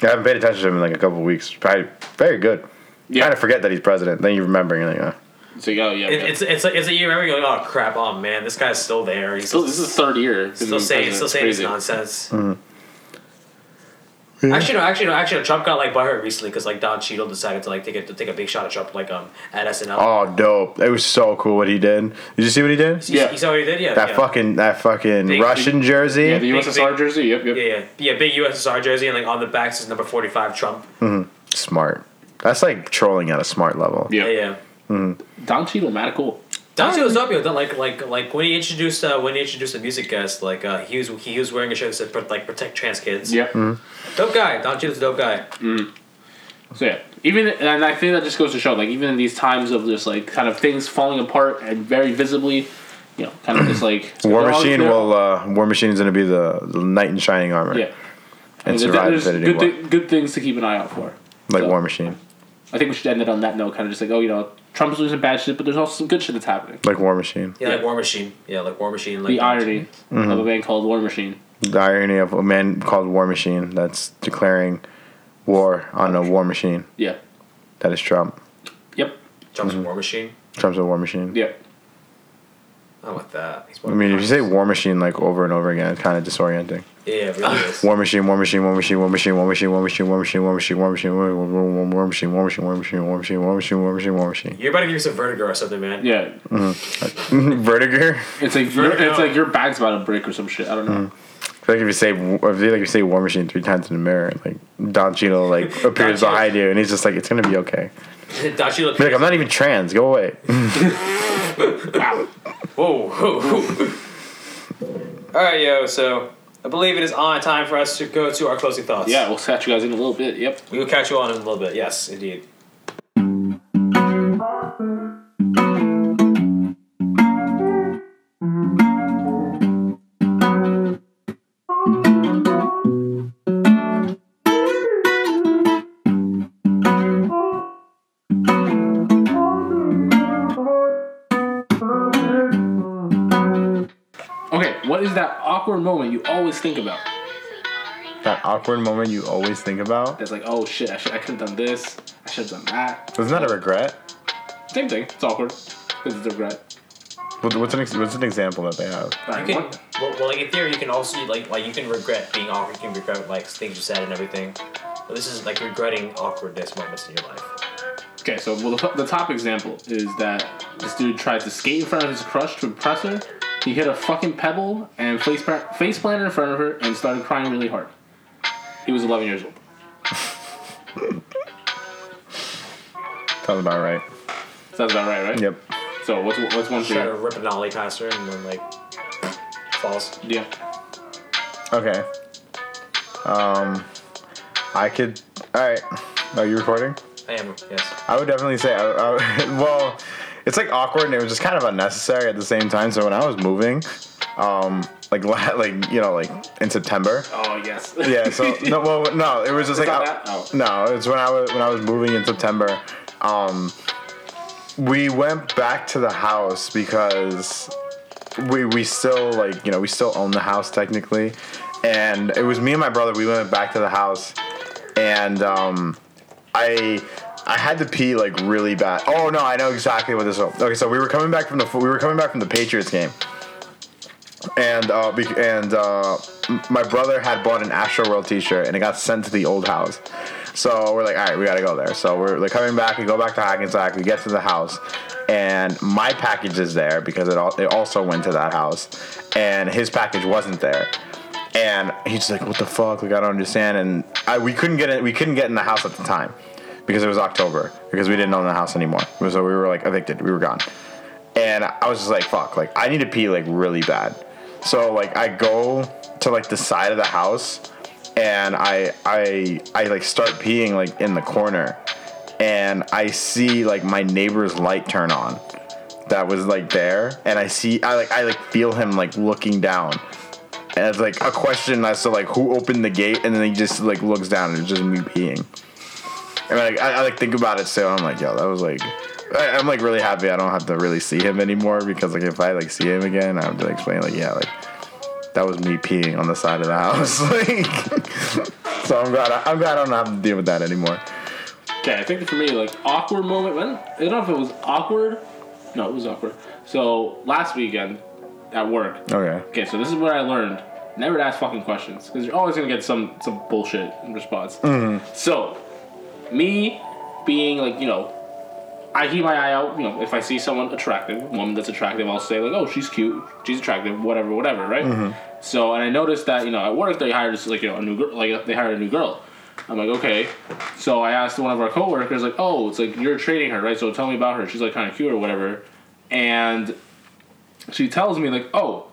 Speaker 1: i haven't paid attention to him in like a couple of weeks probably very good
Speaker 3: yeah.
Speaker 1: kind of forget that he's president. Then you remember, and you're like, oh.
Speaker 3: so yeah, yeah.
Speaker 2: It,
Speaker 3: yeah.
Speaker 2: it's it's like it's a year every going. Oh crap! Oh man, this guy's still there. He's
Speaker 3: Still- Mm-hmm.
Speaker 2: still
Speaker 3: this is his third year.
Speaker 2: still saying still saying this nonsense. Actually, no, actually, no, actually, no, Trump got like butthurt recently because like Don Cheadle decided to like take a to take a big shot at Trump like um at SNL.
Speaker 1: oh, dope. It was so cool what he did. Did you see what he did?
Speaker 2: You-
Speaker 3: yeah.
Speaker 2: you saw what he did. Yeah,
Speaker 1: That
Speaker 2: yeah.
Speaker 1: fucking that fucking
Speaker 2: Big-
Speaker 1: Russian jersey.
Speaker 3: Yeah, the
Speaker 2: Big-
Speaker 3: USSR
Speaker 2: big-
Speaker 3: jersey. Yep, yep.
Speaker 2: Yeah, yeah, yeah. Big USSR jersey and like on the back says number forty five Trump.
Speaker 1: smart. That's like trolling at a smart level.
Speaker 3: Yeah.
Speaker 2: Yeah, yeah.
Speaker 3: Don Cheadle, mad cool.
Speaker 1: Mm-hmm.
Speaker 2: Don Cheadle's up yo. Like like like when he introduced uh, when he introduced the music guest, like uh, he was he was wearing a shirt that said "Pro- like protect trans kids.
Speaker 3: Yep.
Speaker 2: Dope guy. Don Cheadle's a dope guy.
Speaker 3: So yeah, even and I think that just goes to show, like even in these times of just like kind of things falling apart and very visibly, you know, kind of just like
Speaker 1: War
Speaker 3: they're all-
Speaker 1: Machine
Speaker 3: they're-
Speaker 1: will. Uh, War Machine is gonna be the, the knight in shining armor.
Speaker 3: yeah. I
Speaker 1: and
Speaker 3: mean,
Speaker 1: survive
Speaker 3: there's
Speaker 1: Infinity
Speaker 3: good,
Speaker 1: War.
Speaker 3: thi- good things to keep an eye out for.
Speaker 1: like
Speaker 3: so.
Speaker 1: War Machine,
Speaker 3: I think we should end it on that note, kind of just like oh, you know, Trump's losing bad shit, but there's also some good shit that's happening.
Speaker 1: like War Machine.
Speaker 2: Yeah,
Speaker 3: Yeah.
Speaker 2: like War Machine. Yeah, like War Machine. Like
Speaker 3: The irony of a
Speaker 1: Mm-hmm.
Speaker 3: man called War Machine.
Speaker 1: The irony of a man called War Machine that's declaring war on a war machine.
Speaker 3: Yeah.
Speaker 1: That is Trump.
Speaker 3: Yep.
Speaker 2: Trump's
Speaker 1: Mm-hmm.
Speaker 2: a War Machine.
Speaker 1: Trump's a war machine.
Speaker 3: Yep.
Speaker 2: I want that. He's
Speaker 1: I mean, if you say war machine like over and over again, it's kind of disorienting.
Speaker 2: yeah, it really is.
Speaker 1: War Machine, War Machine, War Machine, War Machine, War Machine, War Machine, War Machine, War Machine, War Machine, War Machine, War Machine, War Machine, War Machine, War Machine, War Machine, War Machine, War Machine.
Speaker 2: You're about to give me some vertigo or something, man.
Speaker 3: Yeah.
Speaker 1: Mm-hmm. Vertiger.
Speaker 3: It's like your, it's like your back's about to break or some shit. I don't know.
Speaker 1: Mm-hmm. Like if you say, I feel like if you say War Machine three times in the mirror, like Don Cheadle like appears
Speaker 2: Cheadle.
Speaker 1: behind you, and he's just like, it's gonna be okay.
Speaker 2: Don Cheadle.
Speaker 1: Be like, I'm not even trans. Go away.
Speaker 3: Wow.
Speaker 2: Whoa, whoa, whoa. All right, yo. So I believe it is on time for us to go to our closing thoughts.
Speaker 3: Yeah, we'll catch you guys in a little bit. Yep.
Speaker 2: We will catch you on in a little bit. Yes, indeed.
Speaker 3: Okay. What is that awkward moment you always think about?
Speaker 1: That awkward moment you always think about.
Speaker 3: that's like, oh shit, I, should, I could have done this, I should have done that.
Speaker 1: Isn't that a regret?
Speaker 3: Same thing. It's awkward. Because it's a regret.
Speaker 1: What- What's an ex- what's an example that they have?
Speaker 2: You
Speaker 3: Alright,
Speaker 2: can,
Speaker 3: one-
Speaker 2: well, well, like in theory, you can also like like you can regret being awkward. You can regret like things you said and everything. But this is like regretting awkwardness moments in your life.
Speaker 3: Okay, so well, the, the top example is that this dude tried to skate in front of his crush to impress her. He hit a fucking pebble and face, pra- face planted in front of her and started crying really hard. He was 11 years old.
Speaker 1: Sounds about right.
Speaker 3: Sounds about right, right?
Speaker 1: Yep.
Speaker 3: So what's what's one
Speaker 2: Try to
Speaker 3: thing?
Speaker 2: rip an ollie past her and then like falls.
Speaker 3: Yeah.
Speaker 1: Okay. Um, I could. All right. Are you recording?
Speaker 2: I am yes.
Speaker 1: I would definitely say, I, I, well, it's like awkward and it was just kind of unnecessary at the same time. So when I was moving, um, like la- like you know like in September,
Speaker 3: Oh yes.
Speaker 1: yeah. So no, well, no, it was just like
Speaker 3: not
Speaker 1: I-
Speaker 3: that? Oh.
Speaker 1: no, it's when I was when I was moving in September. Um, we went back to the house because we we still like you know we still own the house technically, and it was me and my brother. We went back to the house, and um, I I had to pee like really bad. Oh no, I know exactly what this was. Okay, so we were coming back from the we were coming back from the Patriots game, and uh, be, and uh, m- my brother had bought an Astro World T-shirt, and it got sent to the old house. So we're like, all right, we gotta go there. So we're like coming back. We go back to Hackensack. We get to the house, and my package is there because it all, it also went to that house, and his package wasn't there. And he's like, what the fuck? Like I don't understand. And I, we couldn't get in, we couldn't get in the house at the time because it was October because we didn't own the house anymore. So we were like evicted. We were gone and I was just like, fuck, like I need to pee like really bad. So like I go to like the side of the house and I I I like start peeing like in the corner and I see like my neighbor's light turn on that was like there and I see I like I like feel him like looking down. And it's like a question as to like who opened the gate and then he just like looks down and it's just me peeing. And like I, I like think about it still. And I'm like, yo, that was like, I, I'm like really happy. I don't have to really see him anymore because like if I like see him again, I have to explain like, yeah, like that was me peeing on the side of the house. like, so I'm glad. I, am glad I don't have to deal with that anymore.
Speaker 3: Okay, I think for me, like awkward moment. When I don't know if it was awkward. No, it was awkward. So last weekend at work.
Speaker 1: Okay.
Speaker 3: Okay, so this is what I learned. Never to ask fucking questions because you're always gonna get some some bullshit response. So, me being like you know, I keep my eye out. You know, if I see someone attractive, woman that's attractive, I'll say like, oh, she's cute, she's attractive, whatever, whatever, right? So, and I noticed that you know at work they hired just like you know a new girl, like they hired a new girl. I'm like, okay. So I asked one of our coworkers, like, oh, it's like you're trading her, right? So tell me about her. She's like kind of cute or whatever. And she tells me like, oh,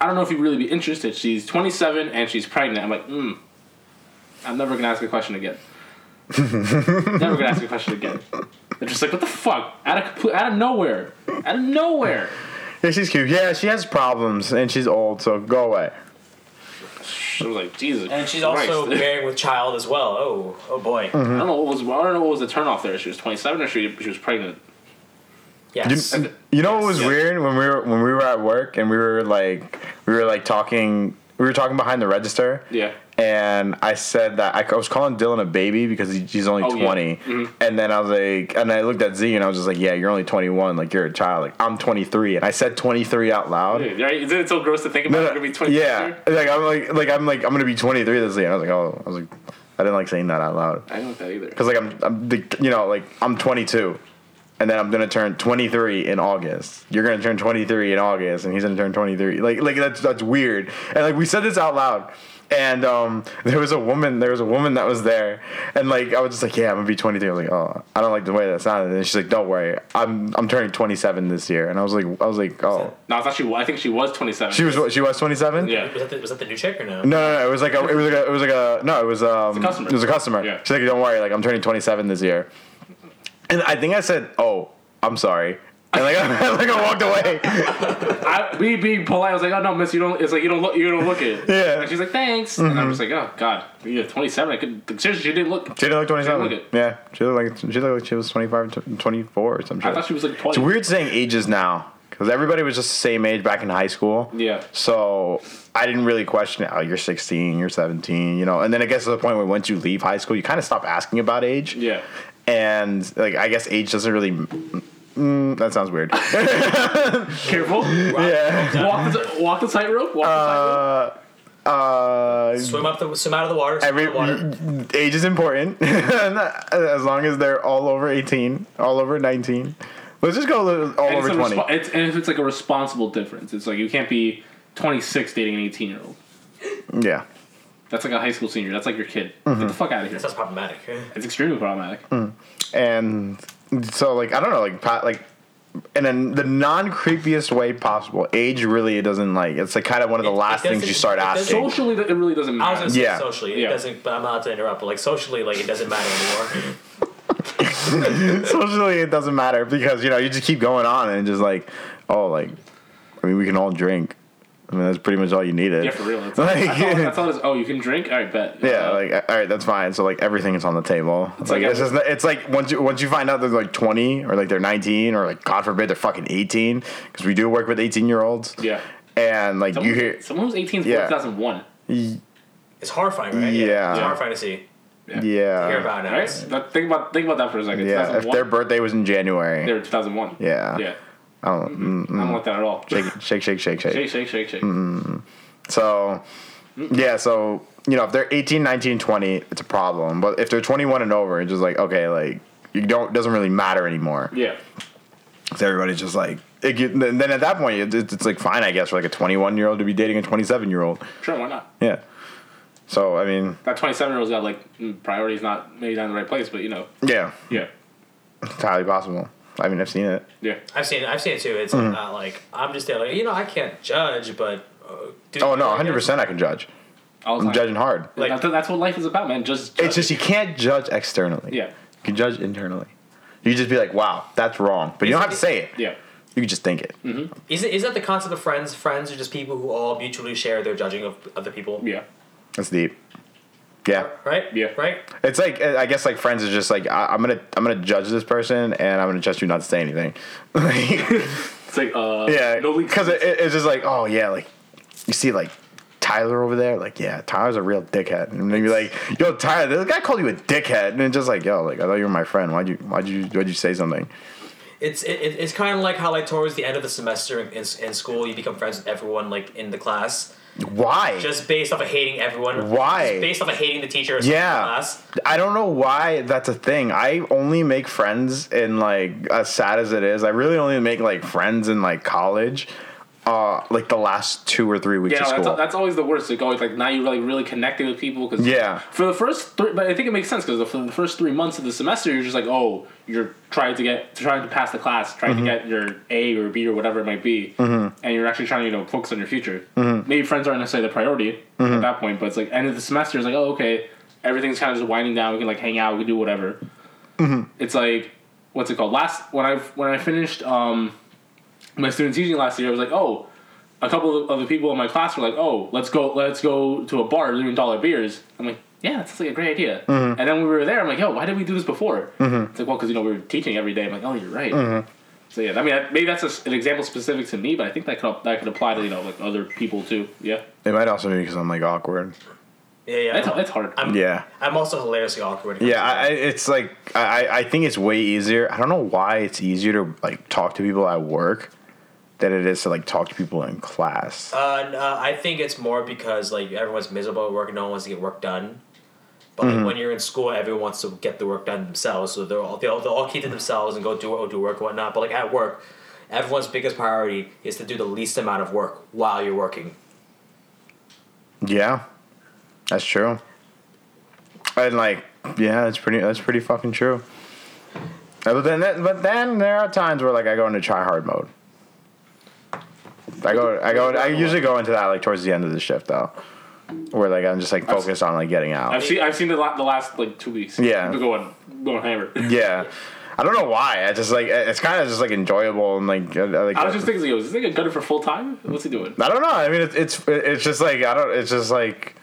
Speaker 3: I don't know if you'd really be interested. She's 27 and she's pregnant. I'm like, mm, I'm never gonna ask a question again. never gonna ask a question again. They're just like, what the fuck? Out of complete, out of nowhere, out of nowhere.
Speaker 1: Yeah, she's cute. Yeah, she has problems and she's old, so go away.
Speaker 3: I was like, Jesus.
Speaker 2: And she's
Speaker 3: Christ.
Speaker 2: also bearing with child as well. Oh, oh boy.
Speaker 1: Mm-hmm.
Speaker 3: I don't know what was I don't know what was the turnoff there. She was 27 or she she was pregnant.
Speaker 1: You,
Speaker 2: Yes.
Speaker 1: you know what was
Speaker 3: Yes.
Speaker 1: weird when we were when we were at work and we were like we were like talking we were talking behind the register.
Speaker 3: Yeah.
Speaker 1: and I said that I, I was calling Dylan a baby because he, he's only
Speaker 3: Oh, yeah.
Speaker 1: 20. And then I was like, and I looked at Z and I was just like, yeah, you're only 21. Like, you're a child. Like, I'm 23. And I said 23 out loud.
Speaker 3: Dude, Right? Isn't it so gross to think about?
Speaker 1: No,
Speaker 3: You're
Speaker 1: no,
Speaker 3: gonna be 27.
Speaker 1: yeah. Like, I'm like, like, I'm like, I'm going to be 23 this year. And I was like, oh, I was like, I didn't like saying that out loud.
Speaker 3: I don't like that either.
Speaker 1: Cause like, I'm, I'm the, you know, like, I'm 22. And then I'm gonna turn 23 in August. You're gonna turn 23 in August, and he's gonna turn 23. Like, like that's that's weird. And like we said this out loud, and um, there was a woman, there was a woman that was there, and like I was just like, yeah, I'm gonna be 23. I was like, oh, I don't like the way that sounded. And she's like, don't worry, I'm I'm turning 27 this year. And I was like, I was like, oh,
Speaker 3: No, I thought she. wa- I think she was 27.
Speaker 1: she was she was 27.
Speaker 3: Yeah.
Speaker 2: was, that the, was that the new chick or no?
Speaker 1: No, no, no. It was like a, it was like a, it was like a, no, it was um,
Speaker 3: a customer.
Speaker 1: It was a customer.
Speaker 3: Yeah.
Speaker 1: She's like, don't worry, like I'm turning 27 this year, and I think I said, oh, I'm sorry, and like I, like I walked away.
Speaker 3: I, me being polite, I was like, "Oh no, miss, you don't." It's like you don't look, you don't look it.
Speaker 1: Yeah. Mm-hmm.
Speaker 3: And she's like, "Thanks." And I'm just like, "Oh God, you're 27. I could seriously, she didn't look.
Speaker 1: She didn't look 27.
Speaker 3: She didn't look
Speaker 1: yeah, she looked like she looked like she was 25, tw- 24 or some shit.
Speaker 3: I thought she was like
Speaker 1: it's
Speaker 3: 20.
Speaker 1: weird saying ages now because everybody was just the same age back in high school.
Speaker 3: Yeah.
Speaker 1: So I didn't really question it. Oh, you're 16, you're 17, you know. And then it gets to the point where once you leave high school, you kind of stop asking about age.
Speaker 3: Yeah.
Speaker 1: and like I guess age doesn't really. Mm, that sounds weird.
Speaker 3: Careful.
Speaker 1: yeah.
Speaker 3: walk the walk the tightrope. Walk
Speaker 1: Uh, uh,
Speaker 2: Swim up the swim out of the water. Swim
Speaker 1: every
Speaker 2: out of the water.
Speaker 1: age is important as long as they're all over eighteen, all over nineteen. Let's just go li- all
Speaker 3: the tightrope. And
Speaker 1: over
Speaker 3: it's a
Speaker 1: twenty.
Speaker 3: respo- it's, and if it's like a responsible difference, it's like you can't be 26 dating an 18 year old.
Speaker 1: yeah.
Speaker 3: That's like a high school senior. That's like your kid.
Speaker 1: Mm-hmm.
Speaker 3: Get the fuck out of here.
Speaker 2: That's problematic. eh?
Speaker 3: It's extremely problematic.
Speaker 1: Mm. and so like I don't know, like Pat, like in a, the non creepiest way possible. Age really it doesn't like it's like kind of one of the
Speaker 2: It- it
Speaker 1: last things you
Speaker 2: doesn't-
Speaker 1: start
Speaker 2: it doesn't-
Speaker 1: asking.
Speaker 3: Socially, it really doesn't
Speaker 2: I was
Speaker 3: matter.
Speaker 2: gonna say
Speaker 1: Yeah.
Speaker 2: socially,
Speaker 3: Yeah.
Speaker 2: it doesn't. But I'm not to interrupt. But like socially, like it doesn't matter anymore.
Speaker 1: Socially it doesn't matter because you know you just keep going on and just like oh like I mean we can all drink. I mean, that's pretty much all you needed.
Speaker 3: Yeah, for real. That's,
Speaker 1: Like,
Speaker 3: I thought, I thought it was, oh, you can drink? All right, bet.
Speaker 1: Yeah,
Speaker 3: Uh,
Speaker 1: like a- all right, that's fine. So like everything is on the table. It's like,
Speaker 3: like
Speaker 1: this is
Speaker 3: every-
Speaker 1: it's like once you once you find out they're like twenty or like they're nineteen or like God forbid they're fucking eighteen because we do work with eighteen year olds.
Speaker 3: yeah.
Speaker 1: and like
Speaker 3: Someone,
Speaker 1: you hear
Speaker 3: someone was 18 in
Speaker 1: Yeah.
Speaker 3: 2001.
Speaker 2: It's horrifying, right?
Speaker 1: Yeah. Uh,
Speaker 2: It's horrifying to see.
Speaker 1: yeah
Speaker 2: Hear about now.
Speaker 3: Right? That- think about think about that for a second.
Speaker 1: yeah if
Speaker 3: 2001,
Speaker 1: their birthday was in January.
Speaker 3: they were 2001.
Speaker 1: yeah.
Speaker 3: Yeah. Mm-hmm.
Speaker 1: I don't mm,
Speaker 3: I don't want that at all.
Speaker 1: mm, shake shake shake shake. Mm-hmm.
Speaker 3: Shake, shake, shake, shake.
Speaker 1: So, yeah, so, you know, if they're 18, 19, 20, it's a problem. But if they're 21 and over, it's just like, okay, like, you don't, doesn't really matter anymore.
Speaker 3: Yeah.
Speaker 1: 'Cause everybody's just like, it, get- then then at that point, it, it's it's like fine, I guess, for like a 21 year old to be dating a 27 year old.
Speaker 3: Sure, why not?
Speaker 1: Yeah. So, I mean,
Speaker 3: That 27 year old's got like mm, priorities not maybe not in the right place, but you know.
Speaker 1: yeah,
Speaker 3: Yeah.
Speaker 1: it's entirely possible. I mean, I've seen it.
Speaker 3: Yeah.
Speaker 2: I've seen it. I've seen it too. It's
Speaker 1: Mm-hmm.
Speaker 2: not like I'm just there, like you know, I can't judge, but uh, dude,
Speaker 1: Oh, no,
Speaker 2: I guess-
Speaker 1: 100% I can judge.
Speaker 3: All the
Speaker 1: I'm
Speaker 3: time.
Speaker 1: judging hard.
Speaker 3: Like,
Speaker 2: Like-
Speaker 3: that- that's what life is about, man. Just.
Speaker 1: It's just you can't judge externally.
Speaker 3: Yeah.
Speaker 1: You can judge internally. You can just be like, wow, that's wrong. But you don't have to say it.
Speaker 3: Yeah.
Speaker 1: You can just think it.
Speaker 2: Is it is that the concept of friends? Friends are just people who all mutually share their judging of other people.
Speaker 3: Yeah.
Speaker 1: That's deep. Yeah.
Speaker 2: Right.
Speaker 3: Yeah.
Speaker 2: Right.
Speaker 1: It's like I guess like friends is just like I, I'm gonna I'm gonna judge this person and I'm gonna judge you not to say anything. Like,
Speaker 3: It's like, uh.
Speaker 1: yeah,
Speaker 3: No leaks.
Speaker 1: because it, it- it's just like oh yeah, like you see like Tyler over there, like yeah, Tyler's a real dickhead, and then you're like yo Tyler, this guy called you a dickhead, and it's just like yo, like I thought you were my friend. Why'd you why'd you why'd you say something?
Speaker 2: It's it, it- it's kind of like how like towards the end of the semester in, in, in school you become friends with everyone like in the class
Speaker 1: Why?
Speaker 2: just based off of hating everyone.
Speaker 1: Why?
Speaker 2: Just based off of hating the teacher. Or something in
Speaker 1: Yeah.
Speaker 2: Class.
Speaker 1: I don't know why that's a thing. I only make friends in like as sad as it is, I really only make like friends in like college. Uh like the last two or three weeks of
Speaker 3: Yeah, no,
Speaker 1: school.
Speaker 3: that's, that's always the worst. Like, always, like now you're like really connecting with people because
Speaker 1: Yeah.
Speaker 3: for the first three, but I think it makes sense because for the first three months of the semester, you're just like, oh, you're trying to get trying to pass the class, trying
Speaker 1: Mm-hmm.
Speaker 3: to get your A or B or whatever it might be, and you're actually trying to you know focus on your future.
Speaker 1: Mm-hmm.
Speaker 3: Maybe friends aren't necessarily the priority at that point, but it's like end of the semester is like, oh, okay, everything's kind of just winding down. We can like hang out, we can do whatever.
Speaker 1: Mm-hmm.
Speaker 3: It's like what's it called? Last when I when I finished um, my student teaching last year, I was like, oh a couple of- of the people in my class were like, "Oh, let's go, let's go to a bar, they're doing dollar beers." I'm like, "Yeah, that's like a great idea."
Speaker 1: Mm-hmm.
Speaker 3: And then when we were there, I'm like, "Yo, why did we do this before?" It's like, "Well, because you know we were teaching every day." I'm like, "Oh, you're right."
Speaker 1: Mm-hmm.
Speaker 3: So yeah, I mean, I- maybe that's a s an example specific to me, but I think that could that could apply to you know like other people too. Yeah,
Speaker 1: It might also be because I'm like awkward.
Speaker 2: Yeah. Yeah.
Speaker 3: it's, it's hard.
Speaker 2: I'm,
Speaker 1: Yeah.
Speaker 2: I'm also hilariously awkward.
Speaker 1: Yeah, I, I- it's like I, I I think it's way easier. I don't know why it's easier to like talk to people at work than it is to like talk to people in class.
Speaker 2: Uh, n- uh, I think it's more because like everyone's miserable at work and no one wants to get work done. But
Speaker 1: Mm-hmm.
Speaker 2: like, when you're in school, everyone wants to get the work done themselves, so they're all they'll, they'll all keep to themselves and go do or do work and whatnot. But like at work, everyone's biggest priority is to do the least amount of work while you're working.
Speaker 1: Yeah, that's true. And like, yeah, that's pretty. That's pretty fucking true. Uh, But then, that, but then there are times where like I go into try hard mode. I go, I go, I usually go into that like towards the end of the shift though, where like I'm just like focused on like getting out.
Speaker 3: I've seen I've seen the, la- the last like two weeks.
Speaker 1: Yeah.
Speaker 3: people going going hammer.
Speaker 1: Yeah, I don't know why. I just like it's kind of just like enjoyable and like I, I like.
Speaker 3: I was just thinking, yo, is this nigga gunning for full time? What's he doing?
Speaker 1: I don't know. I mean, it's it's it's just like I don't. It's just like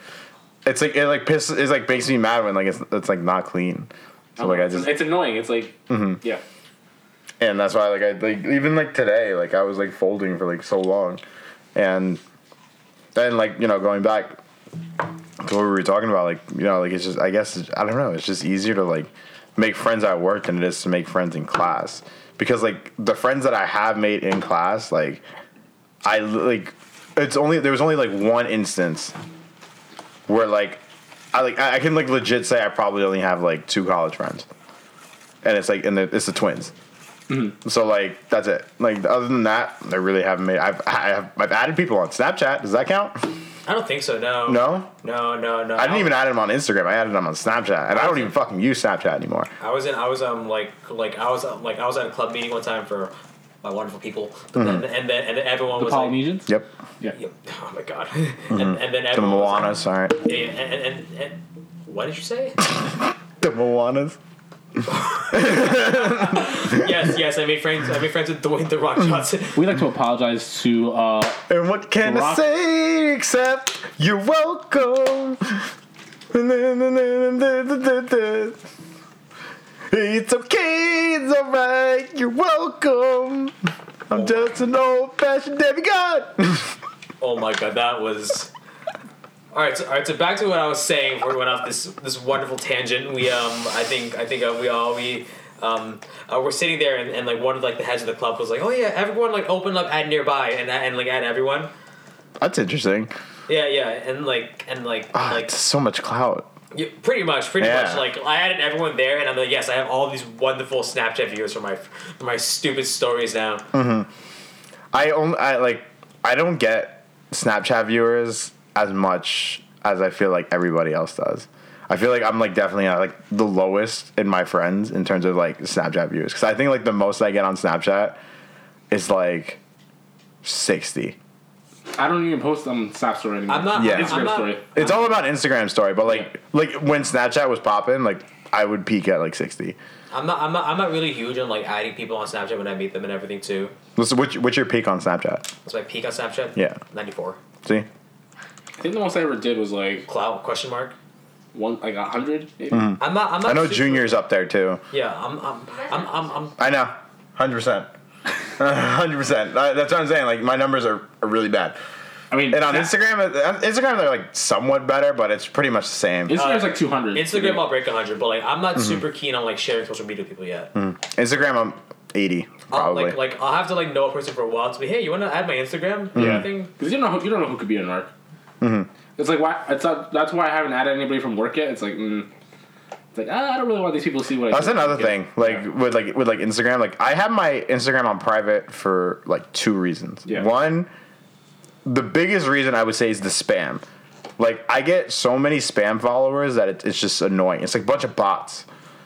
Speaker 1: it's like it like pisses. It's like makes me mad when like it's it's like not clean. So like I
Speaker 3: it's,
Speaker 1: just Mm-hmm.
Speaker 3: it's annoying. It's like yeah.
Speaker 1: and that's why like I like even like today like I was like folding for like so long, and then like you know going back to what we were talking about like you know like it's just I guess it's- I don't know it's just easier to like make friends at work than it is to make friends in class because like the friends that I have made in class like I like it's only there was only like one instance where like I like I I can like legit say I probably only have like two college friends, and it's like and the, it's the twins. So like that's it. Like other than that, I really haven't made. I've I have, I've added people on Snapchat. Does that count?
Speaker 2: I don't think so. No.
Speaker 1: No,
Speaker 2: No. No. No.
Speaker 1: I didn't even add them on Instagram. I added them on Snapchat, and I don't even fucking use Snapchat anymore.
Speaker 2: I was in. I was um like like I was um, like I was at a club meeting one time for my wonderful people,
Speaker 1: Mm-hmm.
Speaker 2: but then, and then and then everyone was like.
Speaker 3: Polynesians.
Speaker 1: Yep,
Speaker 2: Yep. Oh my god! and, and then
Speaker 1: Mm-hmm. the
Speaker 2: everyone was like-
Speaker 1: Moanas. All right,
Speaker 2: Yeah, and, and, and, and what did you say?
Speaker 1: the Moanas.
Speaker 2: yes, yes. I made friends. I made friends with Dwayne the
Speaker 1: Hmm.
Speaker 2: Rock Johnson.
Speaker 3: We'd like to apologize to uh,
Speaker 1: And what can I
Speaker 3: Rock-
Speaker 1: say except you're welcome? It's okay, it's alright, you're welcome. I'm just an old fashioned demigod.
Speaker 2: Oh my god, that was. All right, so, all right. So back to what I was saying. before We went off this this wonderful tangent. We um, I think I think uh, we all we um, uh, we're sitting there and, and like one of like the heads of the club was like, oh yeah, everyone like open up at nearby and uh, and like at everyone.
Speaker 1: That's interesting.
Speaker 2: Yeah, yeah, and like and like
Speaker 1: Ah,
Speaker 2: like
Speaker 1: it's so much clout.
Speaker 2: you, pretty much, pretty
Speaker 1: Yeah.
Speaker 2: much. Like I added everyone there, and I'm like, yes, I have all these wonderful Snapchat viewers for my for my stupid stories now.
Speaker 1: Hmm. I only I like I don't get Snapchat viewers as much as I feel like everybody else does. I feel like I'm like definitely uh, like the lowest in my friends in terms of like Snapchat viewers because I think like the most I get on Snapchat is like sixty.
Speaker 3: I don't even post on Snap story anymore.
Speaker 2: I'm not.
Speaker 1: Yeah.
Speaker 2: I'm,
Speaker 3: Instagram
Speaker 2: not.
Speaker 3: story.
Speaker 1: It's all about Instagram story, but like like when Snapchat was popping, like I would peak at like sixty.
Speaker 2: I'm not. I'm not. I'm not really huge on like adding people on Snapchat when I meet them and everything too.
Speaker 1: What's what's what's your peak on Snapchat?
Speaker 2: What's my peak on Snapchat?
Speaker 1: Yeah.
Speaker 2: Ninety four.
Speaker 1: See,
Speaker 3: I think the most I ever did was like
Speaker 2: Clout? Question mark.
Speaker 3: one, like a hundred. maybe.
Speaker 1: Mm-hmm.
Speaker 2: I'm not. I'm not.
Speaker 1: I know
Speaker 2: super-
Speaker 1: Junior's up there too.
Speaker 2: Yeah. I'm. I'm. I'm. I'm. I'm
Speaker 1: I know, hundred percent, hundred percent. That's what I'm saying. Like my numbers are, are really bad,
Speaker 3: I mean,
Speaker 1: and on
Speaker 3: Snap-
Speaker 1: Instagram, uh, Instagram they're like somewhat better, but it's pretty much the same.
Speaker 3: Instagram's like two hundred.
Speaker 2: Instagram, I'll break 100, but like, I'm not
Speaker 1: Mm-hmm.
Speaker 2: super keen on like sharing social media with people yet.
Speaker 1: Instagram, I'm eighty
Speaker 2: I'll,
Speaker 1: Mm, probably.
Speaker 2: Oh, like, like, I'll have to like know a person for a while to be, hey, you want to add my
Speaker 1: Mm.
Speaker 2: Instagram?
Speaker 3: Yeah,
Speaker 2: Thing?
Speaker 3: because you don't know who, you don't know who could be a narc.
Speaker 1: Mm-hmm.
Speaker 3: It's like why it's not, that's why I haven't added anybody from work yet. It's like mm, it's like ah, I don't really want these people to see what. I
Speaker 1: That's
Speaker 3: do.
Speaker 1: another
Speaker 3: Yeah.
Speaker 1: thing. Like with like with like Instagram, like I have my Instagram on private for like two reasons.
Speaker 3: Yeah.
Speaker 1: One, the biggest reason I would say is the spam. Like I get so many spam followers that it, it's just annoying. It's like a bunch of bots.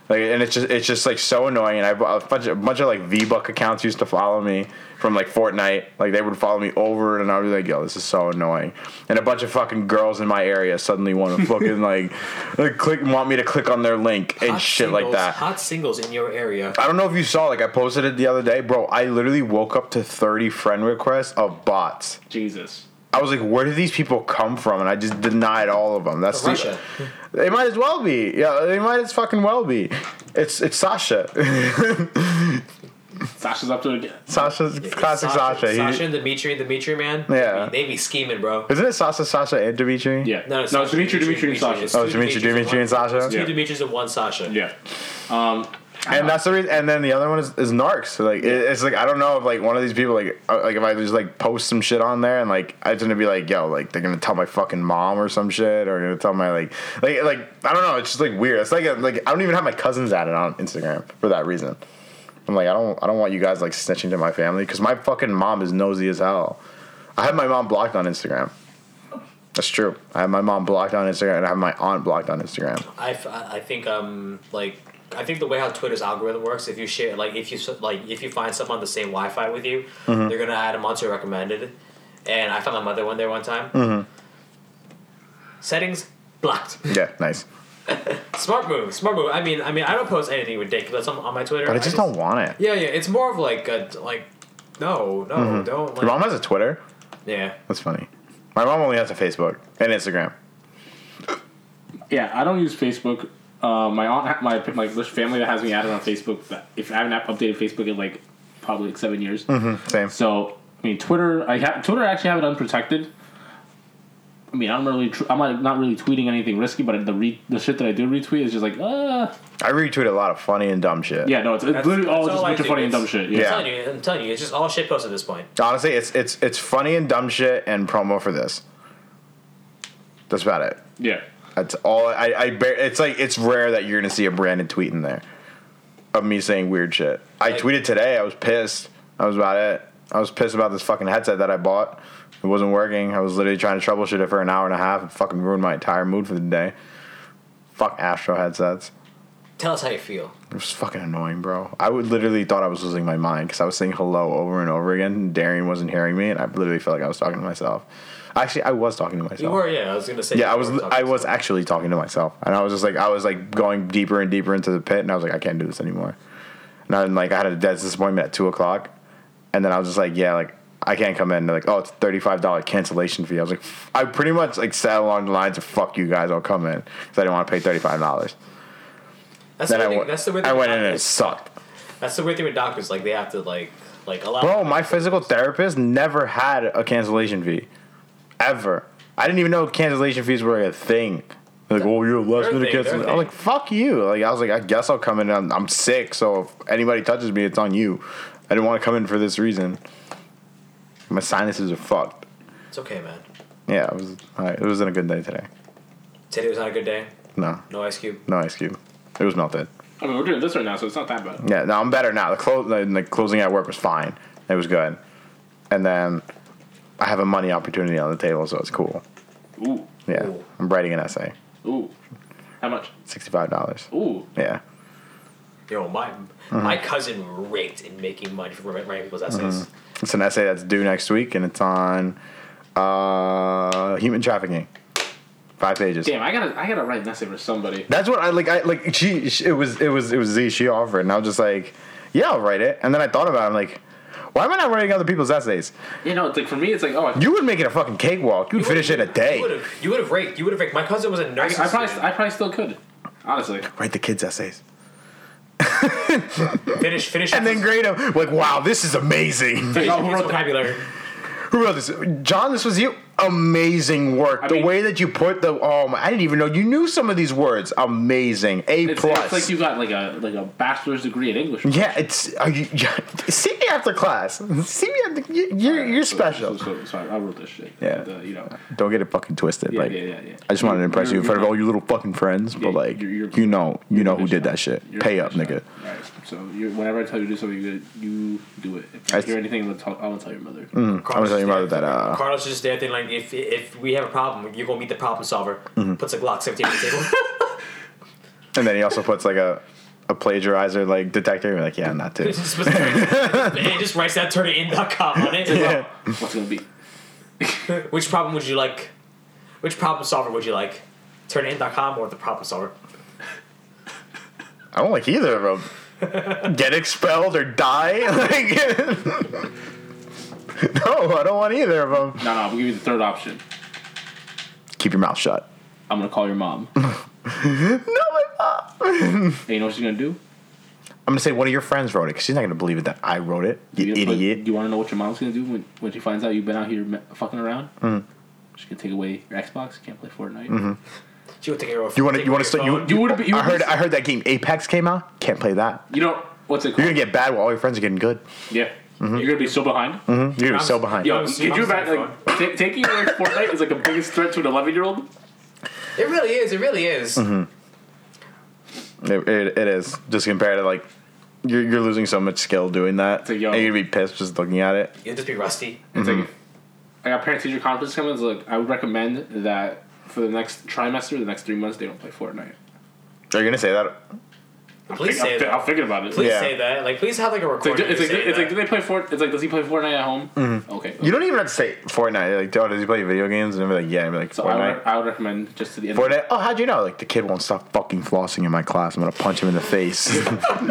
Speaker 1: Like and it's just it's just like so annoying. And I have a bunch of, a bunch of like V Buck accounts used to follow me from like Fortnite. Like they would follow me over and I'd be like, yo, this is so annoying. And a bunch of fucking girls in my area suddenly want to fucking like, like click want me to click on their link and
Speaker 2: Hot
Speaker 1: shit like
Speaker 2: singles-
Speaker 1: that.
Speaker 2: Hot singles in your area.
Speaker 1: I don't know if you saw, like I posted it the other day, bro. I literally woke up to 30 friend requests of bots.
Speaker 3: Jesus.
Speaker 1: I was like, where do these people come from? And I just denied all of them. That's the,
Speaker 2: Russia.
Speaker 1: They might as well be. Yeah, they might as fucking well be. It's it's Sasha.
Speaker 3: Sasha's up to it again.
Speaker 1: Sasha's classic Sasha. He-
Speaker 2: Sasha and Dimitri, Dimitri man.
Speaker 1: Yeah.
Speaker 2: They be scheming, bro.
Speaker 1: isn't it Sasha, Sasha, and Dimitri?
Speaker 3: Yeah.
Speaker 2: No,
Speaker 3: no, it's Dimitri, Dimitri, and Sasha.
Speaker 2: It's
Speaker 1: Oh,
Speaker 2: two
Speaker 1: Dimitri,
Speaker 2: Dimitris
Speaker 1: Dimitri, and
Speaker 2: one-
Speaker 1: Sasha.
Speaker 2: Two
Speaker 3: Yeah.
Speaker 2: Dimitris and one Sasha.
Speaker 3: Yeah.
Speaker 1: And that's the reason. And then the other one is, is Narcs. So, Like it, it's like I don't know if like one of these people like uh, like if I just like post some shit on there and like I tend to be like yo like they're gonna tell my fucking mom or some shit or gonna tell my like like like I don't know. It's just like weird. It's like a, like I don't even have my cousins at it on Instagram for that reason. I'm like I don't I don't want you guys like snitching to my family because my fucking mom is nosy as hell. I have my mom blocked on Instagram. That's true. I have my mom blocked on Instagram and I have my aunt blocked on Instagram.
Speaker 2: I, f- I think um like I think the way how Twitter's algorithm works, if you share like if you s- like if you find someone on the same Wi-Fi with you,
Speaker 1: Mm-hmm.
Speaker 2: they're gonna add them onto your recommended. And I found my mother one there one time.
Speaker 1: Mm-hmm.
Speaker 2: Settings blocked.
Speaker 1: Yeah, nice.
Speaker 2: smart move, smart move. I mean, I mean, I don't post anything ridiculous on, on my Twitter.
Speaker 1: But I just don't want it.
Speaker 2: Yeah, yeah. It's more of like a, like no, no,
Speaker 1: Mm-hmm.
Speaker 2: don't. Like,
Speaker 1: Your mom has a Twitter.
Speaker 2: Yeah.
Speaker 1: That's funny. My mom only has a Facebook and Instagram.
Speaker 3: Yeah, I don't use Facebook. Uh, my aunt, my my this family that has me added on Facebook. but If I haven't updated Facebook in like probably like seven
Speaker 1: Mm-hmm.
Speaker 3: years,
Speaker 1: Same.
Speaker 3: so I mean Twitter. I ha- Twitter I actually have it unprotected. I mean, I'm really, tr- I'm not, not really tweeting anything risky, but the re- the shit that I do retweet is just like, uh,
Speaker 1: I retweet a lot of funny and dumb shit.
Speaker 3: yeah, no, it's, it's literally all
Speaker 2: that's
Speaker 3: just
Speaker 2: all
Speaker 3: a
Speaker 2: I
Speaker 3: bunch of
Speaker 2: do.
Speaker 3: funny and
Speaker 2: It's-
Speaker 3: dumb shit.
Speaker 1: Yeah.
Speaker 2: I'm telling you, I'm telling you, it's just all shitpost at this point.
Speaker 1: Honestly, it's it's it's funny and dumb shit and promo for this. That's about it.
Speaker 3: yeah.
Speaker 1: That's all. I I bar- it's like it's rare that you're gonna see a branded tweet in there of me saying weird shit. I
Speaker 2: Like-
Speaker 1: tweeted today. I was pissed. That was about it. I was pissed about this fucking headset that I bought. It wasn't working. I was literally trying to troubleshoot it for an hour and a half. It fucking ruined my entire mood for the day. Fuck Astro headsets.
Speaker 2: Tell us how you feel.
Speaker 1: was fucking annoying, bro. I would literally thought I was losing my mind because I was saying hello over and over again. And Darian wasn't hearing me, and I literally felt like I was talking to myself. Actually, I was talking to myself.
Speaker 2: You were, yeah. I was gonna say.
Speaker 1: yeah, I
Speaker 2: you
Speaker 1: was.
Speaker 2: were talking
Speaker 1: I
Speaker 2: to
Speaker 1: was
Speaker 2: someone.
Speaker 1: actually talking to myself, and I was just like, I was like going deeper and deeper into the pit, and I was like, I can't do this anymore. And I'm like, I had a dentist disappointment at two o'clock, and then I was just like, yeah, like I can't come in. They're like, oh, it's thirty five dollar cancellation fee. I was like, f- I pretty much like sat along the lines of fuck you guys, I'll come in because I didn't want to pay thirty five dollars.
Speaker 2: That's
Speaker 1: Then
Speaker 2: the
Speaker 1: I
Speaker 2: weird thing-
Speaker 1: went-
Speaker 2: That's the weird
Speaker 1: I
Speaker 2: thing. with
Speaker 1: went in and it
Speaker 2: doctors.
Speaker 1: sucked.
Speaker 2: That's the weird thing with doctors. Like they have to like like allow.
Speaker 1: Bro, my physical therapist never had a cancellation fee, ever. I didn't even know cancellation fees were a thing. Like, oh, you're less
Speaker 2: They're a thing, they're
Speaker 1: than a
Speaker 2: a
Speaker 1: cancellation. I'm
Speaker 2: thing.
Speaker 1: like, fuck you. Like, I was like, I guess I'll come in. I'm, I'm sick, so if anybody touches me, it's on you. I didn't want to come in for this reason. My sinuses are fucked.
Speaker 2: It's okay, man.
Speaker 1: Yeah, it was. I, it wasn't a good day today.
Speaker 2: Today was not a good day.
Speaker 1: No,
Speaker 2: No ice cube.
Speaker 1: no ice cube. It was melted.
Speaker 3: I mean, we're doing this right now, so it's not that bad.
Speaker 1: Yeah, no, I'm better now. The, clo- the, the closing at work was fine. It was good. And then I have a money opportunity on the table, so it's cool.
Speaker 3: Ooh,
Speaker 1: Yeah.
Speaker 2: Ooh.
Speaker 1: I'm writing an essay.
Speaker 3: ooh, how much?
Speaker 1: $65.
Speaker 3: Ooh,
Speaker 1: Yeah.
Speaker 2: Yo, my
Speaker 1: Uh-huh.
Speaker 2: my cousin raked in making money from writing people's essays.
Speaker 1: It's an essay that's due next week, and it's on uh, human trafficking. Five pages.
Speaker 3: damn! I gotta, I gotta write an essay for somebody.
Speaker 1: That's what I like. I like. She, she. It was. It was. It was Z. She offered, and I was just like, "Yeah, I'll write it." And then I thought about. it. I'm like, "Why am I not writing other people's essays?
Speaker 3: You know, it's like for me, it's like oh, I,
Speaker 1: You would make it a fucking cakewalk. You'd finish it in a day.
Speaker 2: You would have. You would have raked. You would have raked. My cousin was a
Speaker 3: I,
Speaker 2: nurse.
Speaker 3: I probably, I probably still could. Honestly,
Speaker 1: Write the kids' essays."
Speaker 2: finish. Finish.
Speaker 1: and then grade them. Like, wow, this is amazing.
Speaker 3: Like,
Speaker 2: Oh,
Speaker 3: oh, who wrote that?
Speaker 2: vocabulary?
Speaker 1: Who wrote this? John, this was you. Amazing work. the
Speaker 3: mean-
Speaker 1: way that you put the oh my, I didn't even know you knew some of these words. Amazing. A
Speaker 3: It's,
Speaker 1: plus.
Speaker 3: it's like you got like a like a bachelor's degree in English.
Speaker 1: yeah, it's are you, see me after class. See me after you- you're you're special.
Speaker 3: So, so, so I wrote this shit.
Speaker 1: Yeah.
Speaker 3: And, uh, you know.
Speaker 1: Don't get it fucking twisted.
Speaker 3: Yeah,
Speaker 1: like
Speaker 3: yeah, yeah, yeah.
Speaker 1: I just wanted to impress you in
Speaker 3: You're-
Speaker 1: front of
Speaker 3: you're-
Speaker 1: all your little fucking friends, but
Speaker 3: Yeah,
Speaker 1: like
Speaker 3: you're- you're-
Speaker 1: you know, you know who did
Speaker 3: Good shot.
Speaker 1: that shit.
Speaker 3: You're
Speaker 1: Pay
Speaker 3: a
Speaker 1: up,
Speaker 3: good
Speaker 1: nigga.
Speaker 3: shot. Right. So you're, whenever I tell you to do something good, you do it. If
Speaker 1: I
Speaker 3: I
Speaker 1: s- Mm.
Speaker 3: hear anything, I'm gonna tell, I'm gonna tell your mother.
Speaker 1: I was
Speaker 2: Carlos
Speaker 1: telling you about
Speaker 2: just
Speaker 1: that. Uh,
Speaker 2: Carlos is just there thinking like, if if we have a problem, you're gonna meet the problem solver.
Speaker 1: Mm-hmm.
Speaker 2: Puts a Glock 17 on the table.
Speaker 1: uh, and then he also puts like a a plagiarizer like detector. You're like, yeah, I'm not too.
Speaker 2: Just puts- and it just writes that turnitin.com on it.
Speaker 1: Yeah.
Speaker 3: What's it gonna be?
Speaker 2: Which problem would you like? Which problem solver would you like? Turnitin.com or the problem solver?
Speaker 1: I don't like either of them. Get expelled or die? Like, no, I don't want either of them.
Speaker 3: No, no. I'll give you the third option.
Speaker 1: Keep your mouth shut.
Speaker 3: I'm gonna call your mom. and
Speaker 1: No, I'm
Speaker 3: you know what she's gonna do?
Speaker 1: gonna say one of your friends wrote it because she's not gonna believe it that I wrote it. You
Speaker 3: gonna put-
Speaker 1: idiot.
Speaker 3: you want to know what your mom's gonna do when, when she finds out you've been out here me- fucking around? Mm. She's gonna take away your Xbox. You can't play Fortnite.
Speaker 1: Mm-hmm.
Speaker 2: She would take care of.
Speaker 1: You want to?
Speaker 2: take
Speaker 1: You want to?
Speaker 2: care of
Speaker 1: St- you,
Speaker 2: your
Speaker 3: You would've been- you
Speaker 1: I heard.
Speaker 3: would've-
Speaker 1: I heard that game Apex came out. Can't play that.
Speaker 3: You don't. What's it
Speaker 1: You're Mm-hmm.
Speaker 3: called?
Speaker 1: gonna get bad while all your friends are getting good.
Speaker 3: yeah. You're gonna be so behind.
Speaker 1: You're gonna be so behind.
Speaker 3: Mm-hmm. Yo,
Speaker 2: Yeah, it's
Speaker 3: could you
Speaker 2: mom's
Speaker 3: imagine like, ta- taking away Fortnite is like the biggest threat to an 11 year old?
Speaker 1: Mm-hmm.
Speaker 2: phone. It really is. It really is.
Speaker 1: It, it, it is just compared to like. You're, you're losing so much skill doing that.
Speaker 3: So, yo.
Speaker 1: and you're gonna be pissed just looking at it.
Speaker 2: You'll just be rusty.
Speaker 3: It's like, I got parent teacher conference coming. It's like, I would recommend that for the next trimester, the next three months, they don't play Fortnite.
Speaker 1: Are you gonna say that?
Speaker 2: Please
Speaker 3: I'm,
Speaker 2: say
Speaker 3: I'm,
Speaker 2: that.
Speaker 3: thinking about it.
Speaker 2: Please
Speaker 1: Yeah.
Speaker 2: say that. Like, please have like a
Speaker 3: It's like,
Speaker 2: recording.
Speaker 3: do- it's,
Speaker 2: of you
Speaker 3: like, do-
Speaker 2: saying
Speaker 3: it's like, do
Speaker 2: that.
Speaker 3: they play Fort? It's like, does he play Fortnite at home? Okay.
Speaker 1: Mm-hmm. You don't even have to say Fortnite. Like, oh, does he play video games? And I'm like, yeah. And be like,
Speaker 3: so I
Speaker 1: Fortnite.
Speaker 3: would, I would recommend just to the end.
Speaker 1: Fortnite. Oh, how'd you know? Like the kid won't stop fucking flossing in my class. I'm gonna punch him in the face.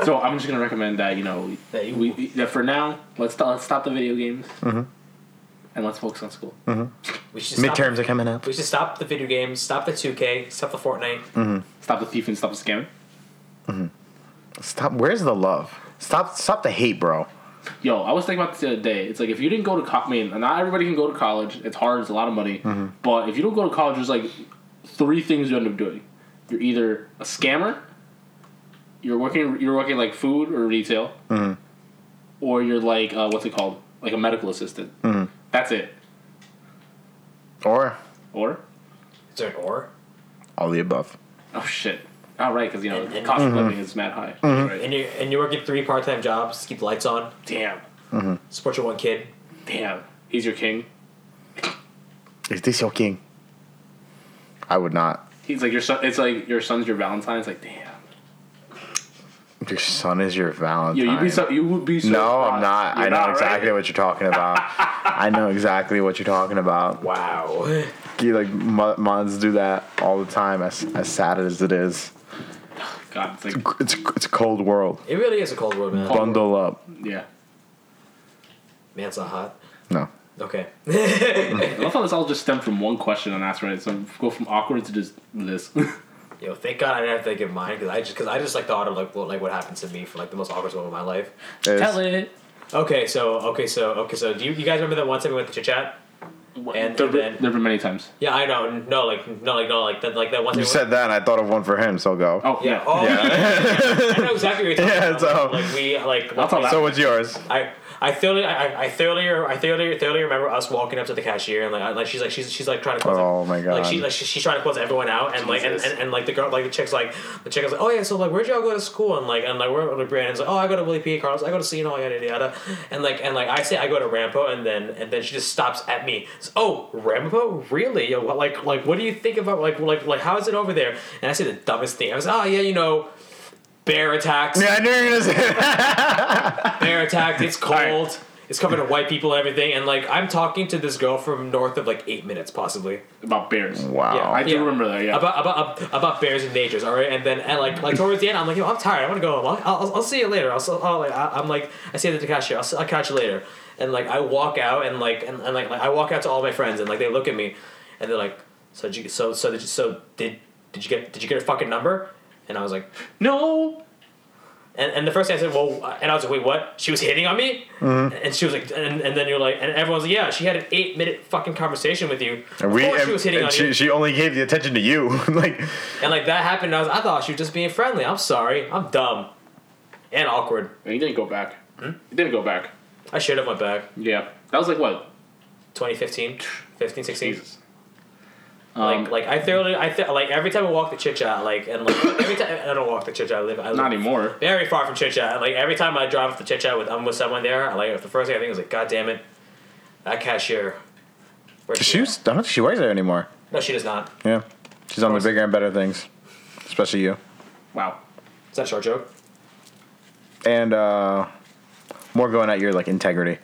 Speaker 3: So I'm just gonna recommend that you know
Speaker 2: That you-
Speaker 3: we, we- that for now let's st- let's stop the video games
Speaker 1: Mm-hmm.
Speaker 3: and let's focus on school.
Speaker 1: Mm.
Speaker 2: we should stop-
Speaker 1: Midterms are coming up.
Speaker 2: We should stop the video games. Stop the 2K. Stop the Fortnite.
Speaker 1: Mm.
Speaker 3: Stop the thieving, stop the scamming.
Speaker 1: Stop. Where's the love? Stop. Stop the hate, bro.
Speaker 3: Yo, I was thinking about this the other day. It's like if you didn't go to college, I mean, not everybody can go to college. It's hard. It's a lot of money. But if you don't go to college, there's like three things you end up doing. You're either a scammer, you're working, you're working like food or retail, or you're like uh, what's it called, like a medical assistant. That's it.
Speaker 1: Or
Speaker 3: Or
Speaker 2: Is there an or?
Speaker 1: all the above.
Speaker 3: oh shit. Oh, right, because you know
Speaker 2: And-
Speaker 3: the
Speaker 2: and-
Speaker 3: cost of living is mad high. Right.
Speaker 2: And you and you're working three part-time jobs. Keep the lights on.
Speaker 3: Damn.
Speaker 2: Support your one kid.
Speaker 3: Damn. He's your king.
Speaker 1: Is this your king? I would not.
Speaker 3: He's like your son. It's like your son's your Valentine. It's like damn.
Speaker 1: Your son is your Valentine.
Speaker 3: Yo, you'd be so, you would be so
Speaker 1: no, I'm
Speaker 3: surprised.
Speaker 1: not.
Speaker 3: You're
Speaker 1: I know
Speaker 3: not, right?
Speaker 1: exactly what you're talking about. I know exactly what you're talking about.
Speaker 3: Wow.
Speaker 1: You, like mo- moms do that all the time. As as sad as it is,
Speaker 3: God, it's like
Speaker 1: it's it's a cold world.
Speaker 2: It really is a cold world, man.
Speaker 1: Bundle up.
Speaker 3: yeah.
Speaker 2: Man, it's not hot.
Speaker 1: No.
Speaker 2: Okay.
Speaker 3: I love how this all just stemmed from one question and asked right. So go from awkward to just this.
Speaker 2: Yo, thank God I didn't have to give mine because I just because I just like thought of like what like what happened to me for like the most awkward moment of my life.
Speaker 1: It's-
Speaker 3: it.
Speaker 2: Okay, so okay, so okay, so do you, you guys remember that one time we went to chit chat? And
Speaker 3: there,
Speaker 2: then-
Speaker 3: there were many times.
Speaker 2: Yeah, I know. No, like no, like no, like that, like that one. time
Speaker 1: You
Speaker 2: we-
Speaker 1: said that, and I thought of one for him. So go.
Speaker 3: Oh yeah.
Speaker 2: yeah. Oh,
Speaker 1: Yeah.
Speaker 2: I know exactly what you're talking
Speaker 1: Yeah,
Speaker 2: about.
Speaker 1: so-
Speaker 2: like we like.
Speaker 3: I'll tell that.
Speaker 1: so what's yours?
Speaker 2: I I thoroughly I, I- I thoroughly I thoroughly thoroughly remember us walking up to the cashier and like I, like she's like she's she's like trying to close
Speaker 1: Oh,
Speaker 2: like,
Speaker 1: my God.
Speaker 2: like she like she, she's trying to close everyone out and like and,
Speaker 3: Jesus.
Speaker 2: and, and like the girl like the chick's like the chick is like oh yeah so like where'd y'all go to school and like and like we're like Brandon's like oh I go to Willie P Carlos I go to Sino yada yada yada and like and like I say I go to Rampo and then and then she just stops at me It's, oh Rampo really Yo, what- like like what do you think about like like like how is it over there and I say the dumbest thing I was oh yeah you know bear attacks
Speaker 1: Yeah, I knew you were gonna say that.
Speaker 2: bear attacked. It's cold.
Speaker 3: right.
Speaker 2: It's covered in white people and everything. And like, I'm talking to this girl from north of like eight minutes, possibly.
Speaker 3: About bears.
Speaker 1: Wow.
Speaker 2: Yeah.
Speaker 3: I do
Speaker 2: Yeah.
Speaker 3: remember that. Yeah.
Speaker 2: About about about bears and natures. All right, and then and like like towards the end, I'm like, yo, I'm tired. I want to go home. I'll, I'll, I'll see you later. I'll, I'll, I'll- i am like, I say to the cashier, I'll, s- I'll catch you later. And like, I walk out and like and, and like, like I walk out to all my friends and like they look at me, and they're like, so did you so so did you, so did did you get did you get her fucking number? And I was like,
Speaker 3: no.
Speaker 2: And, and the first thing I said, well, uh, and I was like, wait, what? She was hitting on me?
Speaker 1: Mm-hmm.
Speaker 2: And she was like, and, and then you're like, and everyone's like, yeah, she had an eight minute fucking conversation with you.
Speaker 1: And
Speaker 2: of
Speaker 1: we,
Speaker 2: course
Speaker 1: and,
Speaker 2: she was hitting
Speaker 1: and
Speaker 2: on
Speaker 1: she,
Speaker 2: you.
Speaker 1: she only gave the attention to you. like,
Speaker 2: and like that happened, and I was, I thought she was just being friendly. I'm sorry, I'm dumb and awkward.
Speaker 3: And he didn't go back.
Speaker 1: Hmm?
Speaker 3: He didn't go back.
Speaker 2: I should have went back.
Speaker 3: Yeah. That was like what?
Speaker 2: 2015, 15, 16.
Speaker 3: Jesus.
Speaker 2: Like,
Speaker 3: Um,
Speaker 2: like I thoroughly, I th- like every time I walk the chit chat, like, and like every time I don't walk the chit chat, I live, I live
Speaker 3: not anymore.
Speaker 2: very far from chit chat. Like every time I drive off the chit chat with I'm with someone there, I, like the first thing I think is like, God damn it, that cashier. Where's
Speaker 1: she was, I don't think she works there anymore.
Speaker 2: at? No, she does not.
Speaker 1: Yeah. She's on the bigger and better things, especially you.
Speaker 3: Wow.
Speaker 2: Is that a short joke?
Speaker 1: And uh, more going at your like integrity.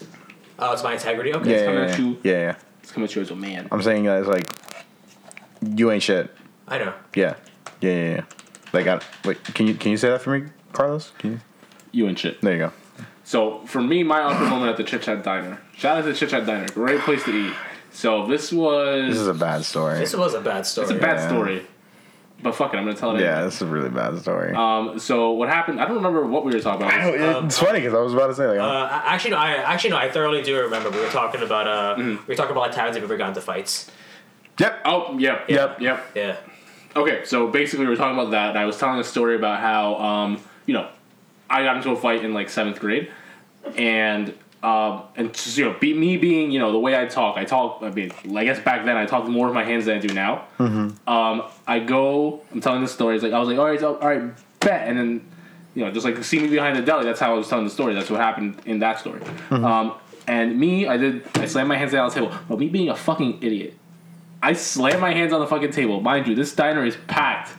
Speaker 2: Oh, it's my integrity. Okay.
Speaker 1: Yeah,
Speaker 3: coming
Speaker 1: yeah,
Speaker 3: at
Speaker 1: yeah.
Speaker 3: you.
Speaker 1: yeah, yeah.
Speaker 3: It's coming to you as a man.
Speaker 1: I'm saying that it's like you ain't shit.
Speaker 2: I know.
Speaker 1: Yeah, yeah, yeah. yeah. Like, I, wait, can you can you say that for me, Carlos? Can you,
Speaker 3: You and shit.
Speaker 1: there you go.
Speaker 3: So for me, my awkward moment at the Chit Chat Diner. Shout out to the Chit Chat Diner. Great place to eat. So this was.
Speaker 1: This is a bad story.
Speaker 2: This was a bad story.
Speaker 3: It's a bad
Speaker 1: Yeah.
Speaker 3: story. But fuck it, I'm gonna tell it.
Speaker 1: Yeah, this is a really bad story.
Speaker 3: Um, so what happened? I don't remember what we were talking about.
Speaker 1: Oh, it- it's funny because I was about to say like,
Speaker 2: Um, uh, I- actually, no. I actually no. I thoroughly do remember. We were talking about uh,
Speaker 3: Mm-hmm.
Speaker 2: we were talking about like, times we've ever gotten to fights.
Speaker 1: yep,
Speaker 3: Oh, yep,
Speaker 1: Yep.
Speaker 3: yep, yep.
Speaker 2: Yeah.
Speaker 3: Okay, so basically we were talking about that, and I was telling a story about how, um, you know, I got into a fight in like seventh grade, and um, and just, you know, be, me being you know the way I talk, I talk. I mean, I guess back then I talked more with my hands than I do now.
Speaker 1: Mm-hmm.
Speaker 3: Um, I go, I'm telling this story. It's like I was like, all right, all right, bet, and then you know, just like see me behind the deli. That's how I was telling the story. That's what happened in that story.
Speaker 1: Mm-hmm.
Speaker 3: Um, and me, I did. I slammed my hands down on the table. But me being a fucking idiot, I slammed my hands on the fucking table. Mind you, this diner is packed.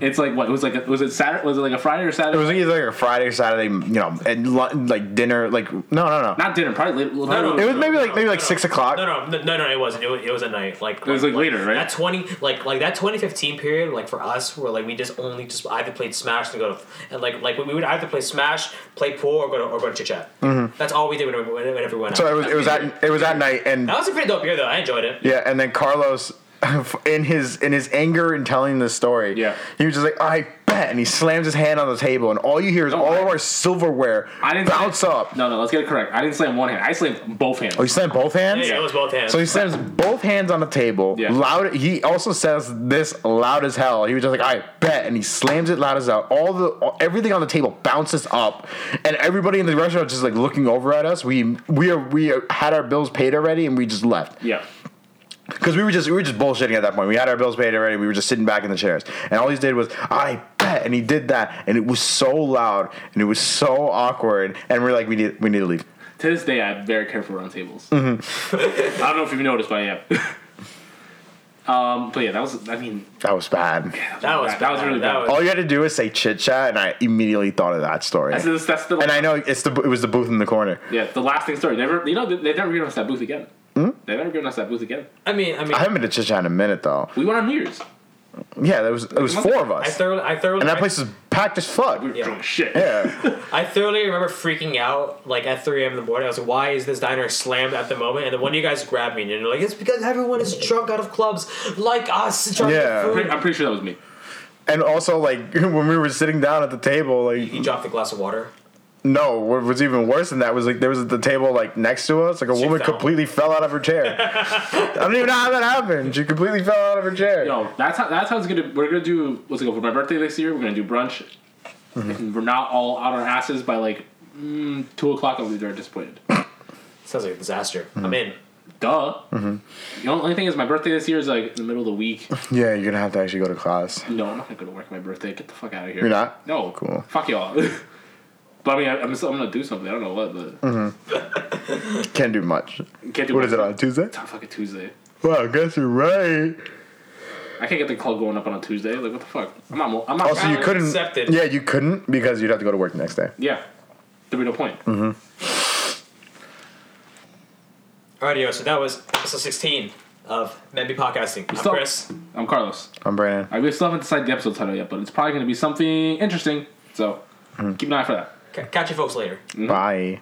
Speaker 3: It's like what? It was like a, was it Saturday? Was it like a Friday or Saturday?
Speaker 1: Mm-hmm. It was either like a Friday, Saturday, you know, and lu- like dinner, like no, no, no.
Speaker 3: not dinner. Probably late.
Speaker 2: No, no.
Speaker 1: It was maybe like
Speaker 2: No,
Speaker 1: maybe like
Speaker 2: no.
Speaker 1: six o'clock.
Speaker 2: No, no, no, no, no. It wasn't. It was, it was at night. Like
Speaker 3: It was like later, right?
Speaker 2: That twenty, like like that twenty fifteen period, like for us, where like we just only just either played Smash and go to, and like like we would either play Smash, play pool, or go to or go to chit chat.
Speaker 3: Mm-hmm.
Speaker 2: That's all we did when, when, when everyone.
Speaker 1: So it was it was at it was at night, and
Speaker 2: that was a pretty dope year though. I enjoyed it.
Speaker 1: yeah, and then Carlos, in his in his anger and telling the story,
Speaker 3: Yeah.
Speaker 1: he was just like, I bet, and he slams his hand on the table, and all you hear is all
Speaker 3: I-
Speaker 1: of our silverware
Speaker 3: I didn't
Speaker 1: bounce
Speaker 3: slam-
Speaker 1: up.
Speaker 3: No, no. Let's get it correct. I didn't slam one hand. I slammed both hands.
Speaker 1: Oh, he slammed both hands.
Speaker 2: Yeah, it was both hands.
Speaker 1: So he slams both hands on the table.
Speaker 3: Yeah.
Speaker 1: Loud. He also says this loud as hell. He was just like, "I bet," and he slams it loud as hell. All the all, everything on the table bounces up, and everybody in the restaurant is just like looking over at us. We we are we are, had our bills paid already, and we just left
Speaker 3: Yeah.
Speaker 1: because we were just we were just bullshitting at that point. We had our bills paid already. We were just sitting back in the chairs, and all he did was, "I bet," and he did that, and it was so loud, and it was so awkward, and we're like, "We need we need to leave."
Speaker 3: To this
Speaker 1: Mm-hmm.
Speaker 3: day, I'm very careful around tables. I don't know if you've noticed, but I am. Um, but yeah, that was. I mean,
Speaker 1: That was bad.
Speaker 2: That was
Speaker 3: that was
Speaker 2: bad.
Speaker 3: really
Speaker 2: That
Speaker 3: bad.
Speaker 2: was-
Speaker 1: All you had to do was say chit chat, and I immediately thought of that story.
Speaker 3: that's, that's, that's the.
Speaker 1: and I know it's the it was the booth in the corner.
Speaker 3: Yeah, the lasting story. Never, you know, they- they've never given us that booth again.
Speaker 1: Hmm?
Speaker 3: They've never given us that booth again.
Speaker 2: I mean, I mean,
Speaker 1: I haven't been to chit chat in a minute though.
Speaker 3: We went on New Year's.
Speaker 1: Yeah, there was it was four of
Speaker 2: I
Speaker 1: us,
Speaker 2: thoroughly, I thoroughly,
Speaker 1: and that place is packed as fuck.
Speaker 3: We were
Speaker 2: Yeah.
Speaker 3: drunk as shit.
Speaker 1: Yeah,
Speaker 2: I thoroughly remember freaking out like at 3 a.m. in the morning. I was like, why is this diner slammed at the moment? And then one of you guys grabbed me and you're like, it's because everyone is drunk out of clubs like us. Drunk
Speaker 1: Yeah.
Speaker 2: yeah.
Speaker 3: I'm
Speaker 2: Food.
Speaker 3: pretty- I'm pretty sure that was me.
Speaker 1: and also like when we were sitting down at the table, like
Speaker 2: He dropped the glass of water.
Speaker 1: No, what was even worse than that was like there was at the table like next to us, like a
Speaker 2: She
Speaker 1: woman
Speaker 2: fell.
Speaker 1: completely fell out of her chair. I don't even know how that happened. She completely fell out of her chair.
Speaker 3: Yo, that's how that's how it's gonna. We're gonna do. What's it called for my birthday this year? We're gonna do brunch.
Speaker 1: Mm-hmm.
Speaker 3: If we're not all out our asses by like mm, two o'clock. I'll be very disappointed.
Speaker 2: Sounds like a disaster. I'm in.
Speaker 3: Duh.
Speaker 1: Mm-hmm.
Speaker 3: The only thing is, my birthday this year is like in the middle of the week.
Speaker 1: Yeah, you're gonna have to actually go to class.
Speaker 3: No, I'm not gonna go to work on my birthday. Get the fuck out of here.
Speaker 1: You're not?
Speaker 3: No.
Speaker 1: Cool.
Speaker 3: Fuck y'all. but I mean, I, I'm, still, I'm gonna do something. I don't know what, but
Speaker 1: Can't do much.
Speaker 3: can't do.
Speaker 1: Mm-hmm. What is it
Speaker 3: much.
Speaker 1: on Tuesday?
Speaker 3: It's on fucking Tuesday.
Speaker 1: Well, I guess you're right.
Speaker 3: I can't get the club going up on a Tuesday. Like what the fuck? I'm not. mo- I'm not.
Speaker 1: Also, Oh, you
Speaker 2: Finally
Speaker 1: couldn't.
Speaker 2: accepted.
Speaker 1: Yeah, you couldn't because you'd have to go to work the next day.
Speaker 3: yeah. There'd be no point.
Speaker 1: Mm-hmm.
Speaker 2: Alrighty, yo, so that was episode 16 of Memby Podcasting. I'm
Speaker 3: still-
Speaker 2: Chris.
Speaker 3: I'm Carlos.
Speaker 1: I'm Brandon.
Speaker 3: I we still haven't decided the episode title yet, but it's probably going to be something interesting. So keep an eye for that.
Speaker 2: C- catch you folks later.
Speaker 1: Bye.